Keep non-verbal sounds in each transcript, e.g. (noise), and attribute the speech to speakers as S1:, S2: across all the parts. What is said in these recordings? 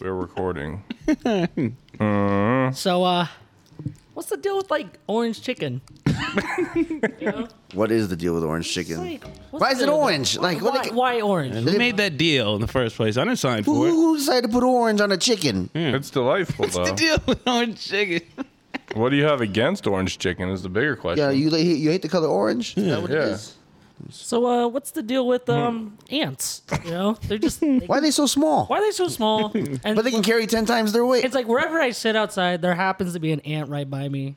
S1: We're recording.
S2: So, uh, what's the deal with like orange chicken?
S3: What is the deal with orange chicken?
S2: Like, what's
S3: why is
S2: the
S3: it
S2: deal with
S3: orange? Like, what?
S2: Why,
S3: the-
S2: why orange?
S4: Who made that deal in the first place? I didn't sign
S3: who,
S4: for it.
S3: who decided to put orange on a chicken?
S2: Hmm.
S1: It's
S2: (laughs)
S1: delightful though.
S4: What's the deal with orange chicken?
S1: What do you have against orange chicken? Is the bigger question.
S3: Yeah, you you hate the color orange? Is that what
S1: Yeah.
S3: it is?
S2: So, uh, what's the deal with um ants? You know, they're just they,
S3: Why are they so small?
S2: why are they so small? And
S3: But they can carry ten times their weight.
S2: it's like wherever I sit outside, there happens to be an ant right by me.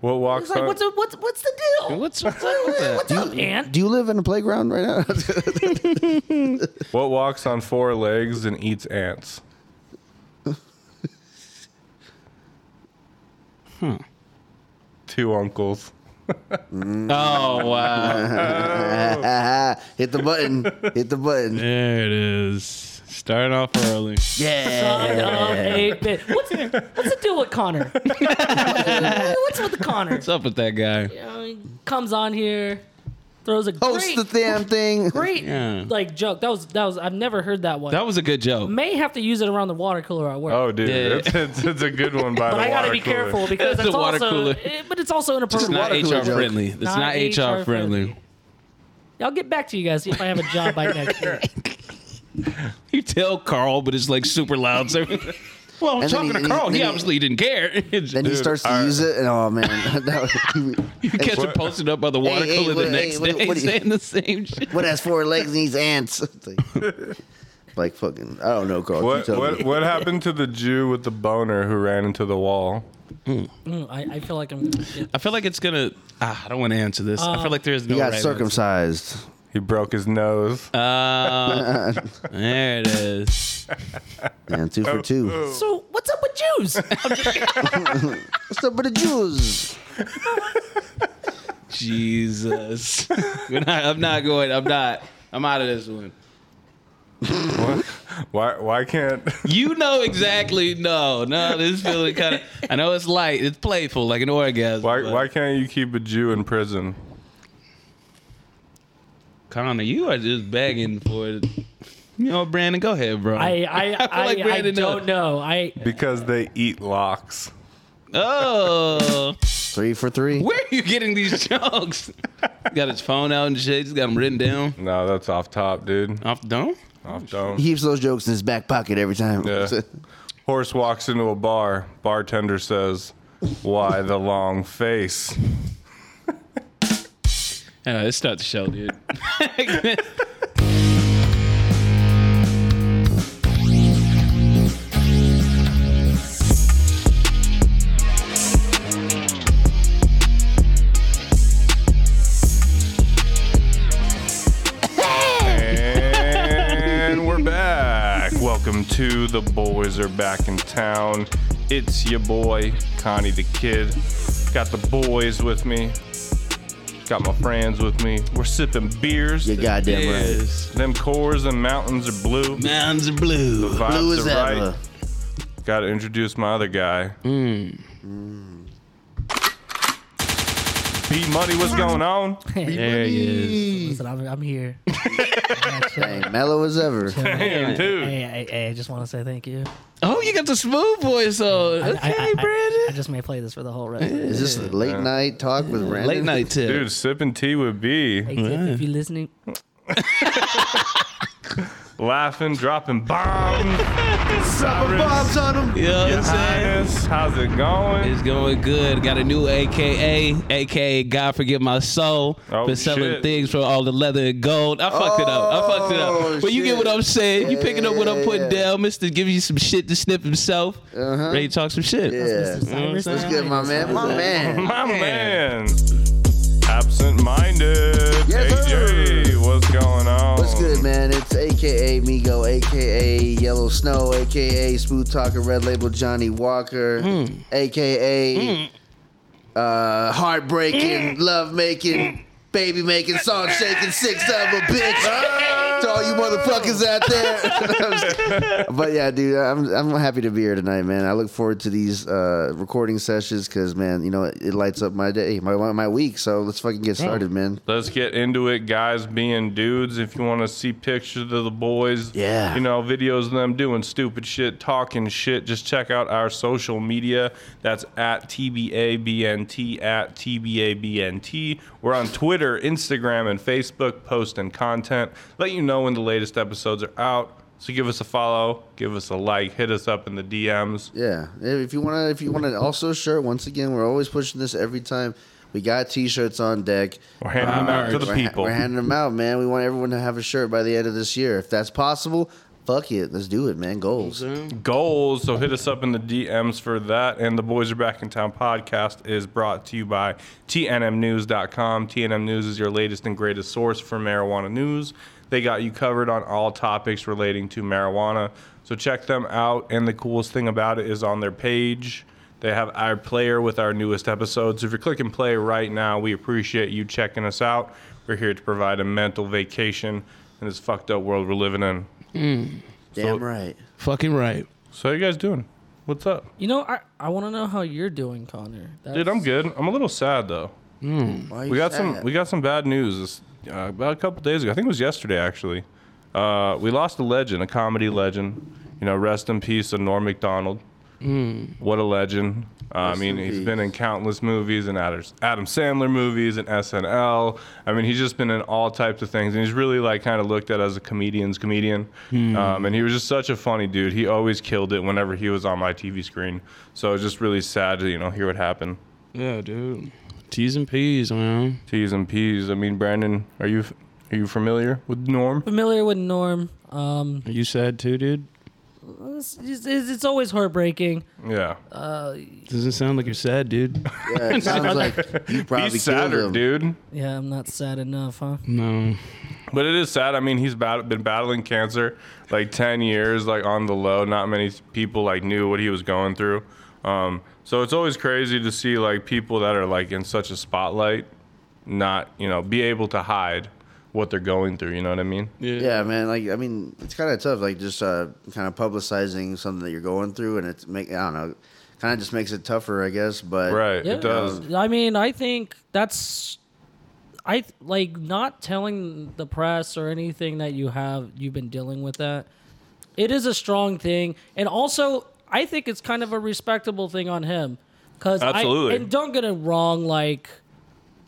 S1: what walks
S2: It's like,
S1: on?
S2: what's a, what's what's the deal?
S4: (laughs) What's, what's up with
S3: (laughs)
S4: that?
S2: What's up, ant?
S3: Do you live in a playground right now? (laughs)
S1: what walks on four legs and eats
S2: (laughs)
S1: ants?
S2: Hmm.
S1: Two uncles.
S4: Oh wow!
S3: Hit the button. Hit the button.
S4: There it is. Starting off early.
S3: Yeah.
S2: Son of a bit. What's, what's the deal with Connor? what's with Connor?
S4: What's up with that guy?
S2: You know, he comes on here, throws a
S3: Host
S2: great,
S3: the damn thing.
S2: great
S4: Yeah.
S2: like joke. That was that was I've never heard that one.
S4: That was a good joke.
S2: May have to use it around the water cooler at work.
S1: Oh, dude,
S4: Yeah.
S1: it's, it's, it's a good one by
S2: (laughs) but
S1: the
S2: I gotta
S1: water
S2: be
S1: cooler. (laughs)
S2: careful because
S4: It's
S2: it's
S4: a water
S2: also,
S4: cooler.
S2: eh, but it's also
S3: It's
S2: inappropriate.
S4: Not
S3: Water cooler
S4: HR
S3: joke.
S4: friendly. It's
S2: Not
S4: not,
S2: HR
S4: HR friendly.
S2: friendly. I'll get back to you guys see if I have a job by next year.
S4: (laughs) You tell Carl, but it's like super loud. So, (laughs) well,
S3: And
S4: I'm
S3: then
S4: talking
S3: he-
S4: to Carl.
S3: and
S4: He,
S3: then he-
S4: obviously didn't care. (laughs)
S3: Then he
S1: Dude,
S3: starts to
S1: I-
S3: use it, and oh man, (laughs) that
S1: (laughs)
S3: was,
S4: you catch him
S1: what-
S4: posted up by the water
S3: hey,
S4: cooler
S3: what-
S4: the next
S3: hey, what-
S4: day
S3: what do you-
S4: saying the same shit.
S3: what has four legs and eats ants? (laughs) It's like,
S1: (laughs)
S3: like fucking, I don't know, Carl. you
S1: What
S3: tell
S1: what
S3: me.
S1: what happened to the Jew with the boner who ran into the wall?
S2: Mm, I, I feel like I'm. Gonna get,
S4: I feel like it's gonna. Ah, I don't want to answer this. I feel like there is no.
S3: He got
S4: right
S3: circumcised.
S1: He broke his nose.
S2: Uh.
S4: answer. Uh, there it is.
S3: Man, two
S1: Oh.
S3: for two.
S2: so what's up with Jews? I'm just-
S3: What's up with the Jews?
S4: (laughs) Jesus. We're not- I'm not going. I'm not. I'm out of this one.
S1: Why why can't (laughs)
S4: You know exactly. No, no. This feeling kind of. I know it's light. It's playful, like an orgasm.
S1: why
S4: but-
S1: why can't you keep a Jew in prison?
S4: Connor, you are just begging for it. You know, Brandon, go ahead, bro.
S2: I I I,
S4: like
S2: I,
S4: Brandon
S2: don't know. I
S1: Because they eat locks.
S4: oh,
S3: Three for three.
S4: where are you getting these jokes? got his phone out and shit. He's got them written down.
S1: No, that's off top, dude.
S4: Off the dome?
S1: Off dome.
S3: He keeps those jokes in his back pocket every time.
S1: Yeah. Horse walks into a bar. Bartender says, "Why the long face?"
S4: Yeah, let's start the show, dude.
S1: And we're back. Welcome to the boys are back in town. It's your boy Connie the Kid. Got the boys with me. Got my friends with me. We're sipping beers.
S3: You goddamn right.
S4: yes.
S1: Them cores and mountains are blue.
S4: Mounds are blue.
S1: Vibes
S3: Blue as
S1: are right.
S3: ever.
S1: Got to introduce my other guy. B Money, what's going on?
S4: There he
S2: (laughs)
S4: is.
S2: listen. I'm, I'm here. (laughs)
S3: Dang, mellow as ever.
S1: Damn, dude.
S2: Hey, I, I, I just want to say thank you.
S4: Oh, you got the smooth voice on. Okay,
S2: I, I, I, I
S4: Brandon.
S2: just may play this for the whole rest. Of
S3: Is
S2: it.
S3: this late night talk with Brandon?
S4: Late night tip.
S1: Dude, sipping tea with B,
S2: Hey, Tiff, if you're listening,
S1: laughing, dropping bombs. Cyrus,
S3: Bob's on him.
S4: You know what I'm
S1: Your
S4: saying?
S1: Highness, how's it going?
S4: It's going good. Got a new AKA, AKA God Forgive My Soul.
S1: Oh,
S4: Been selling
S1: shit.
S4: things for all the leather and gold. I fucked it up. I fucked it up.
S3: Oh,
S4: But you get
S3: shit.
S4: what I'm saying. You picking up what I'm putting
S3: Yeah. Uh-huh.
S4: down. Mister gives you some shit to sniff himself. Ready to talk some shit.
S3: Yeah.
S2: Mr. Cyrus,
S3: That's good, my man. My man.
S1: (laughs) My man, absent minded.
S3: Yes,
S1: AJ, what's going on?
S3: What's good, man? It's AKA Migo, AKA Yellow Snow, AKA Smooth Talker, Red Label Johnny Walker, AKA uh, Heartbreaking, Love Making, Baby Making, Song Shaking, Six of a Bitch. to all you motherfuckers out (laughs) there. but yeah, dude, I'm I'm happy to be here tonight, man. I look forward to these uh, recording sessions because, man, you know, it, it lights up my day, my my week. So let's fucking get started, man.
S1: Let's get into it, guys being dudes. If you want to see pictures of the boys,
S3: Yeah.
S1: you know, videos of them doing stupid shit, talking shit, just check out our social media. That's at TBABNT, at TBABNT. We're on Twitter, Instagram, and Facebook, posting content. Let you know when the latest episodes are out. So give us a follow, give us a like, hit us up in the DMs.
S3: Yeah, if you wanna, if you wanna, also shirt. Once again, we're always pushing this every time. We got T-shirts on deck.
S1: We're handing them out to the
S3: we're, ha-
S1: people.
S3: we're handing them out, man. We want everyone to have a shirt by the end of this year, if that's possible. Fuck it, let's do it, man. Goals.
S1: goals. So hit us up in the DMs for that. And the Boys Are Back in Town podcast is brought to you by TNMNews.com. TNM News is your latest and greatest source for marijuana news. They got you covered on all topics relating to marijuana. So check them out. And the coolest thing about it is on their page. They have our player with our newest episodes. If you're clicking play right now, we appreciate you checking us out. We're here to provide a mental vacation in this fucked up world we're living in.
S3: Damn right.
S4: Fucking right.
S1: So, how you guys doing? What's up?
S2: You know, I, I want to know how you're doing, Connor. That's,
S1: Dude, I'm good. I'm a little sad though.
S3: Why
S1: We got some we got some bad news this, uh, about a couple days ago. I think it was yesterday actually. Uh, we lost a legend, a comedy legend. You know, rest in peace to Norm Macdonald. What a legend. Uh, I
S3: Hmm. Rest
S1: mean,
S3: in
S1: he's
S3: peace.
S1: been in countless movies and Adam Adam Sandler movies and SNL. I mean, he's just been in all types of things, and he's really like kind of looked at as a comedian's comedian.
S3: Hmm.
S1: Um, and he was just such a funny dude. He always killed it whenever he was on my TV screen. So it's just really sad to you know hear what happened.
S4: Yeah, dude. T's and P's, man.
S1: T's and P's. I mean, Brandon, are you are you familiar with Norm?
S2: familiar with Norm. Um,
S4: Are you sad too, dude?
S2: it's, it's, it's always heartbreaking.
S1: Yeah.
S3: Uh,
S4: Doesn't sound like you're sad, dude.
S3: Yeah, it
S1: (laughs)
S3: sounds like you probably
S1: He's
S3: killed
S1: sadder,
S3: him.
S1: dude.
S2: Yeah, I'm not sad enough, huh?
S4: No.
S1: But it is sad. I mean, he's bat- been battling cancer like 10 years, like on the low. Not many people like knew what he was going through. Um, so it's always crazy to see like people that are like in such a spotlight, not you know, be able to hide what they're going through. You know what I mean?
S3: Yeah, man. Like, I mean, it's kind of tough. Like, just uh, kind of publicizing something that you're going through, and it's make I don't know, kind of just makes it tougher, I guess. But
S1: Right.
S2: Yeah.
S1: It does.
S2: I mean, I think that's I th- like not telling the press or anything that you have you've been dealing with that. It is a strong thing, and also I think it's kind of a respectable thing on him because
S1: Absolutely.
S2: and don't get it wrong, like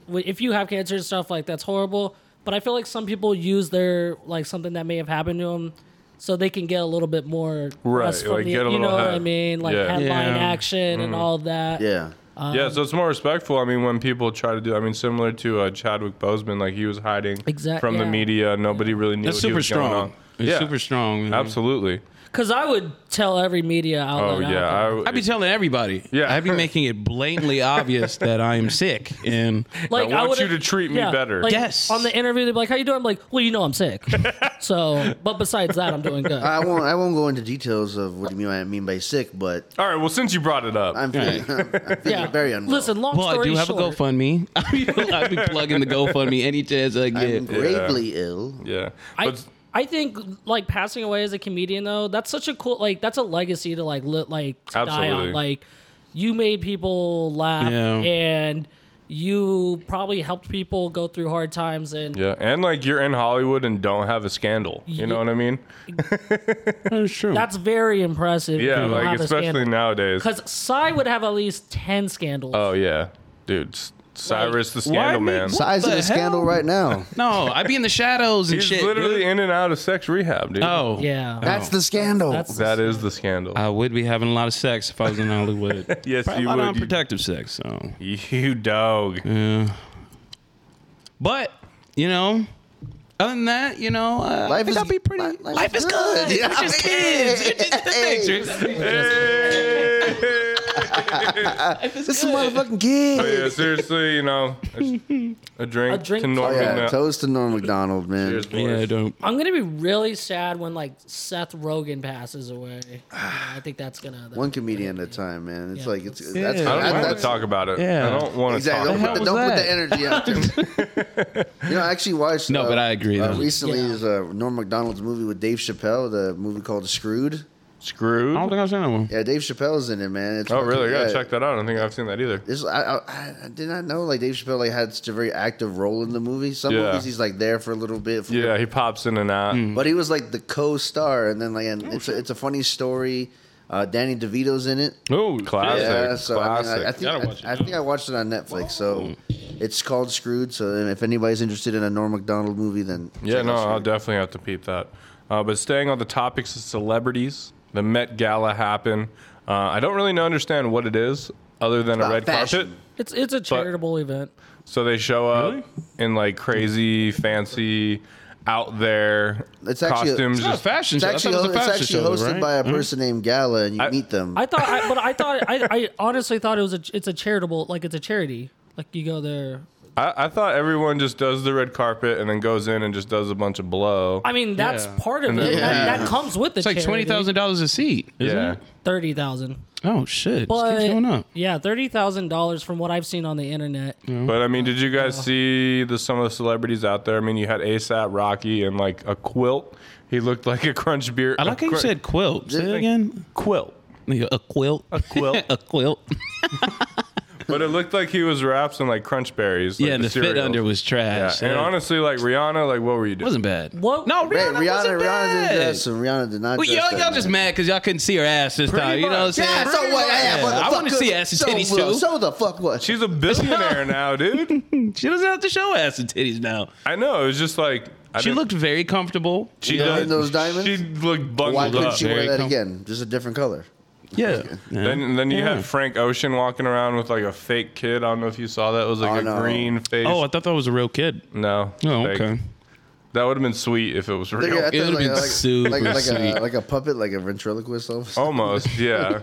S2: w- if you have cancer and stuff like that's horrible. But I feel like some people use their like something that may have happened to them. So they can get a little bit more
S1: Right,
S2: press from
S1: like,
S2: the-
S1: get a
S2: you
S1: little
S2: know what
S1: hype.
S2: I mean, like
S1: Yeah. Mm-hmm.
S2: headline
S4: Yeah.
S2: action and all that.
S3: Yeah.
S2: Um,
S1: yeah. So it's more respectful. I mean, when people try to do, I mean, similar to uh, Chadwick Boseman, like he was hiding
S2: Exact-
S1: from the
S2: yeah.
S1: media. Nobody really knew.
S4: That's
S1: what he
S4: super
S1: was Going on.
S4: strong. It's
S1: yeah,
S4: super strong. man.
S1: Absolutely.
S2: Because I would tell every media outlet.
S1: Oh
S2: out
S1: yeah. I,
S2: there.
S1: would-
S4: I'd be telling everybody.
S1: Yeah. (laughs)
S4: I'd be making it blatantly obvious that I am sick. And
S1: I want
S2: would've-
S1: you to treat me better.
S2: Like,
S4: Yes.
S2: On the interview, they'd be like, "How you doing?" I'm like, "Well, you know, I'm sick."
S1: (laughs)
S2: so, but besides that, I'm doing good.
S3: (laughs) I won't. I won't go into details of what you mean. I mean by sick, but
S1: All right. Well, since you brought it up,
S3: I'm feeling, I'm feeling
S2: yeah.
S3: very unwell.
S2: Listen, long
S4: well, I
S2: story
S4: do have
S2: short,
S4: a GoFundMe. (laughs) I'd be plugging the GoFundMe any chance I
S3: I'm
S4: get.
S3: gravely ill.
S1: yeah.
S2: I,
S1: But
S2: I think like passing away as a comedian though, that's such a cool like that's a legacy to like li- like to die
S1: Absolutely.
S2: on. Like you made people laugh
S4: Yeah.
S2: and you probably helped people go through hard times and
S1: yeah, and like you're in Hollywood and don't have a scandal. You know what I mean? uh,
S4: That's true.
S2: that's very impressive. if
S1: Yeah.
S2: you don't
S1: Like
S2: have a
S1: especially
S2: scandal.
S1: nowadays.
S2: Because Psy would have at least 10 scandals.
S1: Oh yeah, dude. S- Cyrus the
S4: why
S1: Scandal
S4: me-
S1: Man.
S4: what
S3: Size of
S4: the
S3: the scandal
S4: hell?
S3: right
S1: Oh.
S3: now.
S4: no, I'd be in the shadows and
S1: He's
S4: shit.
S1: literally
S4: dude.
S1: in and out of sex rehab, dude.
S4: Oh. Uh,
S2: Yeah.
S3: That's the scandal.
S2: That's-
S1: That is the scandal.
S4: I would be having a lot of sex if I was in Hollywood.
S1: (laughs) Yes,
S4: Probably
S1: you
S4: a lot
S1: would.
S4: of
S1: You-
S4: unprotective sex. So,
S1: you dog.
S4: yeah. But you know, other than that, you know, uh, I
S3: Life
S4: think
S3: is-
S4: I'll be pretty.
S3: li-
S4: Life, is good.
S3: Yeah.
S4: It's just kids. It's just the things.
S1: Hey!
S3: This is a motherfucking kid.
S1: But Oh,
S3: (laughs)
S1: yeah, seriously, you know, a, a drink,
S2: A drink
S1: to
S2: to-
S1: Norman.
S3: Oh, yeah,
S1: now.
S3: toast to Norm Macdonald, man.
S1: Cheers, boys.
S4: Yeah, I don't.
S2: I'm gonna be really sad when like Seth Rogen passes away. (sighs) You know, I think that's gonna.
S3: One comedian at a time, man. It's
S2: Yeah.
S3: like it's that's,
S4: Yeah.
S1: I don't
S3: that-
S1: want to
S3: that's-
S1: talk about it.
S4: Yeah.
S1: I don't want to
S3: Exactly.
S1: talk
S3: Don't,
S1: about
S3: put
S1: it.
S3: the, don't
S4: was
S3: put
S4: that?
S3: the energy out there. (laughs)
S1: (laughs)
S3: you know, I actually watched.
S4: No,
S3: uh,
S4: but I agree,
S3: Uh,
S4: though.
S3: recently,
S2: Yeah.
S3: is uh, Norm Macdonald's movie with Dave Chappelle, the movie called Screwed.
S1: Screwed.
S4: I don't think I've seen that one.
S3: Yeah, Dave Chappelle's in it, man. It's
S1: Oh, really? I gotta
S3: yeah.
S1: check that out. I don't think I've seen that either.
S3: This, I, I, I did not know like Dave Chappelle like had such a very active role in the movie. Some
S1: Yeah.
S3: movies he's like there for a little bit, for-
S1: Yeah, he pops in and out.
S3: but he was like the co-star, and then like and
S4: Oh,
S3: it's a, it's a funny story. Uh, Danny DeVito's in it.
S1: Oh, classic.
S3: Yeah, so I, mean,
S1: classic.
S3: I, I think
S4: Gotta
S3: I,
S4: watch it
S3: I
S4: now.
S3: think I watched it on Netflix.
S4: Oh.
S3: So it's called Screwed. So then if anybody's interested in a Norm Macdonald movie, then
S1: Yeah,
S3: check
S1: no,
S3: out
S1: I'll
S3: Screwed.
S1: definitely have to peep that. Uh, but staying on the topics of celebrities, the Met Gala happened. Uh, I don't really know- understand what it is other than a
S3: about
S1: red carpet.
S3: fashion.
S2: It's it's a charitable event.
S1: So they show up in like crazy, fancy, out there
S3: It's actually-
S1: costumes.
S4: It's not a
S1: just-
S4: fashion
S3: It's
S4: show. I
S3: actually,
S4: thought
S3: ho-
S4: it was a
S3: it's
S4: fashion
S3: actually
S4: show,
S3: hosted
S4: right?
S3: by a person named Gala, and you meet them.
S2: I thought, I, but I thought I, I honestly thought it was a it's a charitable like it's a charity like you go there.
S1: I, I thought everyone just does the red carpet and then goes in and just does a bunch of blow.
S2: I mean that's
S4: Yeah.
S2: part of it. That, that comes with the
S4: It's like twenty thousand dollars a seat. Isn't
S1: yeah.
S4: It?
S2: thirty thousand.
S4: Oh shit! Just
S2: But
S4: keep showing up.
S2: yeah, thirty thousand dollars from what I've seen on the internet.
S4: Hmm.
S1: But I mean, did you guys see the some of the celebrities out there? I mean, you had ASAP Rocky and like a quilt. He looked like a crunch beer.
S4: I like how you said quilt. Say it again.
S1: quilt.
S4: Yeah, A quilt. A
S1: (laughs) quilt.
S4: (laughs) a quilt.
S1: But it looked like he was wrapped in like crunch berries. Like
S4: yeah, and the fit
S1: cereals.
S4: under was
S1: Yeah.
S4: trash.
S1: And
S4: Yeah.
S1: honestly, like Rihanna, like what were you
S4: It
S1: doing?
S4: wasn't bad.
S2: What-
S4: No,
S3: Hey,
S4: Rihanna,
S3: Rihanna,
S4: wasn't
S3: Rihanna
S4: bad.
S3: did dress, and Rihanna did not.
S4: Well,
S3: dress
S4: y'all,
S3: that
S4: y'all just
S3: night.
S4: mad because y'all couldn't see her ass this time. You know what I'm
S1: much.
S4: saying?
S3: Yeah, so what? Yeah,
S4: Yeah, I wanna
S3: motherfucker.
S4: see ass and
S3: So
S4: titties,
S3: what?
S4: too.
S3: So the fuck what?
S1: She's a billionaire
S4: (laughs)
S1: now, dude.
S4: She doesn't have to show ass and titties now.
S1: I know. It was just like I
S4: She
S1: didn't-
S4: looked very comfortable.
S1: She
S3: Yeah,
S1: does
S3: and those diamonds?
S1: She looked
S3: Why
S1: bungled
S3: couldn't
S1: up.
S3: she wear
S4: Very
S3: that
S4: com-
S3: again? Just a different color.
S4: Yeah. Oh, yeah.
S1: Then, and then you
S4: Yeah.
S1: had Frank Ocean walking around with like a fake kid. I don't know if you saw that. It was like
S3: Oh,
S1: a
S3: no.
S1: green face.
S4: oh, I thought that was a real kid.
S1: no.
S4: Oh,
S1: fake.
S4: okay.
S1: That would have been sweet if it was
S3: Like,
S1: real.
S3: I thought,
S4: would've been
S3: like, like,
S4: super
S3: like, like
S4: sweet.
S3: A, like a puppet, like a ventriloquist. almost.
S2: Oh.
S1: Almost,
S4: (laughs)
S1: yeah.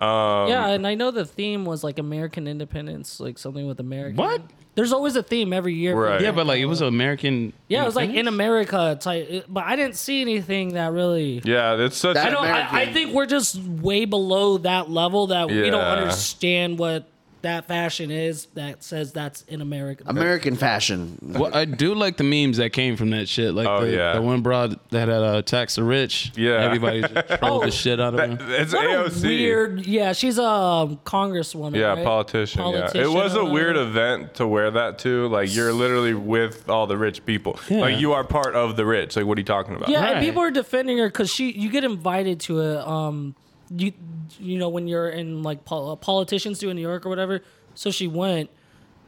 S2: yeah, and I know the theme was like American independence, like something with American.
S4: What?
S2: There's always a theme every year. for
S1: Right.
S2: that.
S4: Yeah, but like it was an American.
S2: Yeah, it was like in America type, but I didn't see anything that really.
S1: Yeah, it's such.
S3: That-
S2: I don't. I, I
S3: American.
S2: think we're just way below that level that we don't
S1: Yeah.
S2: understand what that fashion is that says that's in America.
S3: American fashion.
S4: Well, I do like the memes that came from that shit. Like
S1: Oh,
S4: the,
S1: yeah.
S4: the one broad that had uh, tax the rich.
S1: Yeah. Oh,
S4: Everybody just
S1: (laughs)
S4: trolled the shit out of
S1: that-
S4: him.
S1: it's
S2: What
S1: AOC.
S2: a weird. Yeah, she's a um, congresswoman.
S1: yeah,
S2: right?
S1: politician, Yeah, it
S2: Politician uh,
S1: was a
S2: or
S1: weird
S2: whatever.
S1: event to wear that to. Like you're literally with all the rich people. Like you are part of the rich. Like what are you talking about?
S2: Yeah,
S4: Right.
S2: and people are defending her because she. You get invited to a um, you you know when you're in like pol- politicians do in New York or whatever. So she went,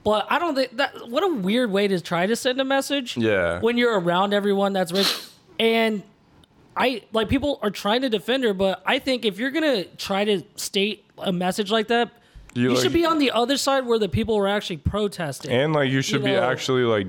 S2: but I don't think that. What a weird way to try to send a message.
S1: Yeah.
S2: when you're around everyone that's rich, and I like people are trying to defend her, but I think if you're gonna try to state a message like that,
S1: You
S2: you,
S1: like-
S2: should be on the other side where the people were actually protesting.
S1: And like you should
S2: You know-
S1: be actually like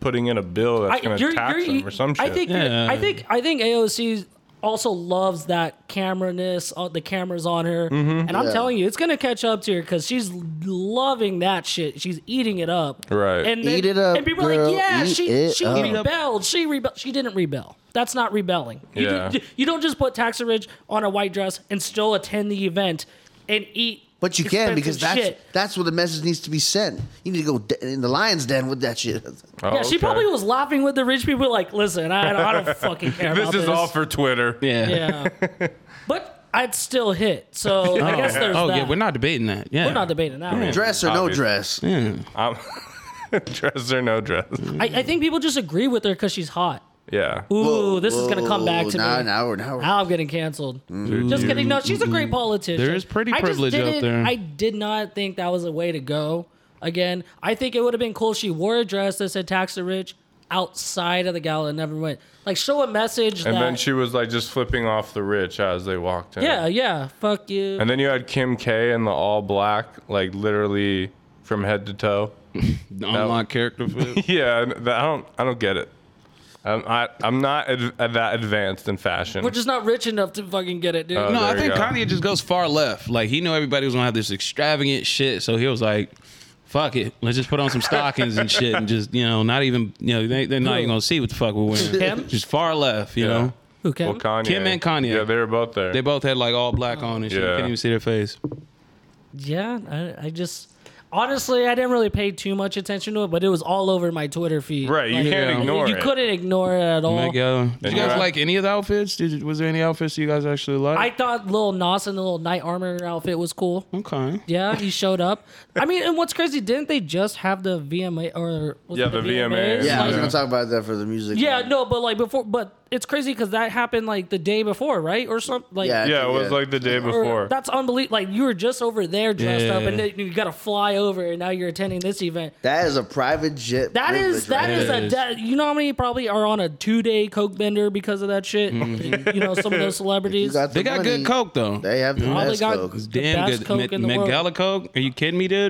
S1: putting in a bill that's going to tax them or some shit.
S2: e- I think
S4: Yeah.
S2: I think I think AOC also loves that cameraness, uh, the cameras on her,
S1: Mm-hmm.
S2: and I'm
S3: Yeah.
S2: telling you, it's gonna catch up to her because she's loving that shit. She's eating it up,
S1: Right.
S2: And then-
S3: Eat it up,
S2: And people are
S3: girl.
S2: like, yeah,
S3: Eat
S2: she
S3: it
S2: she
S3: up."
S2: rebelled. She rebelled. She didn't rebel. That's not rebelling. You,
S1: Yeah.
S2: do, you don't just put Taxeridge on a white dress and still attend the event and eat.
S3: But you can because that's
S2: expensive shit.
S3: that's where the message needs to be sent. You need to go de- in the lion's den with that shit.
S1: Oh,
S2: Yeah, she
S1: okay.
S2: probably was laughing with the rich people. Like, listen, I, I don't fucking
S1: (laughs)
S2: care
S1: This
S2: about
S1: is
S2: this.
S1: all for Twitter.
S4: Yeah. (laughs)
S2: Yeah. but I'd still hit. So I guess there's
S4: oh
S2: that.
S4: yeah, we're not debating that. Yeah.
S2: We're not debating that.
S4: Yeah.
S3: Dress or no
S1: Obvious.
S3: dress.
S4: Yeah.
S1: I'm (laughs) dress or no dress.
S2: I, I think people just agree with her because she's hot.
S1: Yeah.
S2: Ooh, this is gonna come back to
S3: now,
S2: me.
S3: Now, Oh, we're, now, we're-
S2: Now I'm getting canceled.
S1: Mm.
S2: Just kidding. No, she's a great politician.
S4: There is pretty
S2: I just
S4: privilege out
S2: didn't-
S4: there.
S2: I did not think that was a way to go. Again, I think it would have been cool if she wore a dress that said "Tax the Rich" outside of the gala and never went. Like, show a message.
S1: And
S2: that,
S1: then she was like just flipping off the rich as they walked in.
S2: yeah, yeah, fuck you.
S1: And then you had Kim K in the all black, like literally from head to toe.
S4: Unlock character.
S1: (laughs)
S4: fit.
S1: Yeah, and that, I don't, I don't get it. I'm I, I'm not ad- uh, that advanced in fashion.
S2: We're just not rich enough to fucking get it, dude.
S1: Uh,
S4: No, I
S1: there you
S4: think
S1: go.
S4: Kanye just goes far left. Like he knew everybody was gonna have this extravagant shit, so he was like, "Fuck it, let's just put on some stockings and shit, and just you know, not even you know, they, they're not
S2: Who?
S4: even gonna see what the fuck we're wearing."
S2: Kim?
S4: Just far left, you
S1: Yeah.
S4: know.
S2: Who can?
S1: well, Kanye.
S4: Kim and Kanye.
S1: Yeah, they were both there.
S4: They both had like all black on and shit. You
S1: Yeah.
S4: couldn't even see their face.
S2: Yeah, I, I just honestly I didn't really pay too much attention to it, but it was all over my Twitter feed.
S1: Right, you can't
S4: Yeah.
S1: ignore
S2: you
S1: it.
S2: couldn't ignore it at all.
S4: Like, yo, did you
S1: you're
S4: guys
S1: right.
S4: like any of the outfits? Did, was there any outfits you guys actually
S2: I
S4: liked?
S2: thought Lil Nas and the little knight armor outfit was cool.
S4: okay.
S2: Yeah, he showed up. I mean, and what's crazy? Didn't they just have the VMA or was
S1: Yeah,
S2: it
S1: the VMAs.
S3: Yeah, I was
S1: Yeah.
S3: gonna talk about that for the music.
S2: Yeah, no, but like before, but it's crazy because that happened like the day before, right, or something. Like,
S3: Yeah.
S1: Yeah, it was
S3: Yeah.
S1: like the day
S2: or-
S1: before.
S2: that's unbelievable. Like you were just over there dressed up, and
S4: Yeah.
S2: then you got to fly over, and now you're attending this event.
S3: That is a private jet.
S2: That is that
S4: right
S2: is
S4: there.
S2: a de- you know how many probably are on a two day coke bender because of that shit. You know some of
S3: (laughs)
S2: those
S3: You
S2: celebrities.
S3: got the
S4: They got
S3: money,
S4: good coke though.
S3: They have the
S2: Probably
S3: best
S2: got-
S3: coke.
S4: It's
S2: the
S4: damn
S2: best
S4: good.
S2: Coke in the world.
S4: Mandela Coke? Are you kidding me, dude?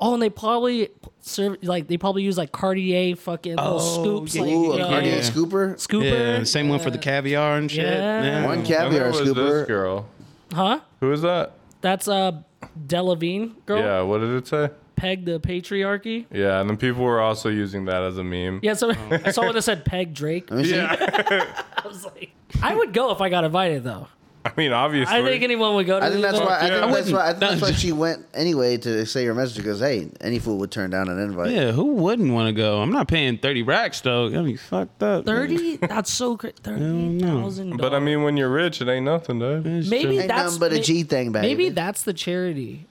S2: oh, and they probably serve like they probably use like Cartier fucking little
S4: Oh,
S2: scoops,
S4: yeah,
S2: like
S3: Ooh,
S2: you
S3: a
S2: know,
S3: Cartier
S4: yeah.
S3: scooper.
S2: scooper.
S4: Yeah, same one for the caviar and shit.
S2: Yeah.
S4: Yeah.
S3: One
S1: And who
S3: caviar
S1: was this
S3: scooper.
S1: girl?
S2: Huh?
S1: Who is that?
S2: That's uh Delavine girl.
S1: Yeah, what did it say?
S2: Peg the patriarchy.
S1: Yeah, and then people were also using that as a meme.
S2: Yeah, so (laughs) I saw one that said Peg Drake.
S3: Let me see.
S2: I was like, I would go if I got invited though.
S1: I mean, obviously.
S2: I think anyone would go. To
S3: I think
S2: these
S3: that's
S2: events.
S3: why. I
S1: yeah.
S3: think that's why. I think
S4: No,
S3: that's why
S4: just-
S3: she went anyway to say her message because hey, any fool would turn down an invite.
S4: Yeah, who wouldn't want to go? I'm not paying 30 racks though. That'd be fucked up.
S2: Thirty. That's so crazy. Thirty thousand.
S1: but I mean, when you're rich, it ain't nothing, dude.
S4: It's
S2: maybe
S4: just-
S3: Ain't
S2: that's
S3: nothing but a
S2: may-
S3: G thing, baby.
S2: Maybe that's the charity.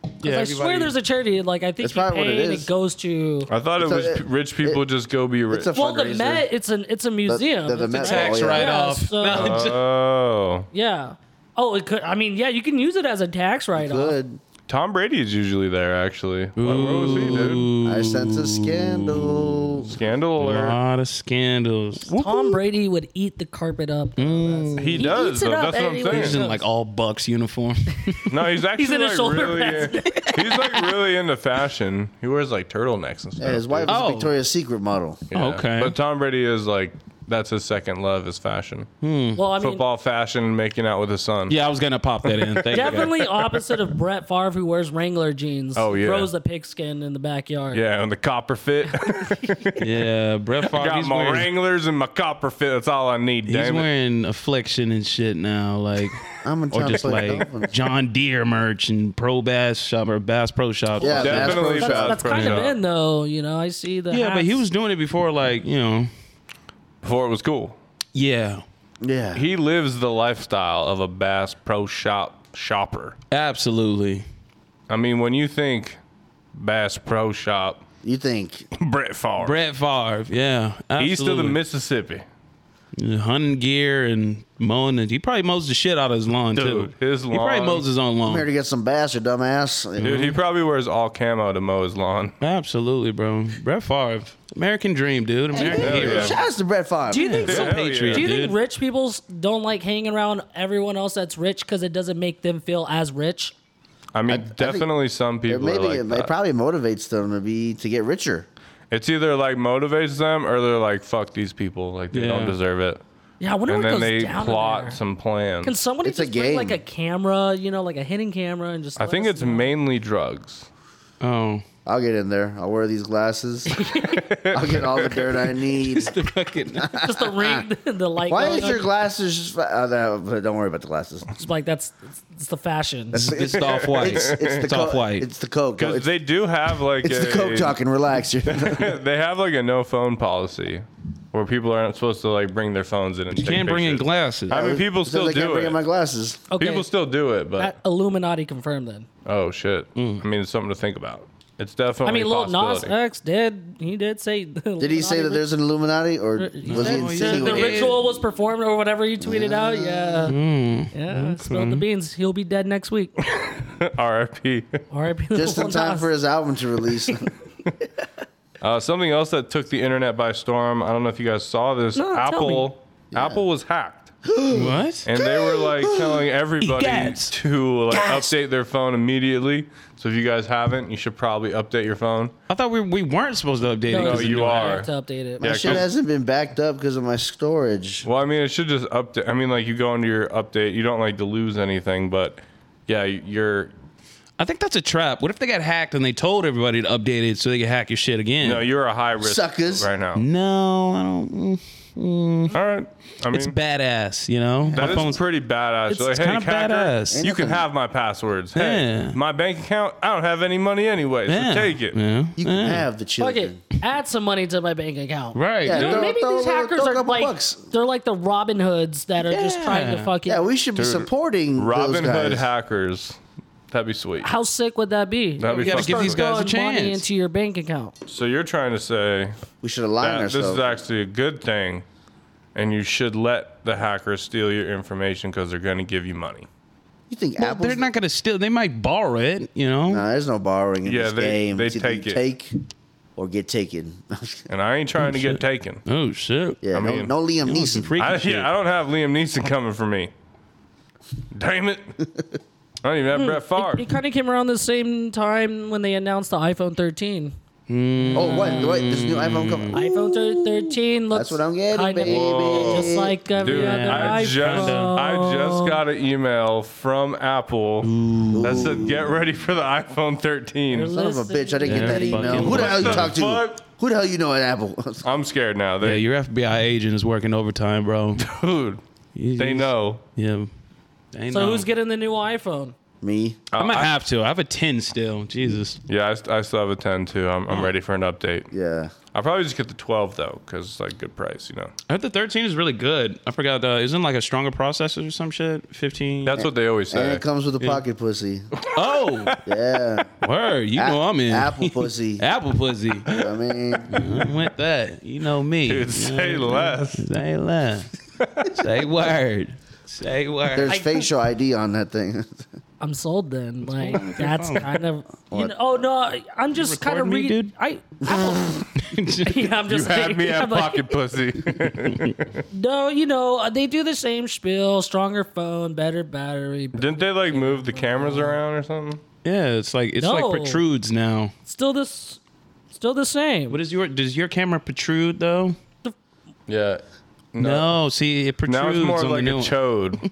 S2: 'Cause
S4: Yeah,
S2: I swear
S4: everybody-
S2: there's a charity. Like I think
S3: That's
S2: you
S3: probably what
S2: pay
S3: it
S2: and
S3: is.
S2: it goes to.
S1: I thought it
S3: It's a-
S1: was p- rich people just go be rich.
S3: It's a
S2: Well, the
S3: fundraiser.
S2: Met. It's an it's a museum.
S3: the- the
S2: It's a
S3: Met
S2: tax-
S4: tax
S3: Oh, yeah.
S4: write
S2: Yeah,
S4: off.
S2: so-
S4: No, just-
S1: oh,
S2: (laughs) yeah. Oh, it could. I mean, yeah, you can use it as a tax write-off.
S3: Good.
S1: Tom Brady is usually there, actually. What, where was he, dude?
S3: I sense a scandal.
S1: Scandal
S4: a
S1: alert.
S4: lot of scandals.
S2: Tom Brady would eat the carpet up.
S1: He
S2: He
S1: does,
S2: eats it
S1: though.
S2: up
S1: That's what I'm
S2: anyway.
S1: saying.
S4: He's in like all Bucks uniform.
S1: No,
S2: (laughs)
S1: he's actually
S2: in his
S1: like
S2: shoulder
S1: really. he's like really into fashion. He wears like turtlenecks and stuff.
S3: Yeah, his wife is
S4: Oh.
S3: a Victoria's Secret model.
S1: Yeah.
S2: Oh,
S4: okay.
S1: But Tom Brady is like that's his second love is fashion,
S2: Well, I mean,
S1: football, fashion, making out with his son.
S4: yeah, I was gonna pop that in. Thank you, guys.
S2: definitely opposite of Brett Favre, who wears Wrangler jeans.
S1: Oh, yeah.
S2: throws the pigskin in the backyard.
S1: Yeah, and the copper fit.
S2: (laughs)
S4: Yeah, (laughs) Brett Favre.
S1: Got
S4: he's
S1: my
S4: wearing,
S1: Wranglers and my copper fit. That's all I need.
S4: he's
S1: damn it.
S4: wearing affliction and shit now, like
S3: I'm a
S4: or
S3: Tom
S4: just
S3: Brady.
S4: like John Deere merch and Pro Bass Shop or Bass Pro Shop.
S3: Yeah,
S4: yeah,
S3: Bass
S1: Definitely
S3: Pro Shop.
S2: that's,
S1: bad
S2: that's
S1: for
S2: kind of
S1: him.
S2: in though. You know, I see the.
S4: but he
S2: hats.
S4: was doing it before, like you know.
S1: before it was cool.
S4: Yeah,
S3: yeah.
S1: He lives the lifestyle of a Bass Pro Shop shopper.
S4: absolutely.
S1: I mean, when you think Bass Pro Shop,
S3: you think
S1: Brett Favre,
S4: Brett Favre. Yeah, absolutely.
S1: east of the Mississippi,
S4: hunting gear and mowing. And he probably mows the shit out of his lawn
S1: Dude,
S4: too.
S1: his
S4: He probably
S1: lawn-
S4: mows his own
S3: I'm here
S4: lawn.
S3: to get some bass, you dumbass?
S1: dude. He probably wears all camo to mow his lawn.
S4: Absolutely, bro. Brett Favre, American dream, dude. American
S1: Hell
S4: hero.
S1: yeah.
S3: Shout out to Brett Favre.
S2: Do you think
S1: Hell
S2: some
S1: yeah.
S4: Patriot,
S2: Do you
S4: dude.
S2: think rich people s- don't like hanging around everyone else that's rich because it doesn't make them feel as rich?
S1: I mean, definitely some people
S3: Maybe
S1: are like
S3: it,
S1: that.
S3: it probably motivates them to be to get richer.
S1: It's either like motivates them or they're like, fuck these people. Like they don't
S4: Yeah.
S1: deserve it.
S2: Yeah, I wonder
S1: And
S2: what
S1: then
S2: goes
S1: they
S2: down in there.
S1: plot some plans.
S2: Can somebody
S3: It's a
S2: just bring like a
S3: game.
S2: camera, you know, like a hidden camera, and just?
S1: I
S2: let
S1: think
S2: us
S1: it's
S2: know?
S1: mainly drugs.
S4: Oh,
S3: I'll get in there. I'll wear
S1: (laughs)
S3: these glasses. I'll get all the dirt I need.
S4: (laughs) the fucking.
S2: just the ring, (laughs)
S3: (laughs)
S2: the light.
S3: Why
S2: going
S3: is your
S2: up.
S3: glasses? Just, uh, no, but don't worry about the glasses.
S2: It's like that's it's, it's the fashion.
S4: It's off white. It's,
S3: the
S4: (laughs) off white.
S3: It's the coke.
S1: Because
S3: It's,
S1: they do have like
S3: it's
S1: a,
S3: the coke
S1: (laughs)
S3: talking. Relax. (laughs) you
S1: They have like a no phone policy where people aren't supposed to like bring their phones in. And
S4: you
S1: take
S4: can't bring in
S1: pictures.
S4: glasses.
S1: I mean, people
S3: Because
S1: still
S3: I can't
S1: do
S3: bring
S1: it.
S3: in my glasses.
S2: okay,
S1: People still do it, but
S2: that Illuminati confirmed. Then
S1: oh shit! I mean, it's something to think about. It's
S2: I
S1: definitely.
S2: mean, Lil Nas
S1: possibility.
S2: X did. He did say. (laughs)
S3: Did he say that there's an Illuminati, or was
S2: said
S3: he
S4: said
S2: the,
S4: He did.
S3: insinuating?
S2: ritual was performed or whatever he tweeted out? Yeah,
S3: Hmm.
S2: yeah. Spilled the
S1: Hmm.
S2: beans. He'll be dead next week. (laughs) uh,
S1: (laughs) R.I.P.
S2: R.I.P.
S3: Just in
S2: Lil
S3: time
S2: Nas.
S3: for his album to
S4: (laughs)
S3: release.
S1: Uh, something else that took the internet by storm. I don't know if you guys saw this.
S2: No, tell
S1: Apple, Apple was hacked.
S4: What?
S1: and they were
S2: (gasps)
S1: like telling everybody
S4: Egads.
S1: to like update their phone immediately. So if you guys haven't, you should probably update your phone.
S4: I thought we, we weren't supposed to update it.
S1: No,
S4: 'cause of
S1: you
S4: new
S1: are.
S2: I have to update it.
S1: Yeah,
S3: That shit
S1: 'cause-
S3: hasn't been backed up because of my storage.
S1: Well, I mean, it should just update. I mean, like you go into your update, you don't like to lose anything, but yeah, you're
S4: I think that's a trap. What if they got hacked and they told everybody to update it so they could hack your shit again?
S1: no, you're a high risk
S3: Suckers.
S1: right now.
S4: Mm-hmm. No, I don't. mm,
S1: All right, I mean,
S4: It's badass, you know.
S1: That
S4: My
S1: is
S4: phone's
S1: pretty badass.
S4: It's
S1: Like, hey,
S4: kinda
S1: hacker,
S4: badass.
S1: You can have my passwords. Hey,
S4: Yeah.
S1: my bank account. I don't have any money anyway, so
S4: Yeah,
S1: take it.
S4: Yeah.
S3: You can have the
S2: Fuck it.
S3: children.
S2: Add some money to my bank account.
S4: Right.
S3: Yeah,
S4: dude.
S3: throw-
S2: Maybe
S3: throw a
S2: these
S3: little-
S2: hackers
S3: throw a
S2: are
S3: couple
S2: like
S3: bucks.
S2: they're like the Robin Hoods that are just trying to
S4: Yeah.
S2: fucking.
S3: Yeah, we should be supporting
S1: Robin
S3: those
S1: Hood
S3: guys.
S1: hackers. That'd be sweet.
S2: How sick would that be?
S1: That'd be
S4: gotta
S1: fucking
S4: give these
S1: sweet.
S4: guys a
S2: Throwing money
S4: chance.
S2: into your bank account.
S1: So you're trying to say
S3: we should align
S1: that this
S3: ourselves.
S1: is actually a good thing, and you should let the hackers steal your information because they're going to give you money.
S3: you think
S4: Well,
S3: Apple's
S4: they're not gonna steal. They might borrow it. You know.
S3: Nah, there's no borrowing in
S1: Yeah,
S3: this
S1: they-
S3: game.
S1: they
S3: It's either
S1: take
S3: you
S1: it.
S3: take or get taken. (laughs)
S1: And I ain't trying to get taken.
S4: Oh shit.
S3: yeah,
S1: I
S3: no,
S1: mean-
S3: no Liam
S4: Some
S3: Neeson.
S4: freaky
S1: I,
S4: shit.
S1: yeah, I don't have Liam Neeson coming for me. Damn it! I don't even have Brett Favre.
S2: (laughs) It kind of came around the same time when they announced the iPhone 13.
S3: Oh, what? What? This new iPhone coming?
S2: iPhone thir- 13 looks
S3: That's what I'm getting,
S2: Mm. kind
S3: baby.
S1: Whoa.
S2: of just like every
S1: Dude,
S2: other
S1: I
S2: iPhone.
S1: just I just got an email from Apple that said get ready for the iPhone 13.
S2: Really?
S3: Son of a bitch! I didn't get that
S4: They're
S3: email.
S4: fucking-
S3: Who the hell you
S1: What the
S3: talk to?
S1: fuck?
S3: Who the hell you know at Apple? (laughs)
S1: I'm scared now.
S4: Yeah,
S1: They,
S4: your FBI agent is working overtime, bro.
S1: (laughs) dude, they know.
S4: Yeah. They
S2: So
S4: know.
S2: who's getting the new iPhone?
S3: Me.
S4: I might have to. I have a ten still. Jesus.
S1: Yeah, I, st- I still have a 10 too. I'm, I'm ready for an update.
S3: Yeah.
S1: I'll probably just get the 12 though, because it's like good price, you know.
S4: I heard the thirteen is really good. I forgot. Uh, isn't it like a stronger processor or some shit? Fifteen.
S1: That's what they always
S3: And
S1: say.
S3: it comes with a pocket pussy.
S1: (laughs)
S4: oh.
S3: Yeah.
S4: Word, you know I'm in. (laughs)
S3: Apple pussy.
S4: Apple pussy.
S3: I mean,
S4: I'm with that. You know me.
S1: Dude,
S4: You know
S1: say
S4: what
S1: less.
S4: I'm saying? Say less. Say word. Say word.
S3: there's
S4: (laughs)
S3: facial ID on that thing. (laughs)
S2: I'm sold then.
S4: wrong
S2: Like
S4: with your
S2: that's
S4: phone?
S2: kind
S4: (laughs)
S2: of. You know, oh no, I- I'm just kind of
S4: recording me,
S2: reading.
S4: dude?
S2: I
S4: (laughs)
S2: Apple. (laughs) yeah, I'm
S1: You
S2: just.
S1: had
S2: (laughs)
S1: me
S2: yeah,
S1: at
S2: I'm like,
S1: pocket pussy.
S2: No, you know uh, they do the same spiel: stronger phone, better battery. But
S1: Didn't they like move the cameras around or something?
S4: yeah, it's like it's
S2: No.
S4: like protrudes now.
S2: still this, still the same.
S4: What is your does your camera protrude though?
S1: Yeah.
S4: No, see it protrudes
S1: Now it's more
S4: on
S1: like
S4: the
S1: a
S4: new one.
S1: chode.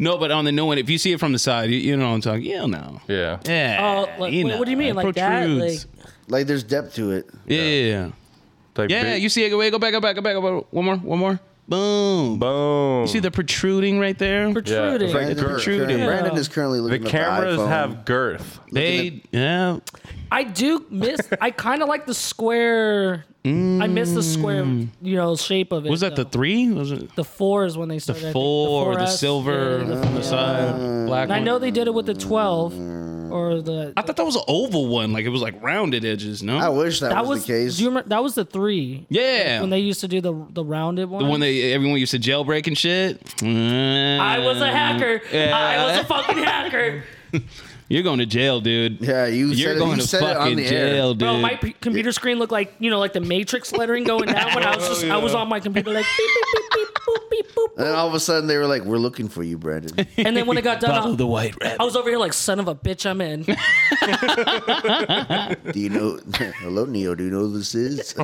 S4: No, but on the new one, if you see it from the side, you, you know what I'm talking. (laughs) Yeah, no.
S1: Yeah.
S4: Yeah.
S2: Oh, like,
S4: you
S2: wait,
S4: know,
S2: what do you mean?
S4: it
S2: Like that?
S4: protrudes.
S3: like there's depth to it.
S4: yeah. Yeah.
S1: Like big-
S4: you see it. Go wait, go back, go back, go back, go back. One more, one more. Boom.
S1: boom.
S4: See the protruding right
S2: (laughs)
S4: there?
S2: Protruding.
S1: it's like
S3: Brandon, is,
S4: protruding.
S3: currently-
S4: Yeah.
S3: Brandon is currently
S1: The
S3: looking at
S1: cameras
S3: the iPhone.
S1: have girth.
S4: They, yeah.
S2: I do miss. I kind of like the square. I miss the square,
S4: Mm.
S2: you know, shape of it.
S4: Was that the
S2: though.
S4: three? Was it
S2: the four is when they started? I
S4: the
S2: think.
S4: four or the
S2: 4S,
S4: silver
S2: yeah, the-
S4: on the side? Black
S2: And I
S4: one.
S2: know they did it with the twelve or the.
S4: I thought that was an oval one. Like it was like rounded edges, no?
S3: I wish that,
S2: that
S3: was,
S2: was
S3: the case.
S2: Do you remember, that was the three.
S4: yeah.
S2: When they used to do the the rounded one.
S4: the one they everyone used to jailbreak and shit.
S2: I
S4: I
S2: was a hacker. I was a fucking
S4: (laughs)
S2: hacker.
S4: You're going to jail, dude.
S3: yeah, you
S4: You're
S3: said, it,
S4: going
S3: you
S4: to
S3: said it on
S4: fucking
S3: the air.
S4: jail, dude.
S2: Bro, my p- computer screen looked like you know, like the Matrix lettering going down when I
S4: (laughs) Oh,
S2: was just I was on my computer like beep beep beep beep beep boop beep
S3: And then all of a sudden they were like, "We're looking for you, Brandon."
S2: boop. And then when it got
S4: Follow
S2: done,
S4: the white rabbit.
S2: I was over here like son of a bitch, I'm
S4: (laughs)
S2: in.
S3: do you know? (laughs) Hello, Neo. Do you know who this is?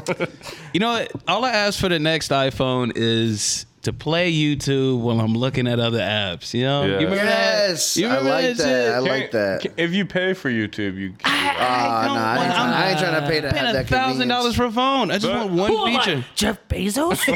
S4: You know what? All I ask for the next iPhone is to play YouTube while I'm looking at other apps. You know?
S1: Yeah.
S4: You remember that?
S3: yes,
S4: You
S3: I
S4: remember
S3: like that. I
S4: shit?
S3: like that.
S1: If you pay for YouTube, you
S3: Ah,
S4: don't
S3: nah, I, ain't
S4: want-
S3: tryna- I ain't trying to pay to have
S4: paying a
S3: that
S4: thousand dollars
S3: convenience.
S4: for a phone. I just
S1: But-
S4: want one
S2: Who am I,
S4: feature.
S2: Jeff
S4: (laughs)
S2: Bezos?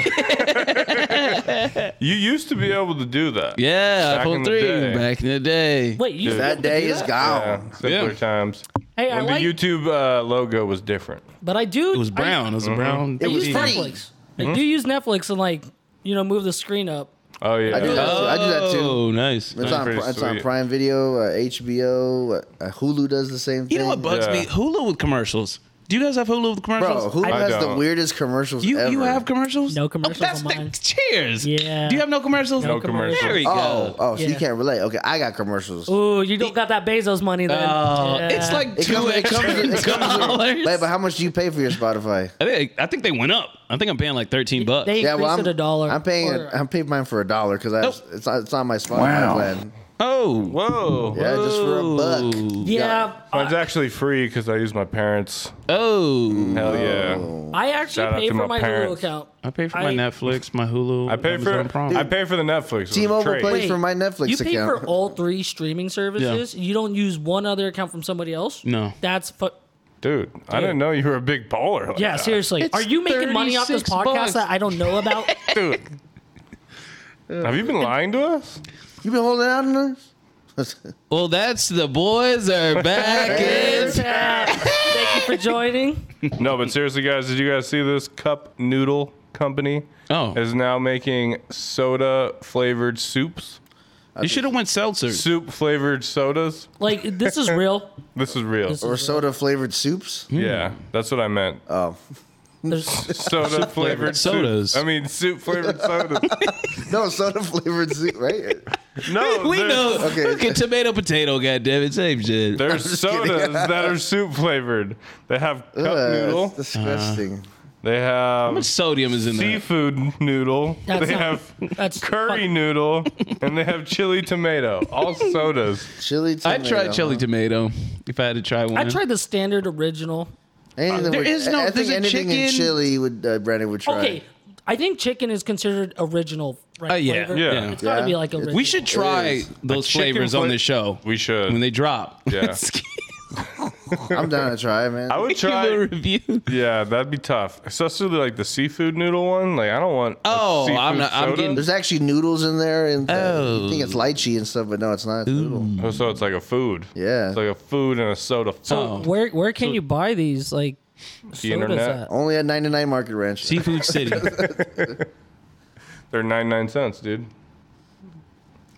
S1: you used to be able to do that.
S4: Yeah,
S1: Back in
S4: iPhone
S1: the
S4: three
S1: day.
S4: back in the day.
S2: Wait, you
S3: That day is gone.
S1: Yeah, simpler
S4: Yeah.
S1: times.
S2: Hey, I
S1: When
S2: like,
S1: the YouTube uh, logo was different.
S2: but I do.
S4: It was brown. It was Hmm? a
S1: Uh-huh.
S4: brown.
S2: I, I
S3: It was
S2: use
S3: free.
S2: Netflix. I do use Netflix and like you know move the screen up.
S1: Oh yeah.
S3: I do that.
S4: Oh,
S3: I do that too.
S4: nice.
S3: It's
S4: Nice.
S3: on,
S1: pretty
S3: it's on
S1: sweet.
S3: Prime Video, uh, HBO, uh, Hulu does the same thing.
S4: You know what bugs
S1: Yeah.
S4: me? Hulu with commercials. Do you guys have Hulu with commercials?
S3: Bro, who
S2: I
S3: has the
S1: don't.
S3: weirdest commercials
S4: you
S3: ever?
S4: you have commercials? Oh,
S2: No commercials
S4: that's
S2: on mine.
S4: the- cheers.
S2: Yeah.
S4: Do you have no commercials?
S2: No
S1: No commercials.
S4: There we go.
S3: Oh, oh, so you
S2: Yeah.
S3: can't relate. Okay, I got commercials.
S2: Ooh, you don't got that Bezos money then.
S4: Oh,
S2: Yeah.
S4: it's like
S3: It
S4: two
S3: comes, it
S4: extra
S3: comes, it comes
S4: dollars.
S3: wait, but how much do you pay for your Spotify?
S4: I think I think they went up. I think I'm paying like 13 bucks.
S2: they increased
S3: I'm
S2: it a dollar.
S3: I'm paying.
S2: Or-
S3: I'm paying mine for a dollar because
S4: Nope.
S3: it's not, it's on my Spotify
S1: Wow.
S3: plan.
S4: oh,
S1: Whoa.
S3: Yeah, just for a buck.
S2: yeah,
S1: Mine's actually free because I use my parents.
S4: Oh,
S1: Hell yeah.
S2: I actually
S1: Shout out
S2: pay
S1: to
S2: for
S1: my
S2: my Hulu
S1: parents.
S2: account.
S4: I pay for
S2: I-
S4: my Netflix, my Hulu.
S1: I pay for
S4: Amazon Prime.
S1: I pay for the Netflix.
S3: T-Mobile
S1: Trade.
S3: plays- for my Netflix
S2: you pay
S3: account.
S2: for all three streaming services. You don't use one other account from somebody else.
S4: No.
S2: that's fu-
S1: Dude, I didn't know you were a big baller. Like
S2: yeah.
S1: that.
S2: Seriously,
S4: It's
S2: are you making money off this
S4: 36
S2: podcast
S4: bucks.
S2: that I don't know about?
S3: (laughs)
S1: Dude. Have you been lying to us?
S3: You been holding out on us?
S4: well, that's the boys are
S1: (laughs)
S4: back in.
S2: Yeah. Thank you for joining.
S1: No, but seriously, guys, did you guys see this cup noodle company?
S4: Oh.
S1: Is now making soda flavored soups,
S4: You should have went seltzer.
S1: soup flavored sodas.
S2: Like this is real.
S1: This is real.
S2: This
S3: (laughs) Or
S2: is real.
S3: soda flavored soups?
S1: yeah, that's what I meant.
S3: Oh.
S2: There's-
S1: soda flavored
S4: sodas.
S1: I mean, soup flavored sodas.
S3: No, soda flavored soup, (laughs) right?
S1: no,
S4: we
S1: there's,
S4: know.
S3: Okay.
S4: Look at tomato, potato. Goddamn it, same shit.
S1: There's sodas
S3: kidding.
S1: that are soup flavored. They have cup
S3: Uh,
S1: noodle.
S3: It's disgusting.
S1: They have
S4: How much sodium is in there?
S1: seafood noodle.
S2: That's
S1: they
S2: not-
S1: have
S2: that's
S1: curry noodle, and they have chili tomato. All sodas.
S3: chili
S4: I
S3: tomato.
S4: tried chili tomato. If I had to try one,
S2: I tried the standard original.
S3: Anything
S4: There
S3: with-
S4: is no-
S3: I- I
S4: there's
S3: think
S4: a
S3: anything in
S4: chicken-
S3: chili would uh, Brandon would try.
S2: Okay, I think chicken is considered original. Right?
S4: Uh, yeah,
S2: flavor.
S1: Yeah.
S2: It's gotta
S3: Yeah.
S2: be like original.
S4: We should try
S3: is.
S4: those
S1: chicken
S4: flavors on
S1: fla-
S4: this show
S1: We should.
S4: when they drop. (laughs)
S1: Yeah.
S3: I'm down to try, it, man.
S1: I would
S4: Give
S1: try.
S4: a review.
S1: Yeah, that'd be tough, especially like the seafood noodle one. Like I don't want. a
S4: Oh,
S1: seafood
S4: I'm not- I'm
S1: soda.
S4: getting-
S3: There's actually noodles in there, and uh,
S4: Oh.
S3: you think it's lychee and stuff, but no, it's not. It's noodle.
S1: Oh, so it's like a food.
S3: Yeah.
S1: It's like a food and a soda.
S4: So-
S2: Where where can you buy these like sodas
S1: internet.
S2: at?
S3: Only at 99 Market Ranch.
S1: (laughs)
S4: Seafood City.
S1: They're ninety nine cents, dude.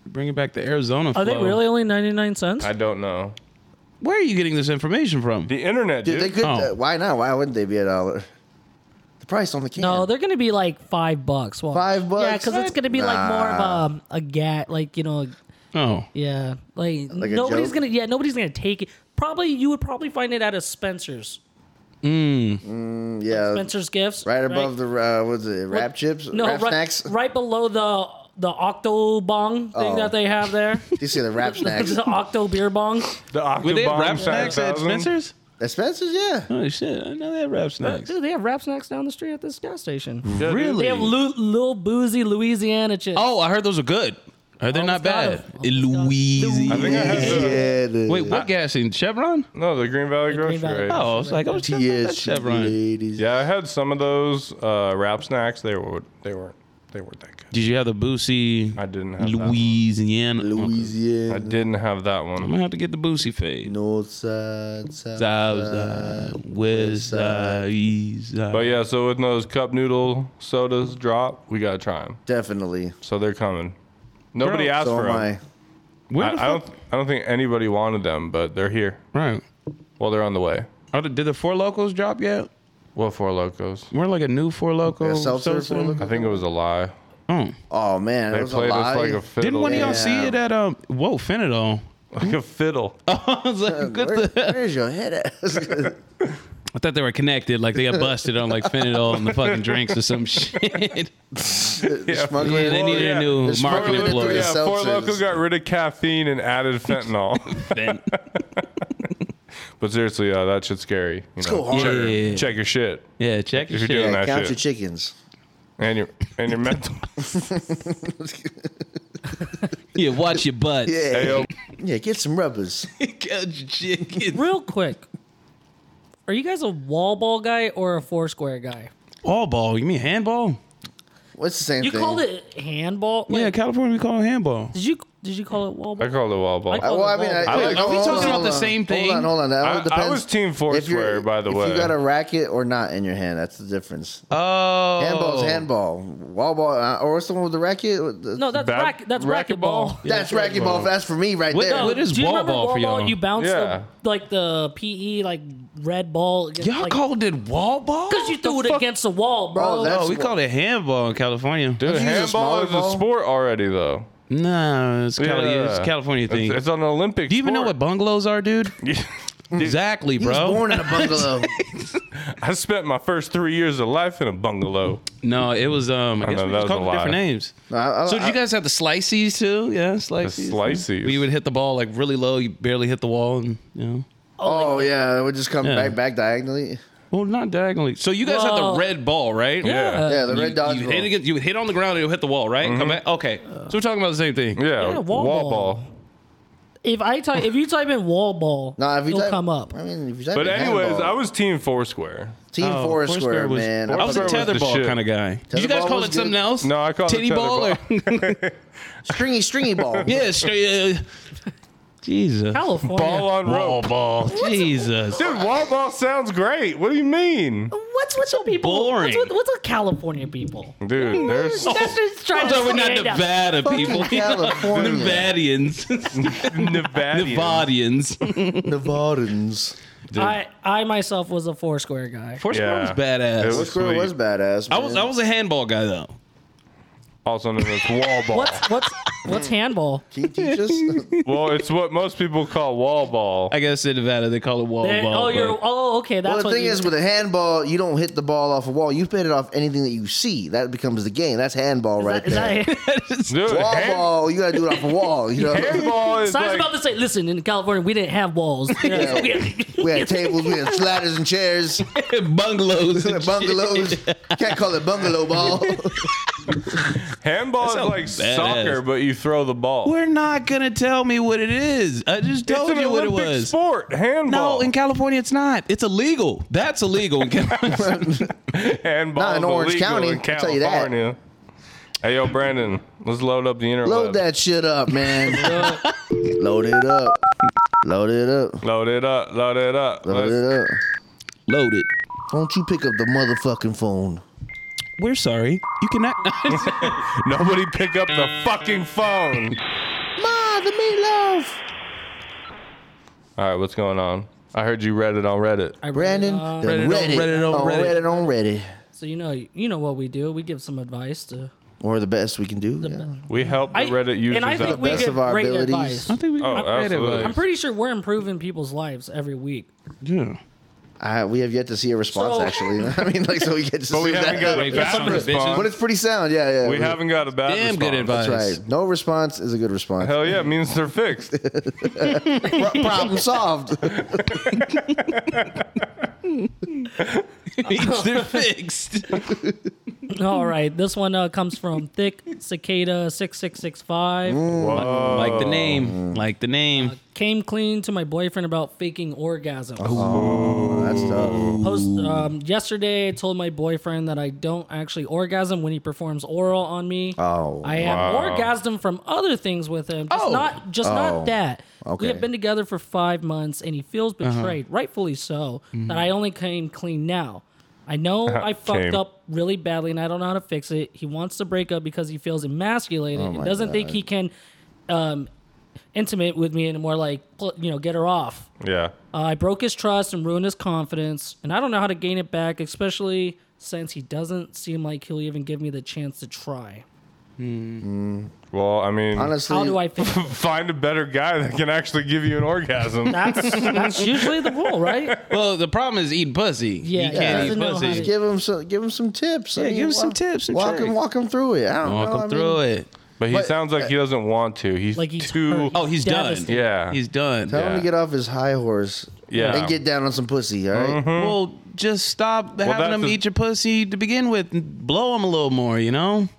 S4: Bringing back the Arizona.
S2: Are they
S4: flow.
S2: really only ninety nine cents?
S1: I don't know.
S4: Where are you getting this information from?
S1: The internet, dude.
S3: Dude, they could.
S4: Oh.
S3: Uh, why not? Why wouldn't they be a dollar? The price on the can.
S2: No, they're gonna be like five bucks. Well,
S3: Five
S2: Yeah,
S3: bucks?
S2: because it's gonna be like more of a a gat, like you know,
S4: Oh,
S2: yeah, like,
S3: a
S2: nobody's
S3: joke?
S2: gonna, yeah, nobody's gonna take it. Probably you would probably find it at a Spencer's,
S3: yeah,
S2: Spencer's Gifts,
S3: Uh, right above the uh, what's it? Wrap chips,
S2: no,
S3: wrap
S2: right,
S3: snacks.
S2: right below the the Octo Bong thing
S3: Oh.
S2: that they have
S3: (laughs)
S2: there,
S3: You see the wrap
S2: (laughs)
S3: snacks.
S2: the Octo Beer Bong.
S1: the
S4: were they
S1: Octobomb
S4: have rap snacks at
S1: 7000.
S4: Spencer's?
S3: At Spencer's, yeah.
S4: Oh shit! I know they have rap snacks.
S2: Dude, they have wrap snacks down the street at this gas station.
S1: Yeah, dude.
S4: Really?
S2: They have Lu- Lil Boozy Louisiana chips.
S4: Oh, I heard those are good. Are
S1: Oh,
S4: they
S2: Almost
S4: not
S2: got
S4: bad?
S2: 'em.
S4: Louisiana.
S1: I think I had the,
S3: Yeah, dude.
S4: Wait, what gas in Chevron?
S1: no the Green Valley Grocery.
S2: Green Valley.
S1: right?
S4: Oh, I was like, oh,
S3: Yes,
S4: that's Chevron.
S3: ladies.
S1: Yeah, I had some of those uh, wrap snacks. They were they weren't they weren't that good.
S4: Did you have the Boosie?
S1: I didn't have
S4: Louisiana.
S1: that. I
S3: Louisiana,
S1: didn't have that
S4: I'm
S1: one.
S4: gonna have to get the Boosie fade.
S3: North Side, South
S4: South side, west side, east side.
S1: But yeah, so when those cup noodle sodas drop, we gotta try them.
S3: Definitely. So
S1: So they're coming. Nobody
S4: Bro,
S1: asked for Oh,
S3: am
S1: them.
S3: I.
S4: Where
S1: I,
S4: the
S1: I
S4: fuck?
S1: don't I don't think anybody wanted them, but they're here.
S4: Right.
S1: Well, they're on the way.
S4: Are the, did the Four Locos drop yet?
S1: What four locos?
S4: We're like a new Four Loco.
S3: Yeah, seltzer, Four
S1: I think it was a lie.
S4: Oh.
S3: Oh man,
S1: They
S3: it was
S1: played
S3: a
S1: us
S3: lie.
S1: like a fiddle.
S4: Didn't one of y'all
S3: Yeah.
S4: see it at um? Whoa, fentanyl.
S1: like a fiddle.
S4: (laughs)
S3: (laughs)
S4: I was like, what
S3: Where-
S4: the?
S1: (laughs)
S3: where's your head at? (laughs)
S4: I thought they were connected. Like they got busted on like fentanyl and the fucking drinks or some shit.
S3: Smuggling
S4: Yeah, they
S3: it.
S4: needed
S1: yeah.
S4: a new
S3: It's
S1: Four
S4: marketing
S3: probably-
S1: Loko,
S3: employee.
S1: yeah,
S4: employer.
S1: four
S3: Seltzers.
S1: loco got rid of caffeine and added
S3: (laughs)
S1: fentanyl.
S4: Then-
S1: but seriously, uh, that shit's scary. You know,
S3: go hard.
S1: Check,
S4: Yeah.
S1: check your shit
S4: Yeah, check your
S1: If you're
S4: shit.
S1: doing
S3: Yeah,
S1: that
S3: count
S1: shit.
S3: your chickens.
S1: and your and your
S4: (laughs)
S1: mental.
S4: Yeah, watch your butt. (laughs)
S3: Yeah,
S1: Hey, yo,
S3: yeah, get some
S1: (laughs)
S3: rubbers.
S2: Real quick, are you guys a wall ball guy or a four square guy?
S4: Ball ball. You mean handball?
S3: What's the same
S2: You
S3: thing?
S2: called it handball. Wait,
S4: yeah, California we call it handball.
S2: Did you did you call it wall
S1: I
S2: ball?
S1: called it wall ball.
S2: I
S3: I,
S2: called
S3: well, I
S2: it
S3: mean,
S2: wall
S3: I,
S2: ball.
S4: Are we-
S3: like,
S4: are we
S3: hold
S4: talking
S3: on,
S4: about
S3: hold
S4: the
S3: on.
S4: same thing?
S3: Hold on, hold on. That all
S1: I,
S3: depends.
S1: I was team
S3: if
S1: foursquare,
S3: you're,
S1: by the
S3: if
S1: way.
S3: you got a racket or not in your hand, that's the difference.
S4: Oh,
S3: Handball's handball, wall ball, uh, or what's the one with the racket? What the-
S2: No, that's
S1: Bat-
S2: rack, that's
S1: racquetball?
S2: racquetball.
S3: that's racket ball. That's for me right
S4: What-
S3: there.
S4: no, it is
S2: do you
S4: wall
S2: remember
S4: ball for y'all.
S2: You bounce
S1: Yeah.
S2: the, E, like the PE like red ball. against,
S4: Y'all
S2: like,
S4: called it wall ball?
S2: because you threw it against the wall, bro.
S3: Oh, that-
S4: Oh, we called it handball in California.
S1: Dude,
S3: Don't you use a
S1: handball
S3: smaller
S1: is a
S3: ball?
S1: sport already, though.
S4: No, it's, Cali-
S1: Yeah.
S4: it's a California
S1: It's-
S4: thing.
S1: It's, an Olympic.
S4: Do you even know what bungalows are, (laughs) dude? exactly,
S3: He was
S4: bro.
S3: born in a
S4: (laughs)
S3: bungalow.
S1: I spent my first three years of life in a bungalow.
S4: no, it was um. I guess
S1: know,
S4: we
S1: that was
S4: just
S1: a
S4: called it
S1: lie.
S4: different names.
S3: No, I- I-
S4: so did
S3: I-
S4: you guys have the slices too? Yeah, slices.
S1: slices.
S4: We would hit the ball like really low. You barely hit the wall, and you know.
S3: oh yeah, it would just come
S4: Yeah.
S3: back back diagonally.
S4: Well, not diagonally. So you guys had
S2: Well-
S4: the red ball, right?
S1: Yeah. Mm-hmm.
S3: Yeah, the
S4: You-
S3: red dodge
S4: You,
S3: ball.
S4: hit against- you would hit on the ground and it would hit the wall, right? Come back. Okay. So we're talking about the same thing.
S1: Yeah,
S2: Yeah,
S1: wall,
S2: wall
S1: ball.
S2: ball. If I type, if you type in wall ball,
S3: No, if you
S2: it'll
S3: type-
S2: come up.
S3: I mean, if you type
S1: But
S3: in
S1: anyways,
S3: handball-
S1: I was team Foursquare.
S3: team
S4: Oh,
S3: Foursquare,
S4: Foursquare was-
S3: man.
S4: I was a
S1: Foursquare was the
S4: tetherball
S1: shit.
S4: kind of guy. Did you guys
S3: Tetherball
S4: call
S3: was
S4: it something
S3: good.
S4: else?
S1: No, I called it
S4: Titty ball or
S3: stringy, stringy ball.
S4: (laughs) yeah, straight. Uh, Jesus.
S2: California.
S4: (laughs)
S1: Ball on
S4: Wall
S1: rope.
S4: ball. Jesus.
S1: Dude, wall ball sounds great. What do you mean?
S2: What's with the people?
S4: boring.
S2: What's with, what's with California
S3: (laughs)
S2: people?
S1: Dude,
S4: (laughs)
S1: there's
S2: That's just trying
S4: I'm
S2: to
S4: sorry, we're not
S2: say it.
S4: Nevada
S3: Fucking
S4: people.
S3: California.
S4: (laughs) Nevadians.
S1: Nevada.
S4: Nevadians.
S3: Nevadans.
S2: I I myself was a foursquare guy.
S4: Foursquare
S1: Yeah.
S4: was
S1: It
S4: badass.
S1: was
S3: Foursquare
S1: sweet.
S3: was badass.
S4: I was I was a handball guy though.
S1: Also known as wall ball.
S2: What's what's what's
S3: Hmm.
S2: handball?
S3: Can you teach
S4: (laughs)
S3: us?
S1: Well, it's what most people call wall ball.
S4: I guess in Nevada they call it wall
S2: There-
S4: ball.
S2: oh, you're
S4: (laughs) but-
S2: oh okay. That's
S3: well, the
S2: what
S3: thing
S2: you-
S3: is, with a handball, you don't hit the ball off a wall. You hit it off anything that you see. That becomes the game. That's handball right
S2: is
S3: there.
S2: that, is that,
S1: Dude,
S3: wall
S1: hand-
S3: ball, you gotta do it off a
S4: (laughs)
S3: wall. You know,
S1: handball is
S2: so I was
S1: like,
S2: about to say, listen, in California we didn't have
S3: (laughs)
S2: walls. You know, so (laughs) we had-
S3: we had tables, we had ladders and chairs,
S4: bungalows. and
S3: bungalows.
S2: (laughs)
S4: shit.
S3: Can't call it bungalow ball.
S1: handball is
S4: sounds
S1: like
S4: badass.
S1: soccer, but you throw the ball.
S4: We're not gonna tell me what it is. I just
S1: it's
S4: told
S1: an
S4: you what
S1: Olympic
S4: it was.
S1: sport.
S4: No,
S1: Handball.
S4: in California it's not. It's illegal. That's illegal
S1: (laughs)
S4: in California.
S1: handball
S3: Not in
S1: is
S3: Orange
S1: illegal
S3: County,
S1: In
S3: I'll tell you that.
S1: California. Hey, yo, Brandon, let's load up the interweb.
S3: Load that shit
S2: (laughs)
S3: up, man. Load it up. Load it up.
S1: Load it up. Load it up.
S3: Load
S1: Let's-
S3: it up.
S4: Loaded.
S3: Won't you pick up the motherfucking phone?
S4: We're sorry. You
S1: (laughs)
S4: cannot.
S1: Nobody pick up the fucking phone.
S3: Ma, the meatloaf.
S1: All right, what's going on? I heard you read it on Reddit.
S2: I
S3: (laughs) Brandon,
S2: uh,
S3: the
S4: Reddit on
S3: Reddit,
S4: Reddit on
S3: on
S4: Reddit.
S3: Reddit on Reddit.
S2: so you know you know what we do. We give some advice to
S3: Or the best we can do. yeah.
S1: We help the
S2: I-
S1: Reddit users
S2: and I
S1: out
S2: think we
S1: there.
S3: best
S2: give
S3: of our
S2: great
S3: abilities.
S2: advice.
S4: I think (laughs) we.
S1: Oh,
S4: I'm creative
S1: absolutely.
S2: I'm pretty sure we're improving people's lives every week. (laughs)
S4: Yeah.
S3: I, we have yet to see a response,
S2: So-
S3: actually. (laughs) I mean, like, so we get to
S1: But
S3: see
S1: we haven't
S3: that.
S1: got a
S4: Wait,
S1: bad
S4: some of the bitches-
S1: response.
S3: But it's pretty sound, yeah, yeah.
S1: we haven't got a bad
S4: Damn
S1: response.
S4: good advice.
S3: That's right. No response is a good response.
S1: Hell yeah, it means they're fixed.
S3: Pro-
S1: (laughs)
S3: problem solved.
S4: (laughs) They're fixed.
S2: All right, this one uh, comes
S3: (laughs)
S2: from Thick Cicada six six six
S3: Mm.
S2: five.
S1: Whoa.
S4: Like the name. Like the name.
S2: Came clean to my boyfriend about faking
S3: Oh,
S2: orgasms.
S3: That's tough.
S2: Post um, yesterday, I told my boyfriend that I don't actually orgasm when he performs oral on me.
S3: Oh,
S2: I have orgasm from other things with him. Just
S4: Oh.
S2: not just
S3: Oh.
S2: not that.
S3: Okay. Uh-huh.
S2: We have been together for five months and he feels betrayed, rightfully so,
S3: Mm-hmm.
S2: that I only came clean now. I know
S3: Uh-huh.
S2: I fucked
S1: Came.
S2: up really badly and I don't know how to fix it. He wants to break up because he feels emasculated
S3: Oh
S2: and doesn't think he can um, intimate with me anymore, like, pl- you know, get her off.
S1: yeah.
S2: Uh, I broke his trust and ruined his confidence, and I don't know how to gain it back, especially since he doesn't seem like he'll even give me the chance to try.
S1: Well, I mean,
S3: Honestly,
S2: How do I fix it?
S1: (laughs) find a better guy that can actually give you an orgasm.
S2: (laughs) That's, that's usually the rule, right?
S4: Well, the problem is eating pussy.
S2: Yeah,
S4: you
S2: he
S4: can't
S2: doesn't
S4: eat
S2: know how
S4: pussy.
S2: to-
S3: give him some give him some tips? I
S4: Yeah,
S3: mean,
S4: give him some
S3: walk-
S4: tips and
S3: Walk him
S4: tricks.
S3: walk him through it. I don't
S4: Walk
S3: know. I
S4: him
S3: mean,
S4: through it.
S1: But he sounds like he doesn't want to. He's
S2: uh, Like he's
S1: too.
S2: hurt.
S4: Oh, he's done.
S2: Devastated.
S1: Yeah.
S4: He's done.
S3: Tell him
S1: Yeah.
S3: to get off his high horse.
S1: Yeah.
S3: and get down on some pussy. All right?
S4: Well, just stop
S1: Hmm. that's
S4: having him
S1: the-
S4: eat your pussy to begin with. And blow him a little more, you know?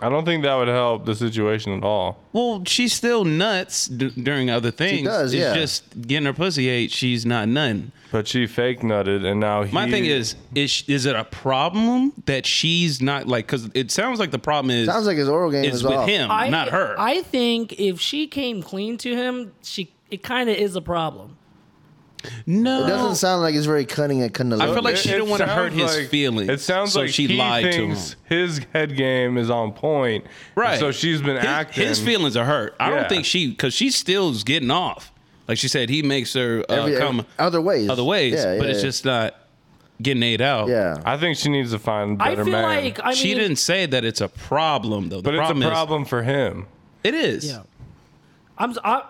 S1: I don't think that would help the situation at all.
S4: Well, she's still nuts d- during other things.
S3: does,
S4: it's
S3: yeah.
S4: just getting her pussy ate. She's not none.
S1: But she fake nutted, and now he.
S4: My thing is, is sh- is it a problem that she's not like? Because it sounds like the problem is
S3: Sounds like his oral game
S4: it's
S3: is
S4: with
S3: off.
S4: him,
S2: I,
S4: not her.
S2: I think if she came clean to him, she it kind of is a problem.
S4: no,
S3: It doesn't sound like he's very cunning at cunning.
S4: I feel like she didn't wanna hurt
S1: sounds
S4: his feelings,
S1: It sounds
S4: so
S1: like
S4: she
S1: he
S4: lied to
S1: thinks
S4: him.
S1: his head game is on point, and
S4: right.
S1: So she's been
S4: his,
S1: acting.
S4: His feelings are hurt. I
S1: Yeah.
S4: don't think she because she still's getting off. Like she said, he makes her uh,
S3: Every-
S4: come
S3: every- other ways.
S4: other ways,
S3: Yeah,
S4: but
S3: yeah,
S4: it's
S3: yeah.
S4: just not getting ate out.
S3: Yeah.
S1: I think she needs to find a
S2: I
S1: better
S2: feel
S1: man.
S2: like I mean,
S4: she didn't say that it's a problem though. The
S1: but it's
S4: problem
S1: a problem for him.
S4: Is, it is.
S2: Yeah. I'm I,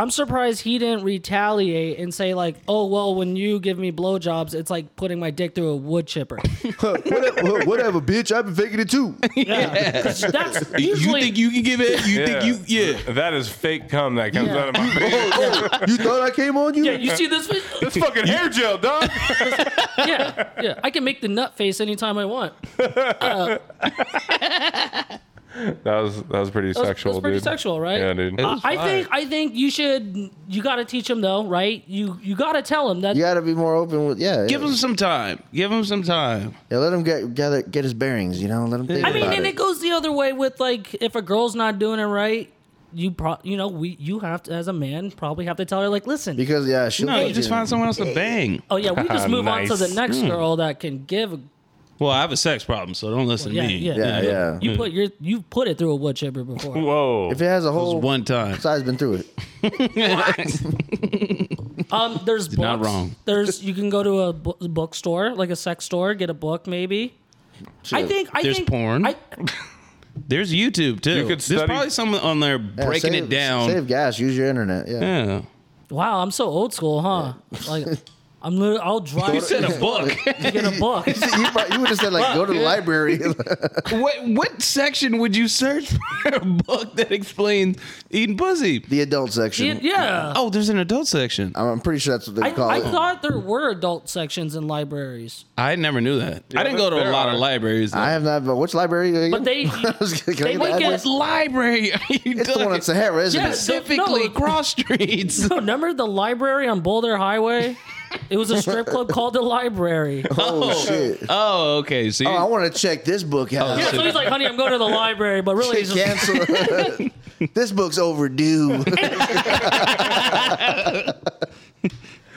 S2: I'm surprised he didn't retaliate and say like, "Oh well, when you give me blowjobs, it's like putting my dick through a wood
S4: (laughs)
S2: chipper."
S3: (laughs) whatever, whatever, bitch. I've been faking it too.
S2: Yeah, 'Cause that's
S4: You
S2: usually
S4: think you can give it? You
S1: Yeah.
S4: think you? Yeah.
S1: That is fake cum that comes
S2: Yeah.
S1: out of
S4: (laughs)
S1: my face.
S3: you thought I came on you?
S2: yeah. You see this? one?
S1: It's fucking hair gel,
S4: (laughs)
S1: dog.
S2: Yeah, yeah. I can make the nut face anytime I want.
S1: That was that was pretty
S2: That's,
S1: sexual,
S2: that's pretty
S1: dude.
S2: sexual, right? Uh,
S1: Yeah, dude.
S4: It- was
S2: I, I
S4: fire.
S2: think I think you should. You got to teach him though, right? You you got to tell him that.
S3: You got to be more open with yeah.
S4: Give
S3: yeah.
S4: him some time. Give him some time.
S3: Yeah, let him get gather, get his bearings. You know, let him think
S2: I mean,
S3: about
S2: and it. goes the other way with like if a girl's not doing it right, you pro- you know we you have to as a man probably have to tell her like, listen.
S3: because yeah, she
S4: No, you just find someone else to bang.
S2: oh yeah, we
S4: (laughs)
S2: just move on to the
S1: Nice.
S2: next girl that can give. a-
S4: Well, I have a sex problem, so don't listen
S2: Well,
S4: to me.
S2: yeah,
S3: Yeah, yeah.
S2: You put your you put it through a wood chipper
S4: (laughs)
S2: before.
S1: Whoa.
S3: If it has a
S4: It was
S3: whole
S4: one time.
S3: side's been through it.
S2: Um, there's books.
S4: not wrong.
S2: There's you can go to a bo- bookstore like a sex store, get a book maybe. I think I
S4: There's
S2: think
S4: porn.
S2: I,
S4: There's YouTube too.
S1: You could
S4: There's
S1: study-
S4: probably someone on there
S3: Yeah,
S4: breaking
S3: save-
S4: it down.
S3: Save gas. Use your internet. Yeah.
S4: Yeah.
S2: wow, I'm so old school, huh? Like I'm literally, I'll
S4: You
S2: drive
S4: said a book. (laughs)
S2: to get a book.
S3: (laughs) you, might- you would have said like go to the library.
S4: what what section would you search for a book that explains eating pussy?
S3: the adult section.
S2: yeah.
S4: Oh, there's an adult section.
S3: I'm I'm pretty sure that's what
S2: I,
S3: they call
S2: I
S3: it.
S2: thought there were adult sections in libraries, (laughs)
S4: I never knew that. I didn't go to a
S1: there
S4: lot
S1: are.
S4: of libraries. though.
S3: I have not. But which library? again?
S2: but they
S3: (laughs) I was gonna- can I
S2: they
S3: get
S2: would
S3: the
S2: get
S3: address?
S4: library. Are you
S3: it's the
S4: talking
S3: one in Sahara, isn't
S2: Yes.
S3: it?
S4: specifically
S2: No.
S4: cross
S3: (laughs)
S4: streets?
S2: no, remember the library on Boulder Highway. It was a strip club called the library.
S3: Oh, shit.
S4: Oh, okay. So you,
S3: Oh, I want to check this book out.
S4: Oh,
S2: Yeah, so he's like, "Honey, I'm going to the library," but really,
S3: (laughs)
S2: he's just (laughs)
S3: Cancel. this book's overdue. (laughs)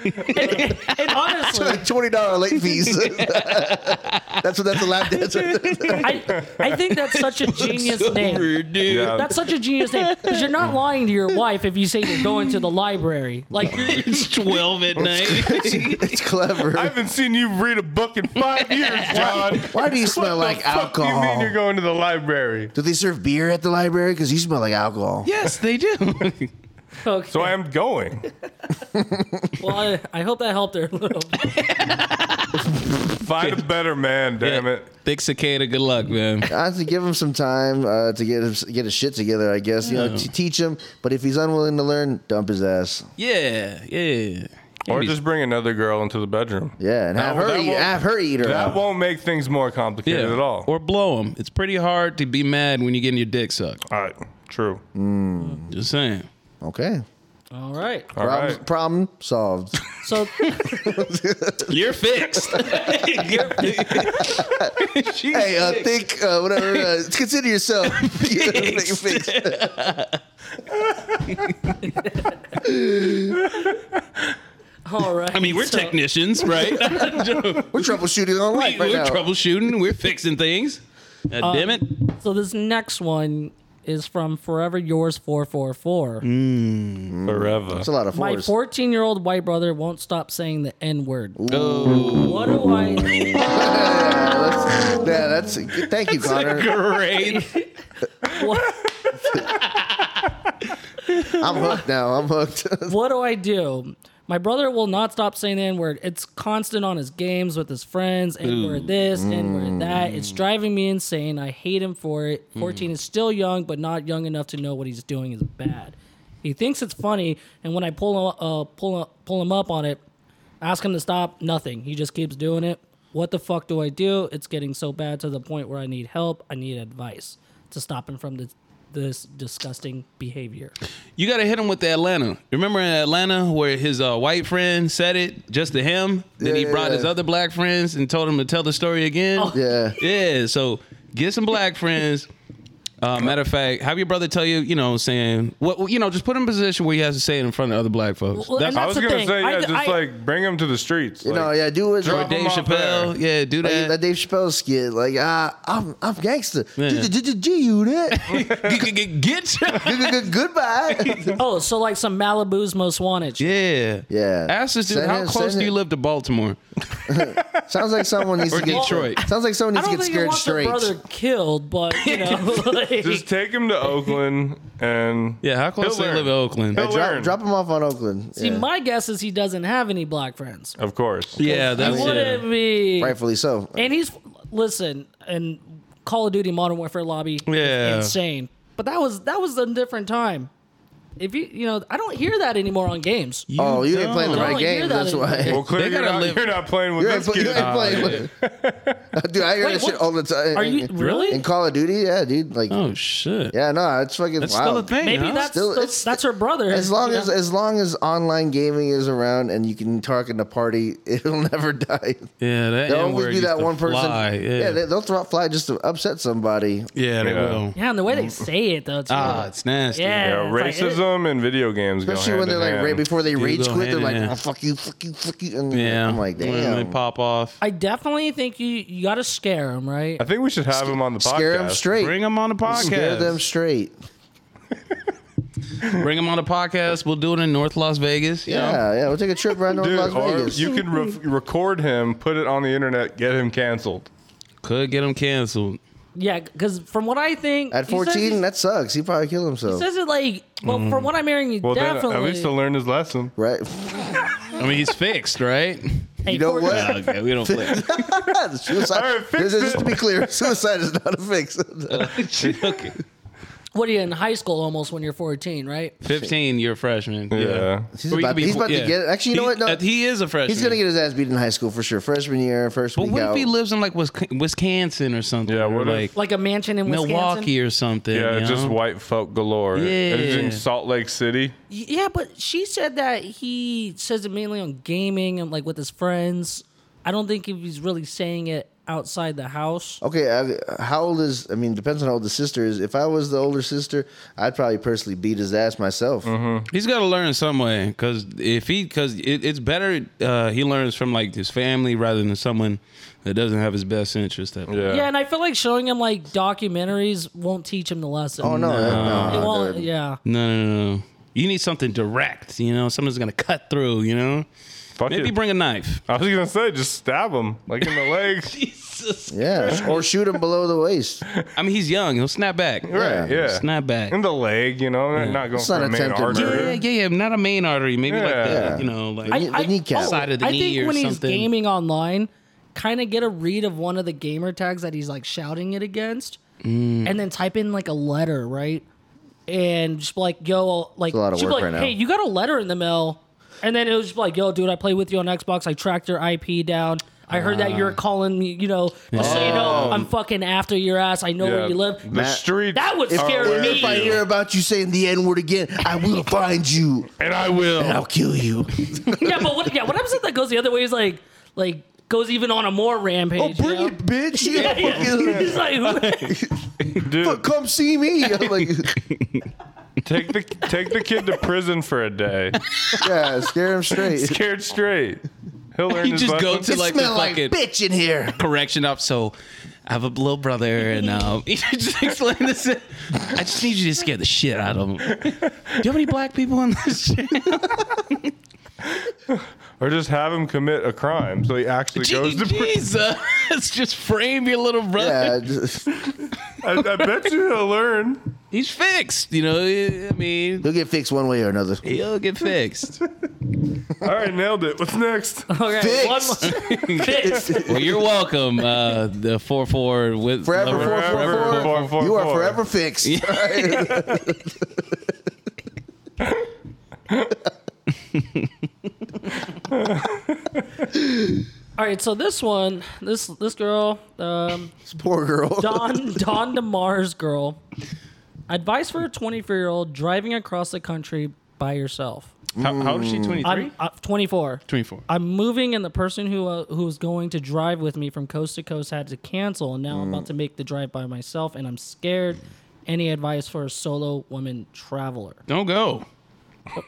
S2: And honestly,
S3: Twenty dollar late fees. (laughs) that's what that's a lap (laughs) dancer.
S2: I, I think that's such a genius name.
S4: Dude,
S1: Yeah.
S2: That's such a genius name because you're not lying to your wife if you say you're going to the library. Like, you're,
S4: It's 12
S3: (laughs)
S4: at night.
S3: it's clever.
S1: I haven't seen you read a book in five
S2: (laughs)
S1: years, John.
S3: Why do you smell
S1: What the
S3: like
S1: fuck do You mean
S3: alcohol?
S1: you're going to the library?
S3: do they serve beer at the library? Because you smell like alcohol.
S4: (laughs) yes, they do.
S2: okay.
S1: So I am going.
S2: well, I, I hope that helped her a little. bit.
S1: Find a better man, damn it.
S4: Thick cicada, good luck, man.
S3: I have to give him some time uh, to get his, get his shit together. I guess you know,
S4: Yeah.
S3: t- teach him. But if he's unwilling to learn, dump his ass.
S4: Yeah, yeah.
S1: Or
S4: Can't be-
S1: just bring another girl into the bedroom.
S3: Yeah, and have
S1: That-
S3: her
S1: that
S3: eat,
S1: won't-
S3: have her eat her.
S1: That
S3: out.
S1: won't make things more complicated at all.
S4: Or blow them. It's pretty hard to be mad when you're getting your dick sucked.
S1: all right, true.
S3: Mm-hmm.
S4: Just saying.
S3: Okay,
S2: All right.
S1: All
S3: problem,
S1: right.
S3: problem
S1: (laughs)
S3: solved.
S2: So
S4: You're (laughs) fixed. She's
S3: hey, uh, think uh,
S1: (laughs)
S3: whatever. Uh, consider yourself. (laughs) Fixed.
S2: all right.
S4: (laughs) I mean, we're
S2: so,
S3: (laughs)
S4: technicians, right?
S3: We're troubleshooting on
S4: we,
S3: life right
S4: are
S3: now.
S4: troubleshooting. We're fixing things. Uh, God damn it.
S2: So this next one is from Forever Yours four four four.
S1: Forever.
S3: It's a lot of
S2: My
S3: force.
S2: fourteen year old white brother won't stop saying the n word. What do I?
S3: (laughs) yeah, that's, yeah, that's. Thank you, Connor.
S4: Great.
S2: What,
S3: I'm hooked now. I'm hooked. (laughs)
S2: what do I do? My brother will not stop saying the N word. It's constant on his games with his friends, N word this, N word that. It's driving me insane. I hate him for it. 14 is still young, but not young enough to know what he's doing is bad. He thinks it's funny, and when I pull, him- uh, pull, pull him up on it, ask him to stop, nothing. He just keeps doing it. What the fuck do I do? It's getting so bad to the point where I need help. I need advice to stop him from this, this disgusting behavior.
S4: You got to hit him with the Atlanta. Remember in Atlanta where his uh, white friend said it just to him? Then he
S3: Yeah,
S4: brought
S3: yeah,
S4: his
S3: yeah.
S4: other black friends and told him to tell the story again?
S2: Oh.
S3: Yeah.
S4: Yeah, so get some black friends. Uh, matter of fact, have your brother tell you, you know, saying what you know, just put him in a position where he has to say it in front of other black folks.
S2: Well,
S4: That's
S2: and
S1: I was
S2: the
S1: gonna
S2: thing.
S1: say,
S2: I-
S1: yeah, just
S2: I-
S1: like bring him to the streets.
S3: You know, yeah, do what
S1: Drop
S4: or
S3: like,
S1: him
S4: Dave
S1: off
S4: Chappelle.
S1: there.
S4: Yeah, do that.
S3: that Dave Chappelle skit, like ah, I'm I'm gangster.
S1: (laughs)
S4: Yeah.
S3: G-unit.
S4: G- g- g- Get your-
S3: Goodbye.
S2: Oh, so like some Malibu's most wanted. shit.
S4: Yeah.
S3: (laughs) Yeah.
S4: Ask this dude,
S3: Send
S4: how
S3: it-
S4: close
S3: send
S4: do you
S3: it.
S4: live to Baltimore?
S3: Sounds like someone needs
S4: (laughs) Or
S3: to get
S4: Detroit.
S3: Sounds like someone
S2: I
S3: needs to
S2: don't think
S3: get
S2: you
S3: scared
S2: want
S3: straight.
S2: your brother killed, but you know,
S3: (laughs)
S2: like,
S1: Just take him to Oakland and
S4: Yeah, how close do
S1: He'll
S4: you
S1: learn.
S4: live to Oakland?
S1: He'll
S3: Drop,
S1: learn.
S3: drop him off on Oakland.
S2: see,
S3: Yeah.
S2: my guess is he doesn't have any black friends.
S1: Of course.
S4: Yeah, that's
S2: he wouldn't
S4: yeah.
S2: be.
S3: Rightfully so.
S2: And he's listen, and Call of Duty Modern Warfare lobby, is
S4: Yeah.
S2: insane. But that was that was a different time. If you you know, I don't hear that anymore on games.
S3: oh, you ain't playing the
S2: don't.
S3: right
S2: Don't hear
S3: game.
S2: that
S3: That's why.
S2: anymore.
S1: Well, clearly you're
S4: gotta
S1: not,
S4: live-
S1: you're not playing with
S3: You ain't,
S1: this
S3: play-
S1: kid.
S3: you ain't playing. (laughs) dude, I hear
S2: Wait,
S3: that
S2: what-
S3: shit all the time.
S2: Are you really?
S3: in Call of Duty? Yeah, dude. Like,
S4: Oh shit.
S3: yeah, no, it's fucking
S4: That's
S3: wild.
S4: still a thing.
S2: Maybe
S4: huh?
S2: that's
S3: Still,
S2: the-
S3: it's-
S2: that's her brother.
S3: As long
S2: you
S3: as
S2: know?
S3: as long as online gaming is around and you can talk in a party, (laughs) it'll never die.
S4: yeah. That
S3: There'll
S4: N-word
S3: always be
S4: used
S3: that
S4: to
S3: one person.
S4: fly, Yeah,
S3: yeah they, they'll throw out fly just to upset somebody.
S4: Yeah, they
S1: Yeah.
S4: will.
S2: yeah, and the way they say it though, too.
S4: Ah, it's nasty.
S2: yeah,
S1: Yeah,
S2: it's like-
S1: racism and video games go
S3: Especially when they're
S1: hand
S3: like
S1: in
S3: right
S1: hand.
S3: before they
S4: Dude,
S3: rage
S4: go
S3: quit, they're
S4: hand
S3: like,
S4: in hand.
S3: oh, "Fuck you, fuck you, fuck you," and
S4: Yeah.
S3: I'm like,
S4: When
S3: "Damn."
S4: They pop off.
S2: I definitely think you you got to scare him, right?
S1: I think we should have him on the podcast.
S3: Scare them straight.
S4: Bring them on the podcast.
S3: Scare them straight.
S4: Bring them on the podcast. We'll do it in North Las Vegas. you know?
S3: Yeah, yeah. We'll take a trip around to
S1: Dude,
S3: Las
S1: or
S3: Vegas.
S1: you can re- record him, put it on the internet, get him canceled.
S4: Could get them canceled.
S2: Yeah, because from what I think,
S3: At
S2: he says
S3: 14,
S2: he-
S3: that sucks. He probably killed
S2: he
S3: himself.
S2: says it like. Well, from what I'm hearing, you
S1: Mm-hmm. Well,
S2: definitely.
S1: then at least he'll learn his lesson.
S2: (laughs)
S3: Right?
S4: I mean, he's fixed, right?
S3: (laughs)
S2: Hey,
S3: You know
S2: 14
S3: what?
S4: Ah, okay, we
S3: (laughs)
S4: don't play. (laughs)
S3: suicide.
S1: All right, fix
S3: this, just
S1: it.
S3: to be clear, (laughs) suicide is not a
S4: (laughs)
S3: fix.
S4: okay.
S2: What are you in high school almost when you're 14, right?
S4: 15, you're a freshman. Yeah.
S1: Yeah.
S3: He's
S4: Or you
S3: about-
S4: could be-
S3: he's about to get- actually, you know
S4: He-
S3: what? No.
S4: uh, he is a
S3: (laughs)
S4: freshman.
S3: He's gonna get his ass beat in high school for sure. Freshman year, first
S4: But
S3: week
S4: what
S3: out.
S4: if he lives in like Wisc- Wisconsin or something?
S1: Yeah,
S4: or,
S1: what
S4: like
S1: if-
S2: Like a mansion in Wisconsin.
S4: Milwaukee or something?
S1: Yeah,
S4: you
S1: just
S4: know?
S1: white folk galore.
S4: Yeah.
S1: It's in Salt Lake City.
S2: Yeah, but she said that he says it mainly on gaming and like with his friends. I don't think he's really saying it outside the house.
S3: okay, I, how old is? I mean, depends on how old the sister is. If I was the older sister, I'd probably personally beat his ass myself.
S4: He's got to learn some way because if he because it, it's better uh, he learns from like his family rather than someone that doesn't have his best interest at
S1: Yeah.
S2: Yeah, and I feel like showing him like documentaries won't teach him the lesson.
S3: Oh no,
S2: It
S3: no,
S2: won't,
S3: dude.
S2: yeah.
S4: No, no, no, no. You need something direct. You know, something's gonna cut through. You know,
S1: Fuck
S4: maybe
S1: it.
S4: bring a knife.
S1: I was gonna say, just stab him like
S4: (laughs)
S1: in the legs.
S4: Jesus.
S3: yeah, or shoot him below the (laughs) waist.
S4: I mean, he's young. He'll snap back.
S1: Right,
S3: Yeah.
S1: yeah.
S4: Snap back.
S1: In the leg, you know, not going
S3: It's
S1: for
S3: not
S1: a main
S3: attempted murder.
S4: Yeah,
S1: artery.
S4: yeah, yeah. Not a main artery. Maybe like
S1: Yeah.
S4: the, you know, like
S3: I- The kneecap.
S4: Side of the
S2: I
S4: knee
S2: think
S4: or
S2: when
S4: something.
S2: he's gaming online, kind of get a read of one of the gamer tags that he's like shouting it against,
S3: Mm.
S2: and then type in like a letter, right? And just be like, yo, like,
S3: a lot of
S2: she'd be
S3: work
S2: like,
S3: right now.
S2: hey, you got a letter in the mail, and then it was just like, yo, dude, I play with you on Xbox. I tracked your IP down. I heard that
S4: Ah.
S2: you're calling me, you know, just so you
S3: Oh.
S2: know, I'm fucking after your ass. I know where you live.
S1: The
S3: Matt-
S1: streets.
S2: That would
S1: are
S2: scare
S1: where
S2: me.
S3: If I hear about you saying the N word again, I will find you
S1: And I will.
S3: and I'll kill you.
S2: yeah, but what, yeah, what happens if that goes the other way is like, like, goes even on a more rampage.
S3: Oh,
S2: you
S3: bring
S2: know?
S3: it, bitch!
S2: (laughs) Yeah,
S3: Yeah, (laughs)
S2: yeah. He's
S3: fucking-
S2: like,
S3: (laughs)
S2: who-
S1: Dude,
S3: come see me. I'm like, (laughs)
S1: take the take the kid to prison for a
S3: (laughs)
S1: day.
S3: yeah, scare him straight.
S1: Scared straight. He'll learn
S4: You
S1: his
S4: just
S1: lesson.
S4: go to
S3: It
S4: like the
S3: smell like
S4: fucking
S3: bitch in here.
S4: correction up. So I have a little brother, and um, (laughs) you just explain this. I just need you to scare the shit out of him. Do you have any black people in this? (laughs) shit?
S1: or just have him commit a crime so he actually goes to prison.
S4: Jesus, (laughs) just frame your little brother.
S3: Yeah, just-
S1: I, I bet you he'll learn.
S4: He's fixed. You know, I mean,
S3: he'll get fixed one way or another.
S4: he'll get fixed.
S1: All right, nailed it. What's next?
S2: okay,
S3: Fixed.
S2: one
S4: (laughs)
S2: more- fixed.
S4: well, you're welcome. Uh, the four four with
S3: Forever,
S4: lover.
S3: four, four,
S1: Forever,
S3: four.
S1: four, four,
S3: you are
S1: four.
S3: forever fixed. Alright.
S2: All right, so this one, this this girl, um,
S3: Poor
S2: (laughs)
S3: girl.
S2: Don Don DeMar's girl. Advice for a 24 year old driving across the country by yourself.
S4: How, how old is she? Twenty
S2: I'm uh, 24.
S4: Twenty four.
S2: I'm moving, and the person who uh, who was going to drive with me from coast to coast had to cancel, and now I'm about to make the drive by myself, and I'm scared. any advice for a solo woman traveler?
S4: Don't go.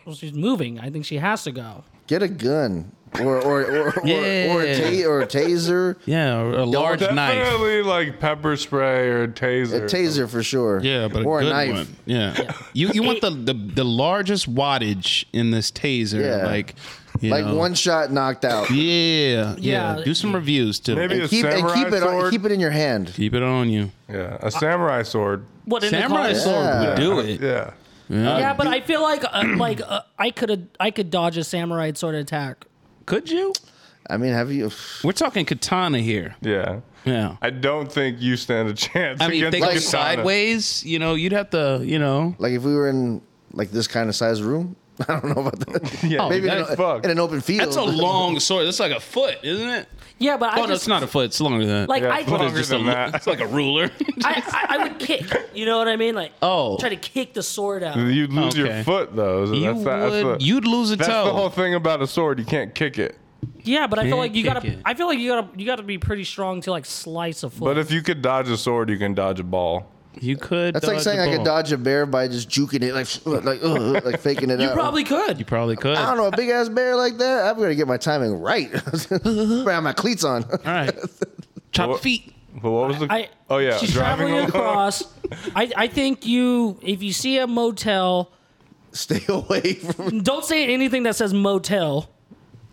S2: Well, she's moving. I think she has to go.
S3: Get a gun or or or or, or, a,
S4: Yeah.
S3: ta- or a taser.
S4: Yeah, or a large knife.
S1: Definitely like pepper spray or
S3: A
S1: taser.
S3: taser for sure.
S4: Yeah, but a
S3: or
S4: good
S3: a knife.
S4: one. Yeah. You you want the, the the largest wattage in this taser,
S3: Yeah.
S4: like you
S3: Like
S4: know.
S3: one shot knocked out.
S4: Yeah, yeah.
S2: Yeah.
S4: Do some reviews too.
S1: Maybe a
S3: And keep and
S1: samurai
S3: keep it on,
S1: sword.
S3: keep it in your hand.
S4: keep it on you.
S1: yeah, a samurai sword.
S2: What in the
S4: Samurai
S2: car?
S4: sword would do it.
S1: Yeah.
S2: Yeah, but I feel like uh, (clears throat) like uh, I could I could dodge a samurai sword attack.
S4: Could you?
S3: I mean, have you?
S4: We're talking katana here.
S1: Yeah.
S4: Yeah.
S1: I don't think you stand a chance.
S4: I mean,
S1: against
S4: if they go
S1: a katana.
S4: sideways, you know, you'd have to, you know,
S3: Like if we were in like this kind of size room, (laughs) I don't know about
S1: (laughs)
S3: that.
S1: Yeah,
S3: Maybe in
S1: that's
S3: an,
S1: fucked.
S3: in an open field.
S4: that's a long sword. That's like a foot, isn't it?
S2: Yeah, but I
S4: Oh,
S2: just
S4: no, it's not a foot. It's longer than that.
S2: like
S1: Yeah,
S2: I
S1: it's
S2: could-
S1: longer
S4: it's, just a,
S1: than
S4: lo-
S1: that.
S4: it's like
S1: (laughs)
S4: a ruler.
S2: I, I, I would kick. You know what I mean? Like,
S4: Oh.
S2: try to kick the sword out.
S1: You'd lose
S4: Okay.
S1: your foot though. So
S4: you
S1: that's, the- that's
S4: would,
S1: the,
S4: you'd lose a
S1: that's
S4: toe.
S1: the whole thing about a sword. You can't kick it.
S2: Yeah, but I feel
S4: Can't
S2: like you
S4: kick
S2: gotta.
S4: it.
S2: I feel like you gotta. You gotta be pretty strong to like slice a foot.
S1: But if you could dodge a sword, you can dodge a ball.
S4: You
S3: (laughs)
S4: could.
S3: That's like
S4: dodge
S3: saying
S4: the
S3: I could
S4: ball.
S3: dodge a bear by just juking it, like (laughs) like ugh, like faking it
S2: you
S3: out.
S2: probably could.
S4: You probably could.
S3: I don't know a big ass bear like that. I'm gonna get my timing right. (laughs) I my cleats on. (laughs)
S4: All right. Chop feet.
S1: But what was the?
S2: I,
S1: oh yeah,
S2: she's
S1: driving alone.
S2: traveling across. I, I think you. If you see a motel,
S3: Stay away from.
S2: don't say anything that says motel.